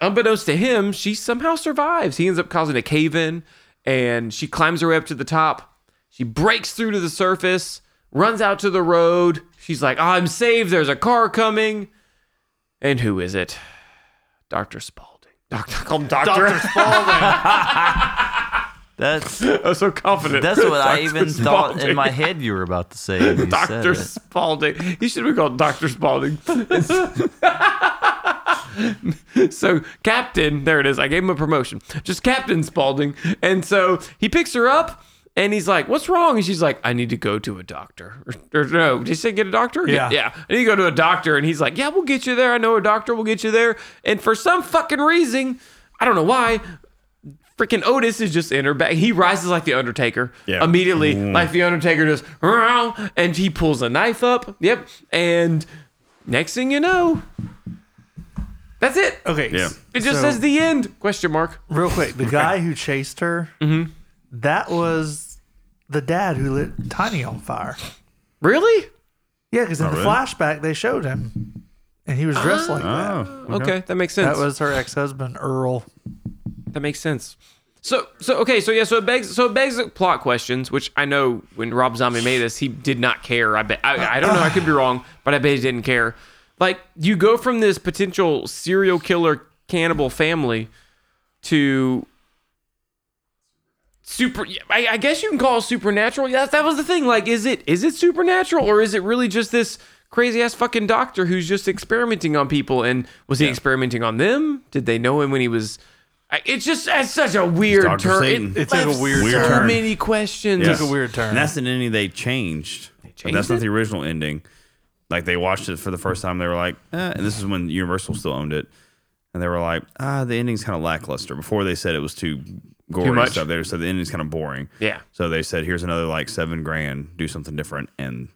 unbeknownst to him, she somehow survives. He ends up causing a cave in, and she climbs her way up to the top. She breaks through to the surface, runs out to the road. She's like, I'm saved. There's a car coming. And who is it? Dr. Spaulding. Doctor, call him Doctor.
that's
I was so confident.
that's what I
Dr.
even thought in
Spaulding.
my head you were about to say. when you said
Dr.
it.
Spaulding. He should be called Dr. Spaulding. so, Captain, there it is. I gave him a promotion. Just Captain Spaulding. And so he picks her up and he's like, What's wrong? And she's like, I need to go to a doctor. Or, or no, did she say get a doctor?
Yeah.
Yeah. I need to go to a doctor. And he's like, Yeah, we'll get you there. I know a doctor. We'll get you there. And for some fucking reason, I don't know why, freaking Otis is just in her back. He rises like the Undertaker
Yeah.
immediately,
Mm-hmm.
like the Undertaker just, "Row," and he pulls a knife up. Yep, and next thing you know, that's it.
Okay.
Yeah.
It just
so-
says the end? Question mark.
Real quick, the guy who chased her, that was the dad who lit Tiny on fire.
Really?
Yeah, because in
Oh,
the
really?
flashback they showed him, and he was dressed like that.
Oh,
Okay, that makes sense.
That was her ex-husband Earl.
That makes sense. So so okay so yeah so it begs so it begs plot questions which I know when Rob Zombie made this he did not care I bet I, I don't know I could be wrong but I bet he didn't care like you go from this potential serial killer cannibal family to super I, I guess you can call it supernatural yes that was the thing like is it is it supernatural or is it really just this crazy ass fucking doctor who's just experimenting on people and was he experimenting on them did they know him when he was I- it's just it's such a weird
Dr.
turn
Satan.
It took a weird
Weird
so
turn.
many questions
Yeah.
Took a weird turn.
And that's an ending they changed. But
changed
that's not
it?
the original ending. Like they watched it for the first time, they were like, eh, and this is when Universal still owned it, and they were like, ah, the ending's kind of lackluster. Before they said it was too gory
much?
and stuff, they said the ending's kind of boring.
Yeah.
So they said, here's another like seven grand, do something different, and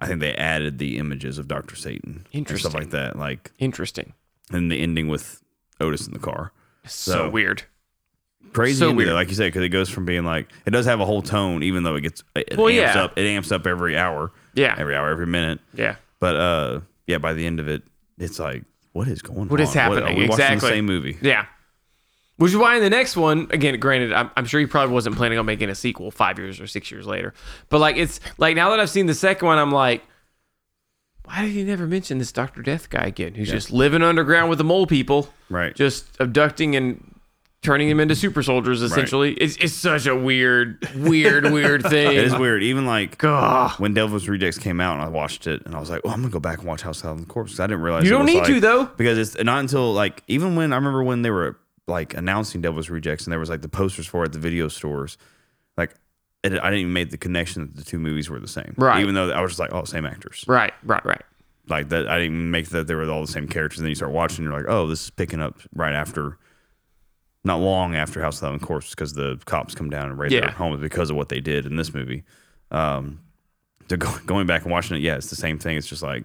I think they added the images of Doctor Satan, and
Interesting.
stuff like that, like
interesting
and the ending with Otis in the car.
so,
So-
weird
Crazy,
So
ending,
weird.
though, like you said, because it goes from being like it does have a whole tone, even though it gets it
Well,
amps
yeah.
up, it amps up every hour,
Yeah.
every hour, every minute,
yeah
But uh, yeah, by the end of it, it's like, what is going on?
What is happening?
are we watching the
Exactly.
same movie.
Yeah. Which is why in the next one, again, granted, I'm, I'm sure he probably wasn't planning on making a sequel five years or six years later. But like, it's like now that I've seen the second one, I'm like, why did he never mention this Dr. Death guy again? Who's just living underground with the mole people,
Right.
Just abducting and turning them into super soldiers, essentially. It's, it's such a weird, weird, weird thing.
It is weird. Even like
Ugh.
when Devil's Rejects came out, and I watched it, and I was like, "Well, I'm gonna go back and watch House of the Corpse." 'cause I didn't realize
You
it
don't
was,
need to,
like-
though.
because it's not until like even when I remember when they were like announcing Devil's Rejects, and there was like the posters for it at the video stores, like. It, I didn't even make the connection that the two movies were the same,
Right.
Even though I was just like, "Oh, same actors,"
Right, right, right.
like that I didn't even make that they were all the same characters. And then you start watching, you're like, oh, this is picking up right after, not long after House of Thousand Corpses, because the cops come down and raid
Yeah.
their homes because of what they did in this movie. Um, to go, going back and watching it, yeah, it's the same thing. It's just like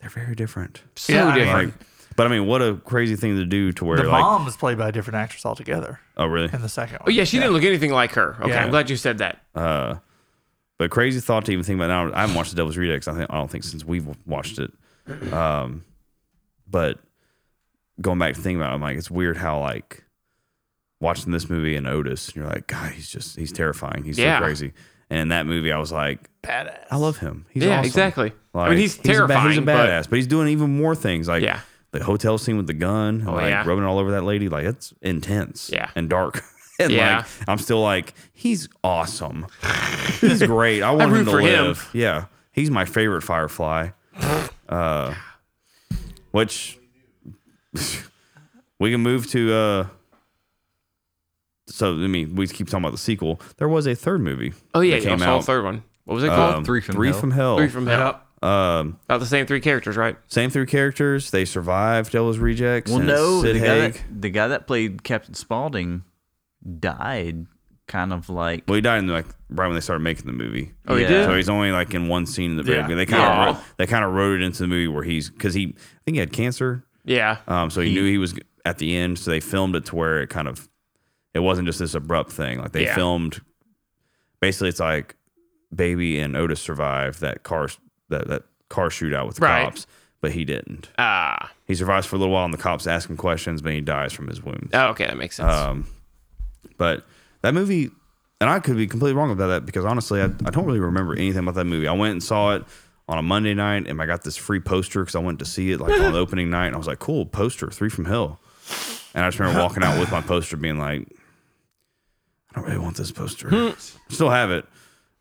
they're very different.
So
Yeah, I mean,
different.
Like, but I mean, what a crazy thing to do to where
The
like,
mom is played by a different actress altogether
oh really?
in the second one.
oh, yeah, she didn't look anything like her. Okay,
Yeah.
I'm glad you said that.
Uh, but crazy thought to even think about now. I haven't watched The Devil's Rejects. I think I don't think since we've watched it. Um, but going back to thinking about, it, I'm like, it's weird how like watching this movie and Otis, and you're like, God, he's just he's terrifying. He's
Yeah.
so crazy. And in that movie, I was like,
badass.
I love him. He's
yeah,
awesome.
exactly. I
Like,
mean, he's
a ba-
terrifying.
he's a
but-
badass, but, he's doing even more things. Like
Yeah.
the hotel scene with the gun, and,
Oh,
like
yeah.
rubbing all over that lady. Like that's intense.
Yeah.
And dark. and
Yeah.
like I'm still like, he's awesome. he's great. I want
root
him to
for him.
live. Yeah. He's my favorite firefly. Uh which we can move to uh so I mean we keep talking about the sequel. There was a third movie.
Oh yeah,
that
yeah. I
came out.
saw the third one. What was it called?
um,
Three from
Three
Hell.
from Hell.
Three from Hell.
um
About the same three characters, right?
same three characters. They survived Devil's Rejects.
Well,
and it's
no,
Sid
the guy,
Haig.
that, the guy that played Captain Spaulding died, kind of like
Well, he died in like right when they started making the movie.
Oh, he
Yeah.
did.
So he's only like in one scene in the very
Yeah.
beginning. They kind
Aw.
of wrote, they kind of wrote it into the movie where he's because he I think he had cancer,
yeah.
um, so he, knew he was at the end. So they filmed it to where it kind of it wasn't just this abrupt thing. Like they
Yeah.
filmed basically it's like Baby and Otis survived that car that that car shootout with the
Right.
cops, but he didn't.
Ah.
He survives for a little while, and the cops ask him questions, but he dies from his wounds.
Oh, okay, that makes sense.
Um, but that movie, and I could be completely wrong about that because honestly, I, I don't really remember anything about that movie. I went and saw it on a Monday night, and I got this free poster because I went to see it like on the opening night, and I was like, "Cool poster, Three from Hell." And I just remember walking out with my poster, being like, "I don't really want this
Hmm.
poster. Still have it."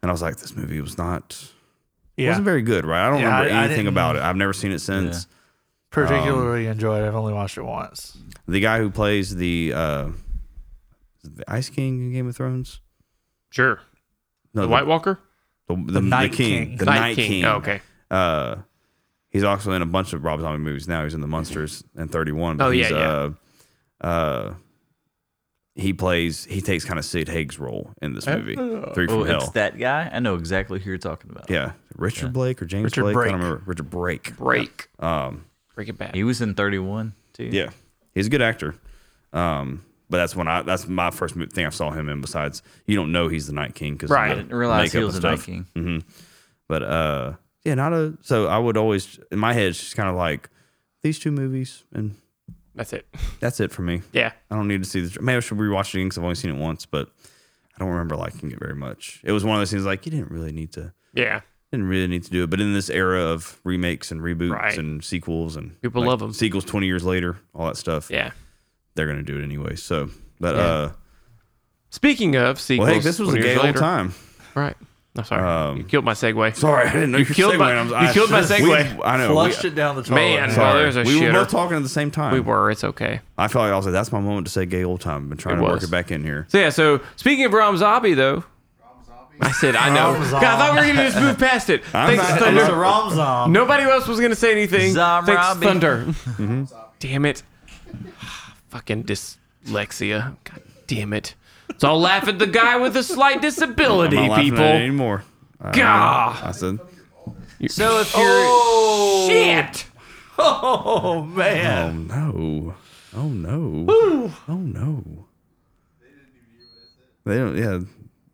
And I was like, "This movie was not."
Yeah.
wasn't very good, right? I don't
Yeah,
remember
I- I
anything
didn't-
about it. I've never seen it since.
particularly enjoyed. it. I've only watched it once.
The guy who plays the uh, the Ice King in Game of Thrones,
sure.
no,
The
the-
White Walker.
the, the, the
Night
king,
King.
the
Night
Night,
King.
King.
Oh, okay.
Uh, he's also in a bunch of Rob Zombie movies now. He's in The Munsters and Thirty One.
Oh, yeah,
he's, Uh, uh, he plays. He takes kind of Sid Haig's role in this movie, Three from
oh, it's
Hell.
that guy. I know exactly who you're talking about.
Yeah, Richard Blake or James
Richard
Blake. I
Brake.
don't remember. Richard Brake.
Break.
Um,
Break it back.
he was in 31 too.
yeah, he's a good actor. Um, but that's when I. That's my first mo- thing I saw him in. Besides, you don't know he's the Night King because
Right.
I didn't realize he was a Night King.
But uh, yeah, not a. So I would always in my head, it's just kind of like these two movies, and
That's it.
that's it for me.
Yeah.
I don't need to see this. Maybe I should rewatch it again because I've only seen it once, but I don't remember liking it very much. It was one of those things like you didn't really need to,
Yeah.
didn't really need to do it. But in this era of remakes and reboots
Right.
and sequels and
People
like,
love 'em.
sequels twenty years later, all that stuff.
Yeah.
they're gonna do it anyway. So, but
Yeah.
uh,
Speaking of sequels,
well, hey, this was a
20 years
gay old
later-
time.
Right. I'm sorry.
Um,
you killed my segue.
Sorry, I didn't know you, were
killed my-
segueing. I'm-
you
I-
killed my segue.
We, I know. we-
Flushed it down the toilet.
Man,
sorry.
Well, there's a
we were
shitter.
both talking at the same time.
We were. It's okay.
I felt like I was like, that's my moment to say gay old time. I've been trying
It
to work
was.
it back in here.
So yeah. So speaking of Rom Zombie, though, I said I know.
Rom
God, I thought we were gonna just move past it. Thanks,
not-
Thunder.
It's a rom zom.
Nobody else was gonna say anything.
Zom
Thanks,
Robbie.
Thunder. Mm-hmm. Damn it. Fucking dyslexia. God damn it. So I'll laugh at the guy with a slight
I'm
disability,
not laughing at Uh-huh. it
people.
anymore. I-
Gah.
I said,
So if you're
Shit.
Oh man.
oh no, oh no, oh no. They don't. Yeah,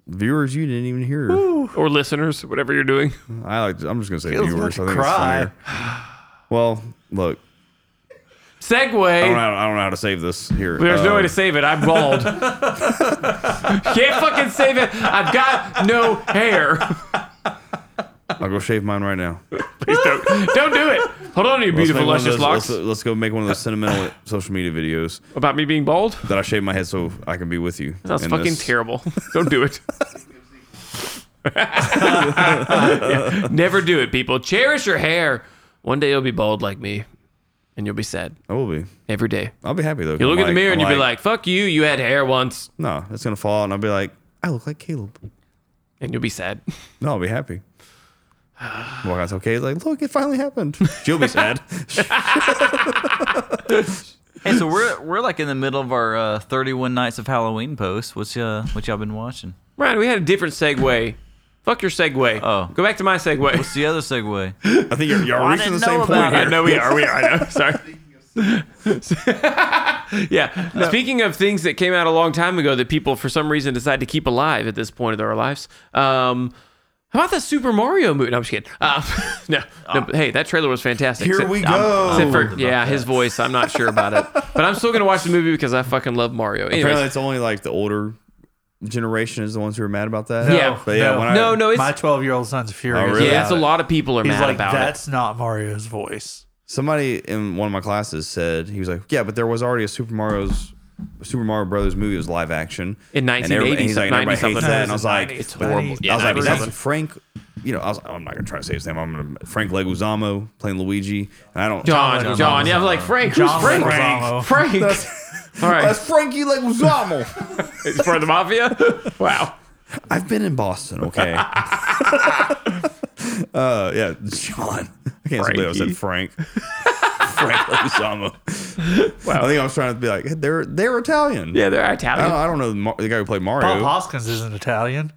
viewers, you didn't even hear.
Or listeners, whatever you're doing.
I like. I'm just gonna say
Feels
viewers.
like
I
a
think it's
cry.
funnier. Well, look,
Segway.
I don't, know, I don't know how to save this here.
There's no
Uh,
way to save it. I'm bald. Can't fucking save it. I've got no hair.
I'll go shave mine right now.
Please don't. Don't do it. Hold on to your
Let's
beautiful,
make one of
luscious
those-
locks.
Let's, let's go make one of those sentimental social media videos
About me being bald?
that I shave my head so I can be with you.
That's
in
fucking
this.
terrible. Don't do it. Yeah, Never do it, people. Cherish your hair. One day you'll be bald like me, and you'll be sad
I will be.
every day.
I'll be happy though.
You look
I'm
in the mirror and
I'm
you'll be like, "Fuck you, you had hair once,"
No, it's gonna fall, and I'll be like, I look like Caleb.
and you'll be sad.
No, I'll be happy. Walk out, okay. Like, look, it finally happened. She'll be sad.
hey, so we're we're like in the middle of our uh, 31 nights of Halloween post. What's uh what y'all been watching?
Ryan, we had a different segue. Fuck your segue.
Oh.
go back to my segue.
What's the other segue?
I think you're, you're reaching the
didn't
same
know
point.
about
I
Here.
know we are. We are. I know. Sorry. yeah. Speaking of things that came out a long time ago that people, for some reason, decide to keep alive at this point of their lives. Um, how about the Super Mario movie? No, I'm just kidding. Uh, no, no, but hey, that trailer was fantastic.
Here
Except-
we go.
Except for,
about
yeah, his voice. I'm not sure about it, but I'm still gonna watch the movie because I fucking love Mario.
Apparently,
Anyways,
it's only like the older generation is the ones who are mad about that.
Yeah.
but yeah,
No.
when I,
no, no, it's
My 12 year old son's furious.
Oh, really?
yeah,
about
it's a lot of people are
He's
mad
like,
about it.
that's not Mario's voice.
somebody in one of my classes said he was like, yeah, but there was already a Super Mario's Super Mario Brothers movie that was live action
In
And everybody-
1980
he's like, and everybody
something,
hates
90
that, and I was like,
something. It's
but-
horrible.
I was like, but
90
that's
something.
Frank. You know, I was, I'm not gonna try to say his name. I'm gonna Frank Leguizamo playing Luigi, and I don't.
John, John, yeah, I'm like Frank. Who's
John
Frank?
Leguizamo.
Frank. All right,
Oh, That's Frankie Leguizamo.
it's for the mafia. Wow.
I've been in Boston, okay. uh, yeah, John. I can't believe I
Frankie.
said Frank. Frank Leguizamo. I think I was trying to be like, hey, they're they're Italian.
Yeah, they're
I don't,
Italian.
I don't know the, Mar- the guy who played Mario.
Bob Hoskins isn't Italian.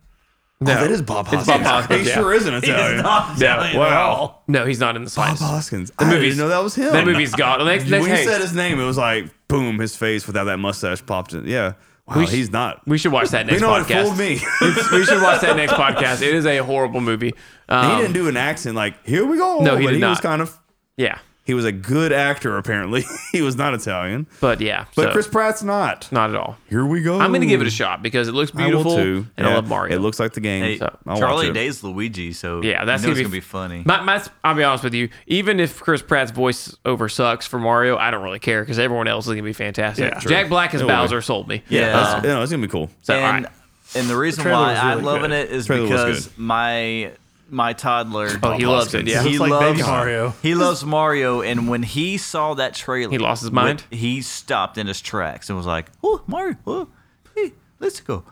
Oh, that is Bob Hoskins.
Bob Hoskins,
He
yeah.
sure is an Italian. Oh,
not Italian at all.
No, he's not in the
Bob
slightest.
Hoskins. I didn't
movie's-
even know that was him.
That movie's gone. Next, next,
when he
hey,
said his name, it was like boom, his face without that mustache popped in. Yeah, wow,
sh-
he's not.
we should watch that next
you know what
podcast.
fooled me?
we should watch that next podcast. It is a horrible movie. Um,
he didn't do an accent like "Here we go."
No, he
but
did
he was
not.
kind of.
yeah,
He was a good actor. Apparently, he was not Italian,
but yeah,
but
so,
Chris Pratt's not.
not at all.
Here we go.
I'm gonna give it a shot because it looks
I will
beautiful,
too.
and I
Yeah,
love Mario.
It looks like the game.
Hey,
So, I'll watch
Charlie
it.
Day's Luigi, so
Yeah, that's
you know
gonna
it's
be
gonna be funny.
My, my, I'll be honest with you. Even if Chris Pratt's voiceover sucks for Mario, I don't really care because everyone else is gonna be fantastic.
Yeah, true.
Jack Black as
It will be.
Bowser sold me.
Yeah,
Yeah.
that's, you know, it's gonna be cool.
So, all
and
right.
and the reason
trailer
why
was
I'm
really
loving
good.
it is
Trailer was
because
good.
my my toddler.
Oh, he loves it. Yeah,
Looks
He
like
loves
Baby Mario.
He loves Mario, and when he saw that trailer,
He lost his mind?
wh- He stopped in his tracks and was like, "Oh, Mario! Oh, hey, let's go!"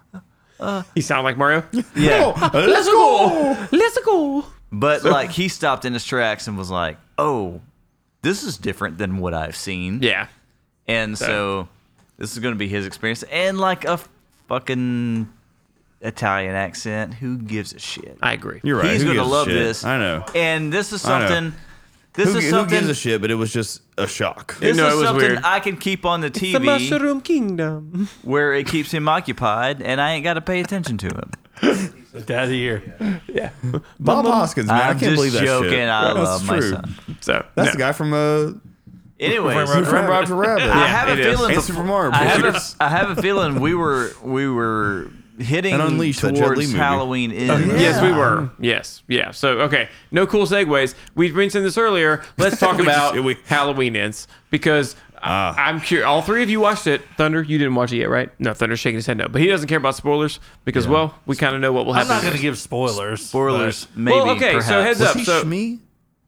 he sounded like Mario.
Yeah,
Let's go. Let's go.
but like he stopped in his tracks and was like, "Oh, this is different than what I've seen."
Yeah.
and so this is gonna be his experience, and like a fucking Italian accent. Who gives a shit?
I agree.
You're right.
He's
Who
gonna
gives a
love
shit?
this.
I know.
And this is
I know.
something. This
Who,
is
who
something.
gives a shit? But it was just a shock.
This
No,
is
it was
something
weird.
I can keep on the
the
TV
Mushroom Kingdom.
where it keeps him occupied, and I ain't got to pay attention to him.
Dad of the year.
Yeah.
Bob Hoskins, man. I can't
I'm just
believe that
joking.
shit.
I
That's
love my
true.
son.
So
That's
no.
the guy from uh,
Anyways,
Who Framed Roger Rabbit.
I have
it
a
is.
feeling.
And
the-
Super Mario
I have,
Brothers.
a, I have a feeling we were we were hitting
And Unleashed, that Jet Li
towards
movie. Oh,
Halloween in.
Yes, we were. Um, Yes, yeah. So okay, no cool segues. We mentioned this earlier. Let's talk
We
about
just- we-
Halloween ends because I- I'm curious. All three of you watched it. Thunder, you didn't watch it yet, right? No, Thunder's shaking his head no, but he doesn't care about spoilers because well, we kind of know what will
I'm
happen.
not going to give spoilers.
Spoilers,
but-
maybe.
Well, okay, so
perhaps.
heads
Was
up,
he
so-
Shmi?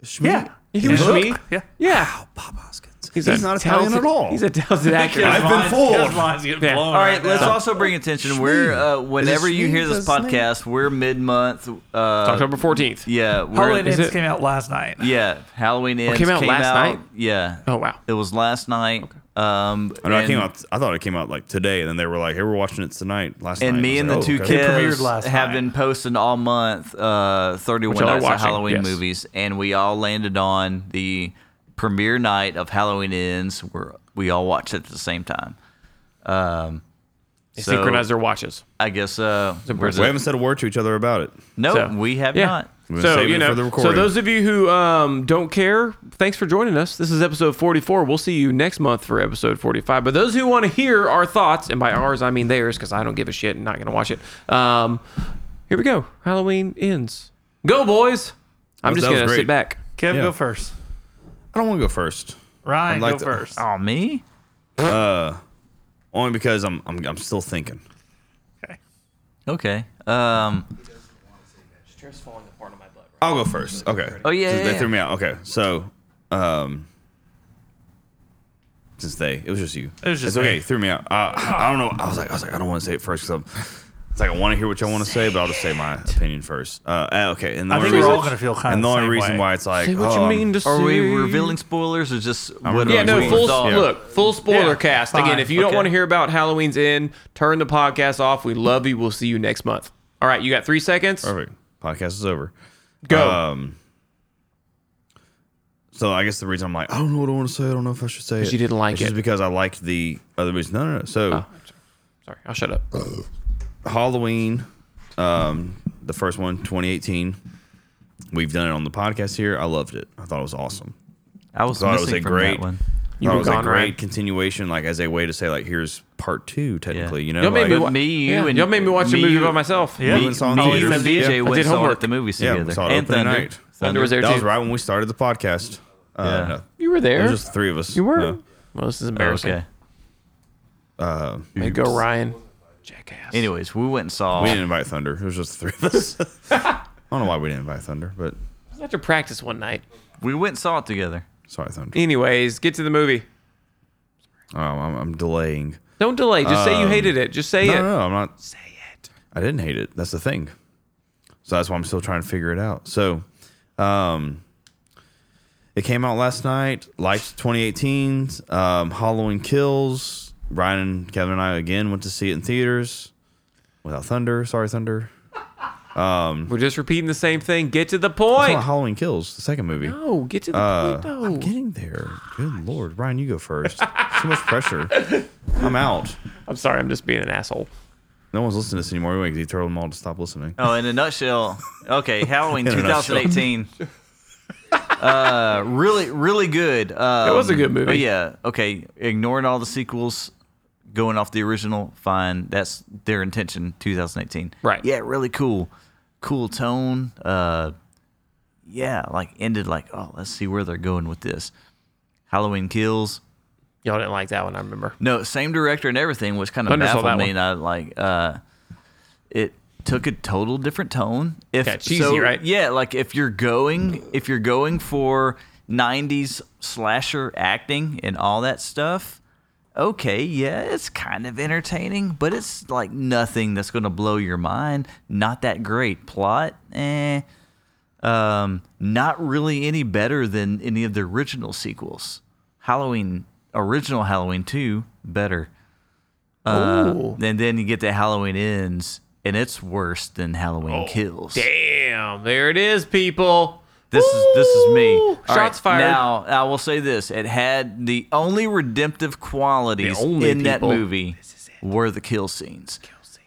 Shmi?
Yeah.
He was
Look.
me.
Yeah.
Yeah,
Bob Hoskins.
he's,
He's
a
not Italian
talented,
at all.
He's a talented actor.
I've been
Mine's-
fooled.
his mind's getting
Yeah.
blown
All
right
All right, let's
now.
also bring attention. We're uh, whenever you
Shmi?
hear this
Is it Shmi?
podcast, we're mid-month. Uh,
October 14th.
Yeah, we're,
Halloween
is
Ends
it-
came out last night.
yeah, Halloween ends
came out last night?
Yeah.
Oh wow.
It was last night. Um,
I know it
and-
came out. I thought it came out like today, and then they were like, "Hey, we're watching it tonight." Last night,
And me
I
and
was
the
like,
two
oh, okay.
It premiered
kids
last
have
night.
been posting all month uh, 31
y'all are
nights of
watching,
Halloween
yes.
movies, and we all landed on the premiere night of Halloween Ends, where we all watched it at the same time. Um,
They
so
Synchronize their watches.
I guess uh, where's
We
it?
haven't said a word to each other about it.
no,
So,
we have
yeah.
not.
We've been
So
saving
you
it
know,
for the
so
recording.
those of you who um, don't care, thanks for joining us. This is episode 44. We'll see you next month for episode 45. But those who want to hear our thoughts, and by ours I mean theirs, because I don't give a shit and not gonna watch it. Um, here we go. Halloween ends. Go boys. I'm
That
just
was
gonna sit
great.
back.
Kev,
Yeah.
go first.
I don't want to go first,
Ryan,
I'd like
go
to-
first.
Oh, me?
only because I'm I'm, I'm still thinking.
Okay. Um,
I'll go first. Okay.
Oh, yeah,
Since
yeah,
they
yeah.
threw me out. Okay. So, um, since they, it was just you.
It was
it's
just
okay.
me.
Threw me out. I, I don't know. I was like, I was like, I don't want to say it first because I'm. It's like I want to hear what y'all want to say, but I'll just say my opinion first. Uh, eh, okay. And the
I
only
think we're
reason-
all gonna feel kinda
And the
the
only
same
reason
way.
why it's like,
Say what
oh,
you mean
I'm-
to
Are we
say.
revealing spoilers or just what
Yeah,
are
no,
we
full
thought?
look, full spoiler
Yeah,
cast.
fine.
Again, if you don't
Okay.
want to hear about Halloween's end, turn the podcast off. We love you. We'll see you next month. All right, you got three seconds.
Perfect. Podcast is over.
Go.
Um, so I guess the reason I'm like, I don't know what I want to say. I don't know if I should say it.
you didn't like
it's
it. Oh.
Just because I liked the other movies. No, no, no. So
Sorry, I'll shut up.
Halloween, um, the first one, 2018. We've done it on the podcast here. I loved it. I thought it was awesome.
I was
Thought it
missing
was a
from
great-
that one.
You thought
were
it was a
gone,
great
right?
continuation, like as a way to say, like, here's part two, technically.
Yeah.
You know,
Y'all made
like,
me
But
wa-
me, you,
yeah,
and
y'all made me watch
me,
a movie
you-
by myself.
Yeah.
We went and saw it in
Me,
theaters.
you, and BJ
Yeah.
went
did
and saw it
homework.
at the movies
Yeah, we
together.
saw it
and
opening
Thunder.
night.
Thunder was there
that was
too.
right when we started the podcast. Uh,
Yeah.
no,
You were
there
there.
was just the three of us.
you were.
Yeah.
Well, this is embarrassing.
Oh, Okay.
There you go, Ryan. Jackass.
Anyways, we went and saw.
We didn't invite Thunder. It was just the three of us. I don't know why we didn't invite Thunder, but
I had to practice one night.
We went and saw it together.
sorry, Thunder.
Anyways, get to the movie.
Oh, I'm, I'm delaying.
Don't delay. Just say you hated it. Just say
Um, No,
it.
no, I'm not.
Say it.
I didn't hate it. That's the thing. So that's why I'm still trying to figure it out. So, um, it came out last night. Liked 2018's um, Halloween Kills. Ryan and Kevin and I again went to see it in theaters without Thunder. Sorry, Thunder.
We're just repeating the same thing. Get to the
That's not
point.
Halloween Kills, the second movie.
No, get to the
Uh,
point.
I'm
No.
getting there. Good lord, Ryan, you go first. so much pressure. I'm out.
I'm sorry. I'm just being an asshole.
No one's listening to this anymore. Anyway, 'cause he told them all to stop listening.
Oh, in a nutshell, okay, Halloween
In a nutshell.
2018. uh, really, really good. Um,
was a good movie.
oh, yeah. Okay, ignoring all the sequels, going off the original. Fine, that's their intention. 2018.
Right.
Yeah, really cool, cool tone. Uh, yeah, like ended like oh, let's see where they're going with this. Halloween kills.
Y'all didn't like that one. I remember.
No, same director and everything, which kind of
Thunder saw
baffled
that
me.
one.
And I like uh, it took a total different tone. If
Got cheesy, right?
Yeah, like if you're going if you're going for '90s slasher acting and all that stuff, okay, yeah, it's kind of entertaining, but it's like nothing that's going to blow your mind. Not that great plot, eh? Um, not really any better than any of the original sequels. Halloween, original Halloween 2, better. Uh, and then you get to Halloween Ends, and it's worse than Halloween Kills.
Damn. There it is, people.
This is this is me.
Ooh,
All right,
shots fired.
Now I will say this: it had the only redemptive qualities
The only
in that
people.
movie were the kill scenes.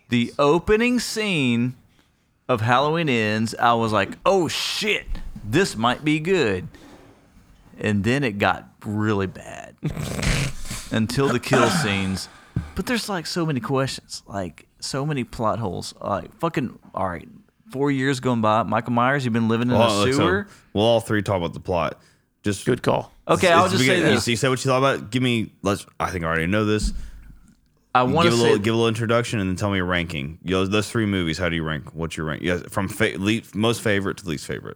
The opening scene of Halloween Ends, I was like, oh shit, this might be good. And then it got really bad until the kill scenes. But there's like so many questions, like so many plot holes. Like fucking, all right, four years going by. Michael Myers, you've been living
Oh,
in
Well,
a
so
sewer.
we'll all three talk about the plot. Just
Good call.
okay, I'll
it's
just say
beginning-
this.
You said what you thought about. it? Give me. Let's. I think I already know this.
I want
give a
to say
little give a little introduction and then tell me your ranking. You know, those three movies. How do you rank? What's your rank? Yeah, from fa- le- most favorite to least favorite.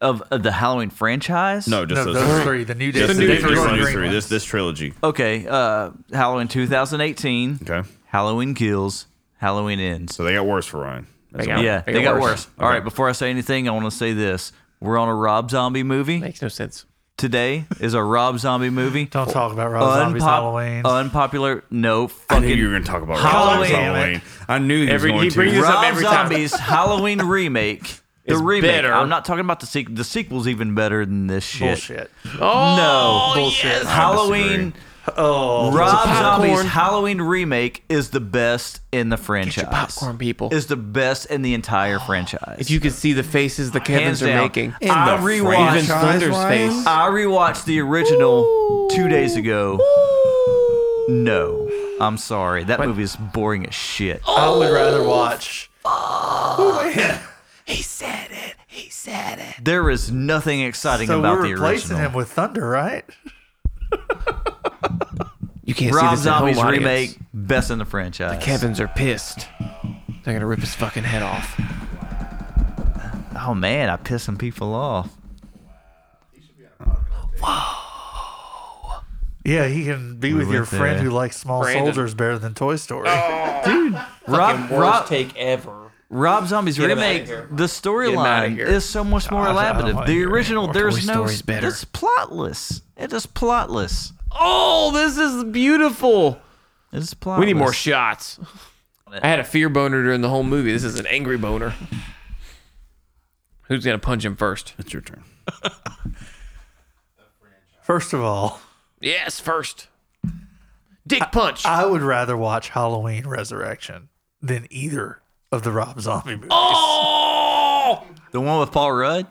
of, of the Halloween franchise.
No, just
No,
those,
those
three.
three. The new day.
Just
new
the-
three.
just the new
Green
three.
ones.
This this trilogy.
Okay, uh, Halloween 2018.
Okay,
Halloween kills. Halloween ends.
so they got worse for Ryan. That's
They
all.
got-
yeah, they, got worse. All right, before I say anything, I want to say this. We're on a Rob Zombie movie.
Makes no sense.
Today is a Rob Zombie movie.
Don't talk about Rob Zombie's
Unpop-
Halloween.
Unpopular. No
I
fucking.
knew you were going to talk about
Halloween.
Halloween. Halloween. I knew he was
Every-
going
he
to.
brings this up
Rob
every time.
Zombie's Halloween remake. The
Is
remake.
better.
I'm not talking about the sequel. The sequel's even better than this shit.
Bullshit.
No.
bullshit.
Halloween.
Oh,
Rob Zombie's
popcorn.
Halloween remake is the best in the franchise.
popcorn, people.
Is the best in the entire franchise.
If you could see the faces the Kevins
Hands
are
down.
making.
I rewatched.
Even Thunder's face.
I rewatched the original two days ago. No, I'm sorry. That movie is boring as shit.
I would rather watch.
There is nothing exciting
So
about
we're
the
replacing
original.
him with Thunder, right?
You can't see
Rob
this at home
Zombie's
audience.
remake, best in the franchise.
Kevins are pissed. They're gonna rip his fucking head off.
Oh man, I pissed some people off.
Yeah, he can be with your
went
friend
there.
who likes small
Brandon.
soldiers better than Toy Story.
Rob, Rob,
take ever.
Rob Zombie's
him outta
remake,
here.
the storyline
here.
is so much
Ah,
more
I don't
elaborative.
wanna
The
hear
original,
anymore.
Toy
there's no.
Story's better.
It's plotless. It is plotless.
Oh, this is beautiful.
It is plotless.
We need more shots. I had a fear boner during the whole movie. This is an angry boner. Who's gonna punch him first?
It's your turn.
First of all,
Yes, first. Dick punch.
I would rather watch Halloween Resurrection than either of the Rob Zombie movies.
oh,
The one with Paul Rudd.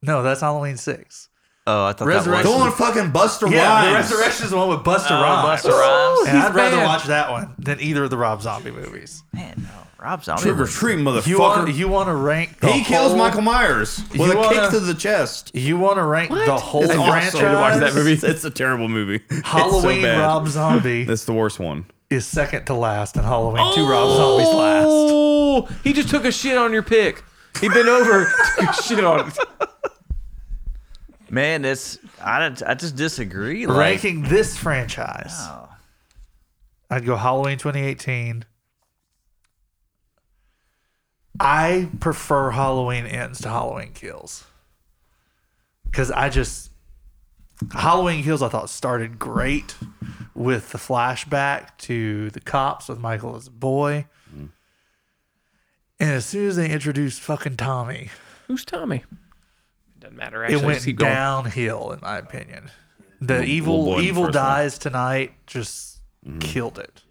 No, that's Halloween Six.
Oh, I thought that
Resurrection.
was.
Go on, fucking Buster
Yeah, the
Rhymes.
Resurrection is the one with Buster
Oh,
Rhymes.
Busta Rhymes.
And I'd rather
bad.
watch that one than either of the Rob Zombie movies.
Man, no, Rob Zombie.
Trick or
was-
treat, motherfucker.
You want you want to rank? The
he kills
whole-
Michael Myers with
You
a
wanna- Oh,
kick to the chest.
You want to rank the whole
It's
franchise?
awesome. Watch that movie. It's a terrible movie.
Halloween
it's so bad.
Rob Zombie
It's the worst one.
is second to last, and Halloween Two Rob
Oh!
Zombies last.
Oh, he just took a shit on your pick. He bent over, took a shit on. it.
Man, it's I, don't- I just disagree. Like,
Ranking this franchise, I'd go Halloween 2018. I prefer Halloween ends to Halloween kills because I just Halloween kills I thought started great with the flashback to the cops with Michael as a boy. And as soon as they introduced fucking Tommy,
Who's Tommy? Doesn't matter. Actually,
it went
Just keep going.
downhill in my opinion. The evil
boy in the
evil
first one. Mm-hmm.
dies tonight just killed it.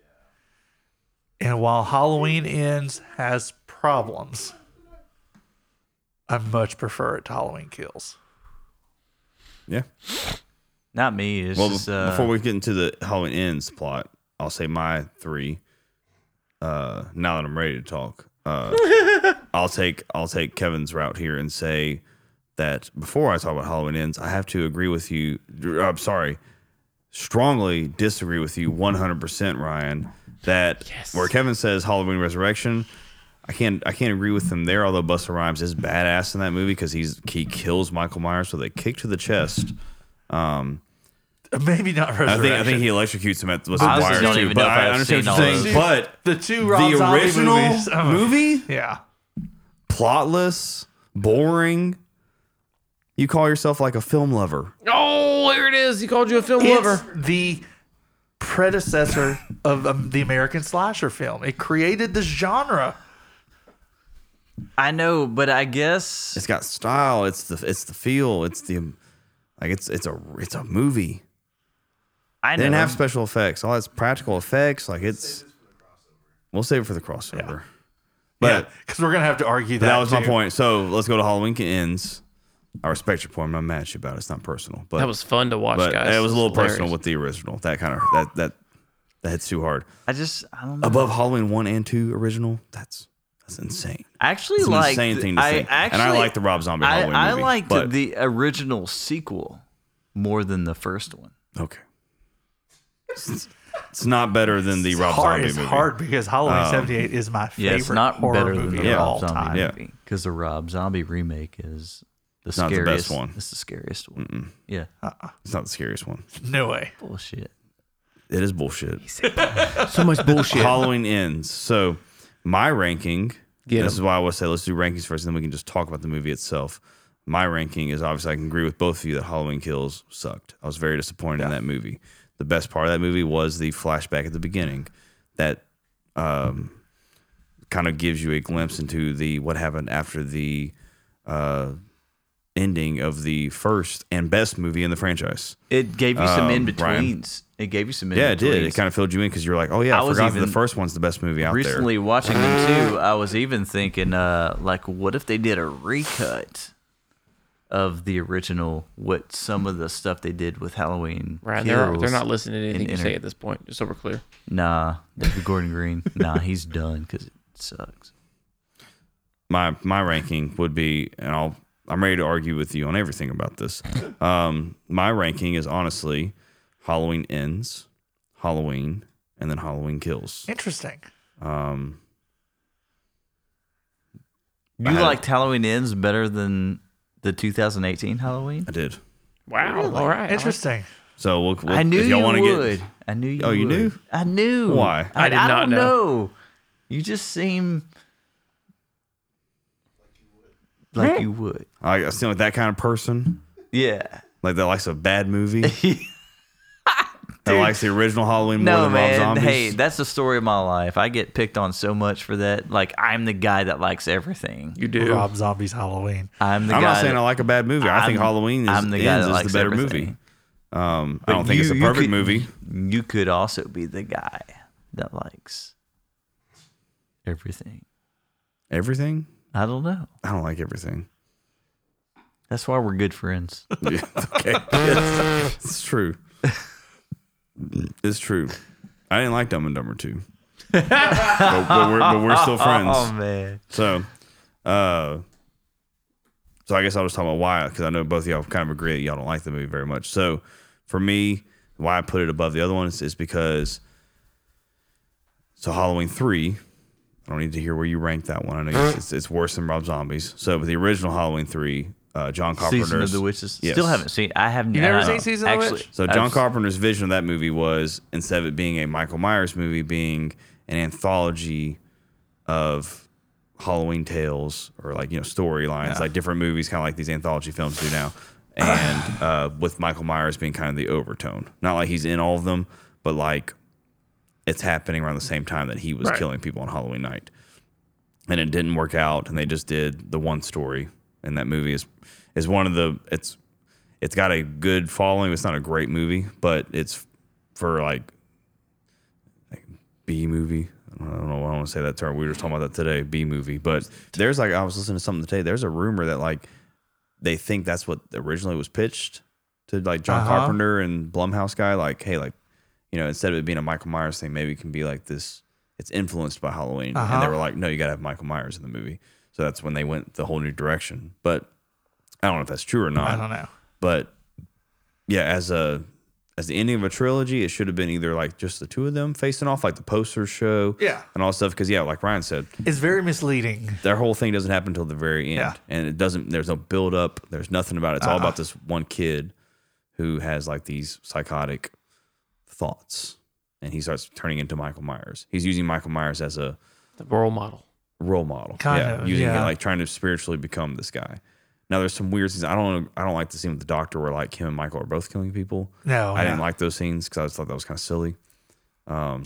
And while Halloween ends has problems, I much prefer it to Halloween kills.
Yeah.
not me. It's
Well,
just,
be-
uh,
before we get into the Halloween ends plot, I'll say my three. Uh, now that I'm ready to talk, uh, I'll take I'll take Kevin's route here and say that before I talk about Halloween ends, I have to agree with you. I'm sorry, strongly disagree with you 100, percent Ryan. That where Kevin says Halloween Resurrection. I can't I can't agree with him there. Although Busta Rhymes is badass in that movie because he's he kills Michael Myers with a kick to the chest.
Uh, Maybe not
I
resurrection.
think I think he electrocutes him at with some
honestly
wires
don't
too.
even
but
know if
I
I've
understand
seen
what you're
all
saying. But
the two Rob
the
Zombie
original
movies, oh,
movie,
Yeah.
plotless, boring. You call yourself like a film lover.
Oh, here it is. He called you a film
It's
lover.
the predecessor of um, the American slasher film. It created the genre.
I know, but I guess
It's got style. It's the it's the feel. It's the like it's it's a it's a movie.
I
They
know.
didn't have special effects. All that's practical effects. Like it's. We'll save it for the crossover. But
because we're gonna have to argue that.
that was my
too.
point. So let's go to Halloween ends. I respect your point. I'm not mad at you about it. It's not personal, but
That was fun to watch,
but uh,
guys.
it was a little
Hilarious.
personal with the original. That kind of that that that hits too hard.
I just I don't know.
Above Halloween one and two original. That's that's insane.
I actually
It's an
like
insane thing to
I
think.
actually,
and I like the Rob Zombie
I,
Halloween
I
movie.
liked
but,
the original sequel more than the first one.
okay. It's, it's not better than the Rob
hard,
Zombie
it's
movie. Oh.
hard because Halloween '78 is my favorite
Yeah, it's not
horror
better
movie
than the
of
Yeah.
all
Rob
time.
Zombie
Yeah.
movie because the Rob Zombie remake is the
not the
scariest
best one.
It's the scariest one. Yeah,
It's not the scariest one.
No way.
bullshit.
It is bullshit.
so much bullshit.
Halloween ends. So my ranking.
Get
this is why I always say let's do rankings first, and then we can just talk about the movie itself. My ranking is obviously I can agree with both of you that Halloween Kills sucked. I was very disappointed in that movie. The best part of that movie was the flashback at the beginning that um, kind of gives you a glimpse into the what happened after the uh, ending of the first and best movie in the franchise.
It gave you some
Um, Ryan?
in betweens. It gave you some.
Yeah, it did. It
in-betweens.
kind of filled you in because you're like, oh yeah,
I
I,
was
forgot that
even-
the first one's the best movie out there.
recently watching them too, I was even thinking, uh, like, what if they did a recut of the original? What some of the stuff they did with Halloween?
Right, they're,
Kills
they're not listening to
and
anything you say
Inter-
at this point, just so we're clear.
Nah, David Gordon Green. Nah, he's done because it sucks.
my my ranking would be, and I'll I'm ready to argue with you on everything about this. Um, my ranking is honestly Halloween ends, Halloween, and then Halloween kills.
Interesting.
Um,
You
had-
liked Halloween Ends better than the 2018 Halloween?
I did.
Wow. All right.
Interesting.
So we'll, we'll,
I knew
if
you
y'all wanna
would.
Get,
I knew you.
Oh, you
would.
knew?
I knew.
Why?
I did
I
not
don't
know.
know. You just seem like you would.
I, I seem like that kind of person,
Yeah.
like that likes a bad movie. that likes the original Halloween more
No
than Rob
man,
Zombie's.
hey, that's the story of my life. I get picked on so much for that. Like I'm the guy that likes everything.
You do.
Rob Zombie's Halloween.
I'm the
I'm
guy.
not saying
that-
I like a bad movie. i think
I'm-
Halloween is,
I'm the guy
Ends
that
is
likes
the better
everything.
movie. Um, I
But
don't think it's a
you- you
perfect
could-
movie.
You could also be the guy that likes everything.
Everything?
I don't know.
I don't like everything.
That's why we're good friends.
Yeah, okay. Yes. It's true. It's true. I didn't like Dumb and Dumber 2. but, but we're, but we're still friends.
Oh man.
So, uh, so I guess I'll just talk about why, because I know both of y'all kind of agree that y'all don't like the movie very much. So, for me, why I put it above the other ones is because. So Halloween three, I don't need to hear where you rank that one. I know it's, it's, it's worse than Rob Zombies. So, but the original Halloween three, uh, John Carpenter's
Season of the Witches.
Yes.
Still haven't seen. I haven't.
never
I-
seen Season of the Witch?
So John
I've-
Carpenter's vision of that movie was instead of it being a Michael Myers movie, being an anthology of Halloween tales or like you know storylines, like different movies, kind of like these anthology films do now, and uh, with Michael Myers being kind of the overtone. Not like he's in all of them, but like it's happening around the same time that he was killing people on Halloween night and it didn't work out and they just did the one story and that movie is is one of the it's it's got a good following it's not a great movie but it's for like, like b movie I don't know. I don't want to say that term. We were just talking about that today, B movie. But there's like, I was listening to something today. There's a rumor that like they think that's what originally was pitched to like John
Uh-huh.
Carpenter and Blumhouse guy. Like, hey, like, you know, instead of it being a Michael Myers thing, maybe it can be like this. It's influenced by Halloween, and they
Uh-huh.
were like, no, you got to have Michael Myers in the movie. So that's when they went the whole new direction. But I don't know if that's true or not
I don't know.
but yeah, as a as the ending of a trilogy, it should have been either like just the two of them facing off, like the poster show,
Yeah.
and all that stuff. Because yeah, like Ryan said,
It's very misleading.
their whole thing doesn't happen until the very end,
Yeah. Uh-uh.
and it doesn't. There's no build up. There's nothing about it. It's all about this one kid who has like these psychotic thoughts, and he starts turning into Michael Myers. He's using Michael Myers as a
The role model.
role model.
Kind
yeah,
of,
using
yeah.
it like trying to spiritually become this guy. Now there's some weird scenes. I don't I don't like the scene with the doctor where like him and Michael are both killing people.
No,
I didn't
no.
like those scenes because I just thought that was kind of silly. Um,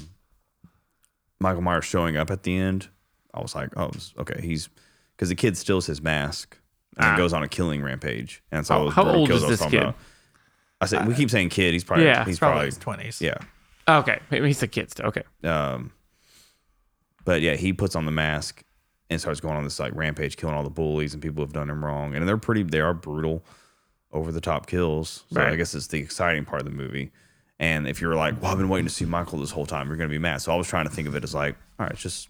Michael Myers showing up at the end, I was like, oh it's- okay, he's because the kid steals his mask and then goes on a killing rampage. And so
Ah. How- how old is this kid?
I said we keep saying kid. He's probably
Yeah,
he's
Probably
probably,
his twenties.
yeah.
Okay. Maybe he's the kid still. Okay.
Um, but yeah, he puts on the mask and starts going on this like rampage, killing all the bullies and people who have done him wrong. And they're pretty, they are brutal, over the top kills. So I
Right.
guess it's the exciting part of the movie. And if you're like, well, I've been waiting to see Michael this whole time, you're going to be mad. So I was trying to think of it as like, all right, it's just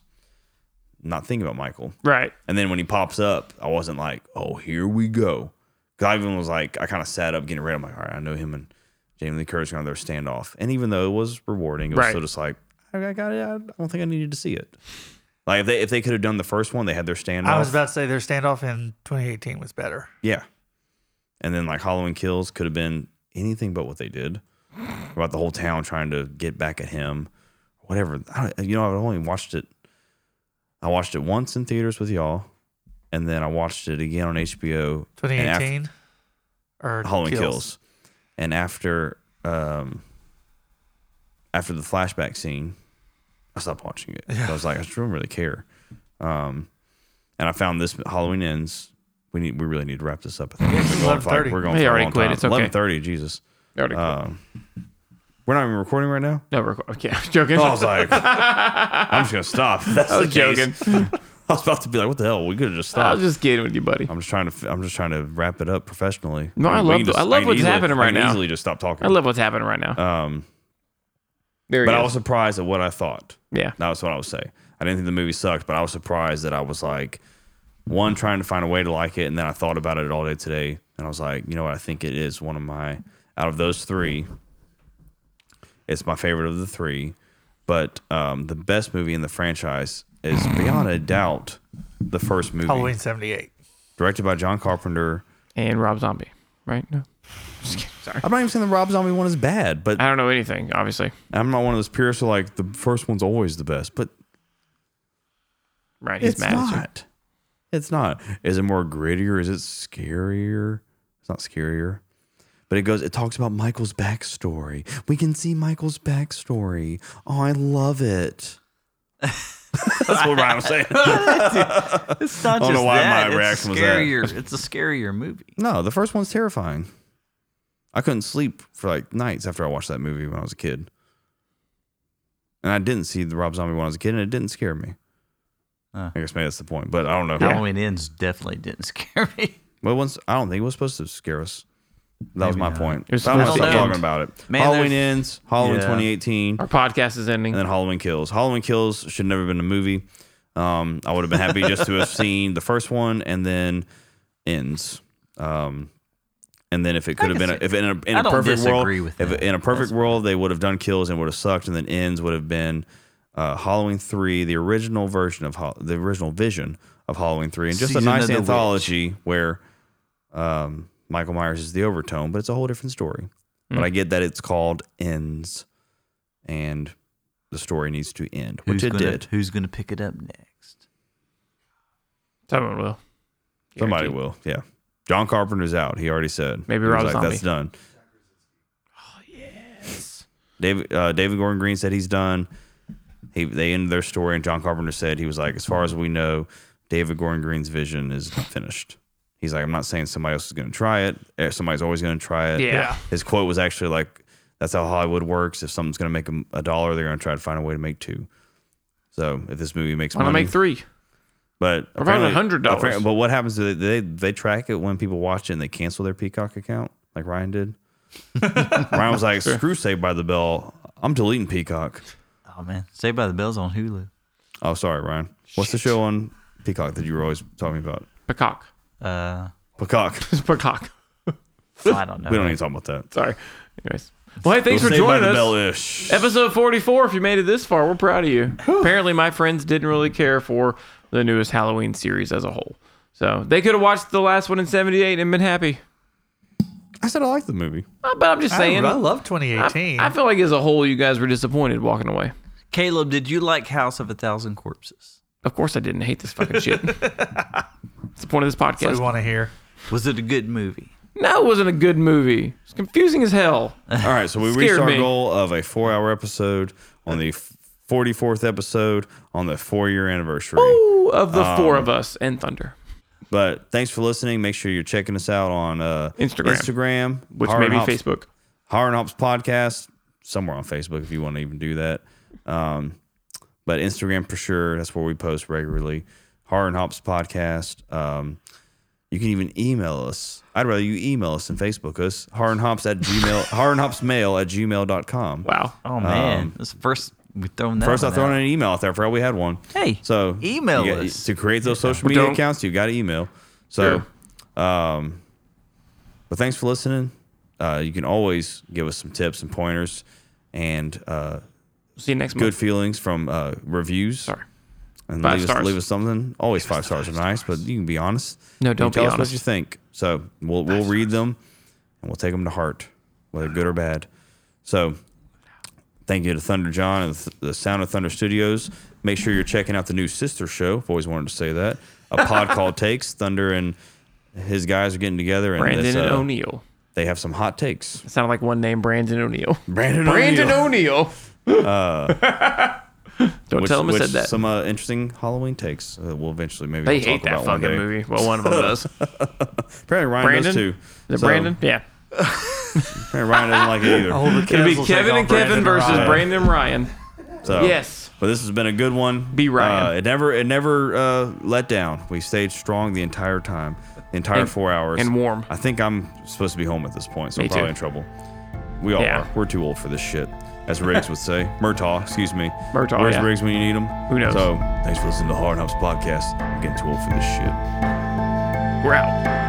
not thinking about Michael.
Right.
And then when he pops up, I wasn't like, oh, here we go. 'Cause I even was like, I kind of sat up getting ready. I'm like, all right, I know him and Jamie Lee Curtis are going to have their standoff. And even though it was rewarding, it was
Right.
still just like, I I got it. I don't think I needed to see it. Like if they if they could have done the first one, they had their standoff.
I was about to say their standoff in 2018 was better.
yeah. And then like Halloween Kills could have been anything but what they did about the whole town trying to get back at him, whatever. I don't, you know, I've only watched it. I watched it once in theaters with y'all, and then I watched it again on HBO. and af-
2018 or
Halloween kills. And after um after the flashback scene, I stopped watching it. I was like, I just don't really care. Um and I found this Halloween ends. We need we really need to wrap this up. I think we've been going for, like,
11:30.
we're going
They
for a
already
long
quit.
time.
It's okay.
Eleven thirty, Jesus.
Already quit.
Um we're not even recording right now.
no, we're, okay, I was joking.
I was like, I'm just gonna stop. That's
I was
the case.
joking.
I was about to be like, what the hell? We could have just
I
stopped.
was just kidding with you, buddy.
I'm just trying to. f- I'm just trying to wrap it up professionally.
No, I
mean, we
love
can
the- I love
can
what's
easily-
happening right
I can
now.
Easily, just stop talking.
I love what's happening right now.
Um,
there
but
he
I
is.
was surprised at what I thought.
yeah.
That was what I would say. I didn't think the movie sucked, but I was surprised that I was like, one, trying to find a way to like it, and then I thought about it all day today, and I was like, you know what? I think it is one of my out of those three. It's my favorite of the three, but um, the best movie in the franchise is beyond a doubt the first movie,
Halloween 78.
directed by John Carpenter.
And Rob Zombie, right? No. Just kidding. Sorry.
I'm not even saying the Rob Zombie one is bad, but
I don't know anything, obviously.
I'm not one of those purists who are like the first one's always the best, but
Right. He's
it's
mad at you.
not. It's not. Is it more grittier? Is it scarier? It's not scarier. But it goes, it talks about Michael's backstory. We can see Michael's backstory. Oh, I love it. That's what Ryan was saying.
It's not
I don't
just
know why
that.
my
it's a
reaction was that.
scarier, It's a scarier movie.
no, the first one's terrifying. I couldn't sleep for like nights after I watched that movie when I was a kid. And I didn't see the Rob Zombie when I was a kid, and it didn't scare me.
Huh.
I guess maybe that's the point, but I don't know.
Halloween Ends definitely didn't scare me.
Well, once I don't think it was supposed to scare us. That was
Maybe
my
not.
point.
was
I'm gonna
supposed
stop
to end.
talking about it.
Man,
Halloween
there's-
ends. Halloween
Yeah.
2018,
Our podcast is ending.
and then Halloween Kills. Halloween Kills should never have been a movie. Um, I would have been happy just to have seen the first one and then ends. Um, and then if it could have been, a, if in a, in
I
a
don't
perfect world,
disagree with
if
that.
in a perfect world they would have done Kills and would have sucked, and then ends would have been uh, Halloween three, the original version of Hall- the original vision of Halloween three, and just
Season
a nice
of the
anthology where um, Michael Myers is the overtone, but it's a whole different story.
Mm.
But I get that it's called Ends, and the story needs to end, which
Who's
it
gonna,
did.
Who's going to pick it up next?
Someone will.
Somebody
Guaranteed.
will, yeah. John Carpenter's out. He already said
Maybe
He was
Rob
like,
Zombie. Oh,
That's done. Oh yes. David uh, David Gordon Green said he's done. He they ended their story, and John Carpenter said he was like, as far as we know, David Gordon Green's vision is not finished. He's like, I'm not saying somebody else is going to try it. Eh, Somebody's always going to try it.
Yeah.
His quote was actually like, "That's how Hollywood works. If something's going to make a, a dollar, they're going to try to find a way to make two. So if this movie makes
Want to
money,
make three?
but
Or
apparently-
about $100.
apparent- But what happens? Is they they track it when people watch it and they cancel their Peacock account, like Ryan did. Ryan was like, "Screw Saved by the Bell. I'm deleting Peacock."
Oh, man. Saved by the Bell's on Hulu.
Oh, sorry, Ryan. What's the show on Peacock that you were always talking about?
Peacock.
Uh,
Peacock.
It's Peacock.
I don't know.
We don't need to talk about that.
Sorry. Anyways. Well, hey, thanks for
Saved by
joining
the
us.
Bell ish.
Episode 44, if you made it this far, we're proud of you. Apparently, my friends didn't really care for the newest Halloween series as a whole. So they could have watched the last one in 78 and been happy.
I said I like the movie.
Uh, But I'm just
I,
saying.
I love
I-
2018.
I feel like as a whole, you guys were disappointed walking away.
Caleb, did you like House of a Thousand Corpses?
Of course, I didn't hate this fucking shit. It's the point of this
That's what
podcast.
we want to hear.
Was it a good movie?
No, it wasn't a good movie. It's confusing as hell.
All right, so we
Scared
reached our
me.
goal of a four-hour episode on the f- 44th episode on the four-year anniversary.
Ooh, of the four
Um,
of us and Thunder.
But thanks for listening. Make sure you're checking us out on uh,
Instagram.
Instagram,
which
Hard
may be
Hops-
Facebook.
Hard and Hops Podcast, somewhere on Facebook if you want to even do that. Um, but Instagram for sure. That's where we post regularly. Horror and Hops Podcast. Um, you can even email us. I'd rather you email us than Facebook us. Horror and Hops at Gmail, horror and Hops mail at gmail.com.
Wow.
Oh man, this is the first we thrown that.
Um, First, I
one
thrown
out.
in an email out there. I forgot we had one.
Hey,
So
email
you got-
us.
to create those social media
don't.
accounts. You got to email. So, um, but thanks for listening. Uh, you can always give us some tips and pointers and uh,
See you next
good
month.
feelings from uh, reviews.
Sorry.
and
Five
leave us
stars.
leave us something. Always five stars are nice, but you can be honest.
No,
You
don't
tell
be
us what
honest.
you think. So we'll we'll read them and we'll take them to heart, whether good or bad. So thank you to Thunder John and the, the Sound of Thunder Studios. Make sure you're checking out the new sister show. I've always wanted to say that. A pod called Takes Thunder and his guys are getting together and
Brandon
this,
and
uh,
O'Neill.
they have some hot takes.
It sounded like one name, Brandon O'Neill.
Brandon,
Brandon O'Neill. Don't
Uh, Which,
tell him I
which
said that.
Some uh, interesting Halloween takes. Uh, we'll eventually maybe
they
we'll
hate
talk
that
about one
fucking
day.
movie. Well, one of them does.
Apparently Ryan
Brandon.
does too.
Is it
So-
Brandon? Yeah.
And Ryan doesn't like it
All
either.
the
It'll be
cancels take
Kevin
on
and Kevin
Brandon
versus
Ryan.
Brandon and Ryan.
So,
Yes.
But this has been a good one.
Be Ryan.
Uh, it never it never uh, let down. We stayed strong the entire time, the entire
And-
four hours.
and warm.
I think I'm supposed to be home at this point, so
Me
I'm probably
too.
in trouble. We all
Yeah.
are. We're too old for this shit, as Riggs would say. Murtaugh, excuse me.
Murtaugh,
Where's
yeah.
Riggs when you need him?
Who knows?
So thanks for listening to Hard Hops Podcast. I'm getting too old for this shit.
We're out.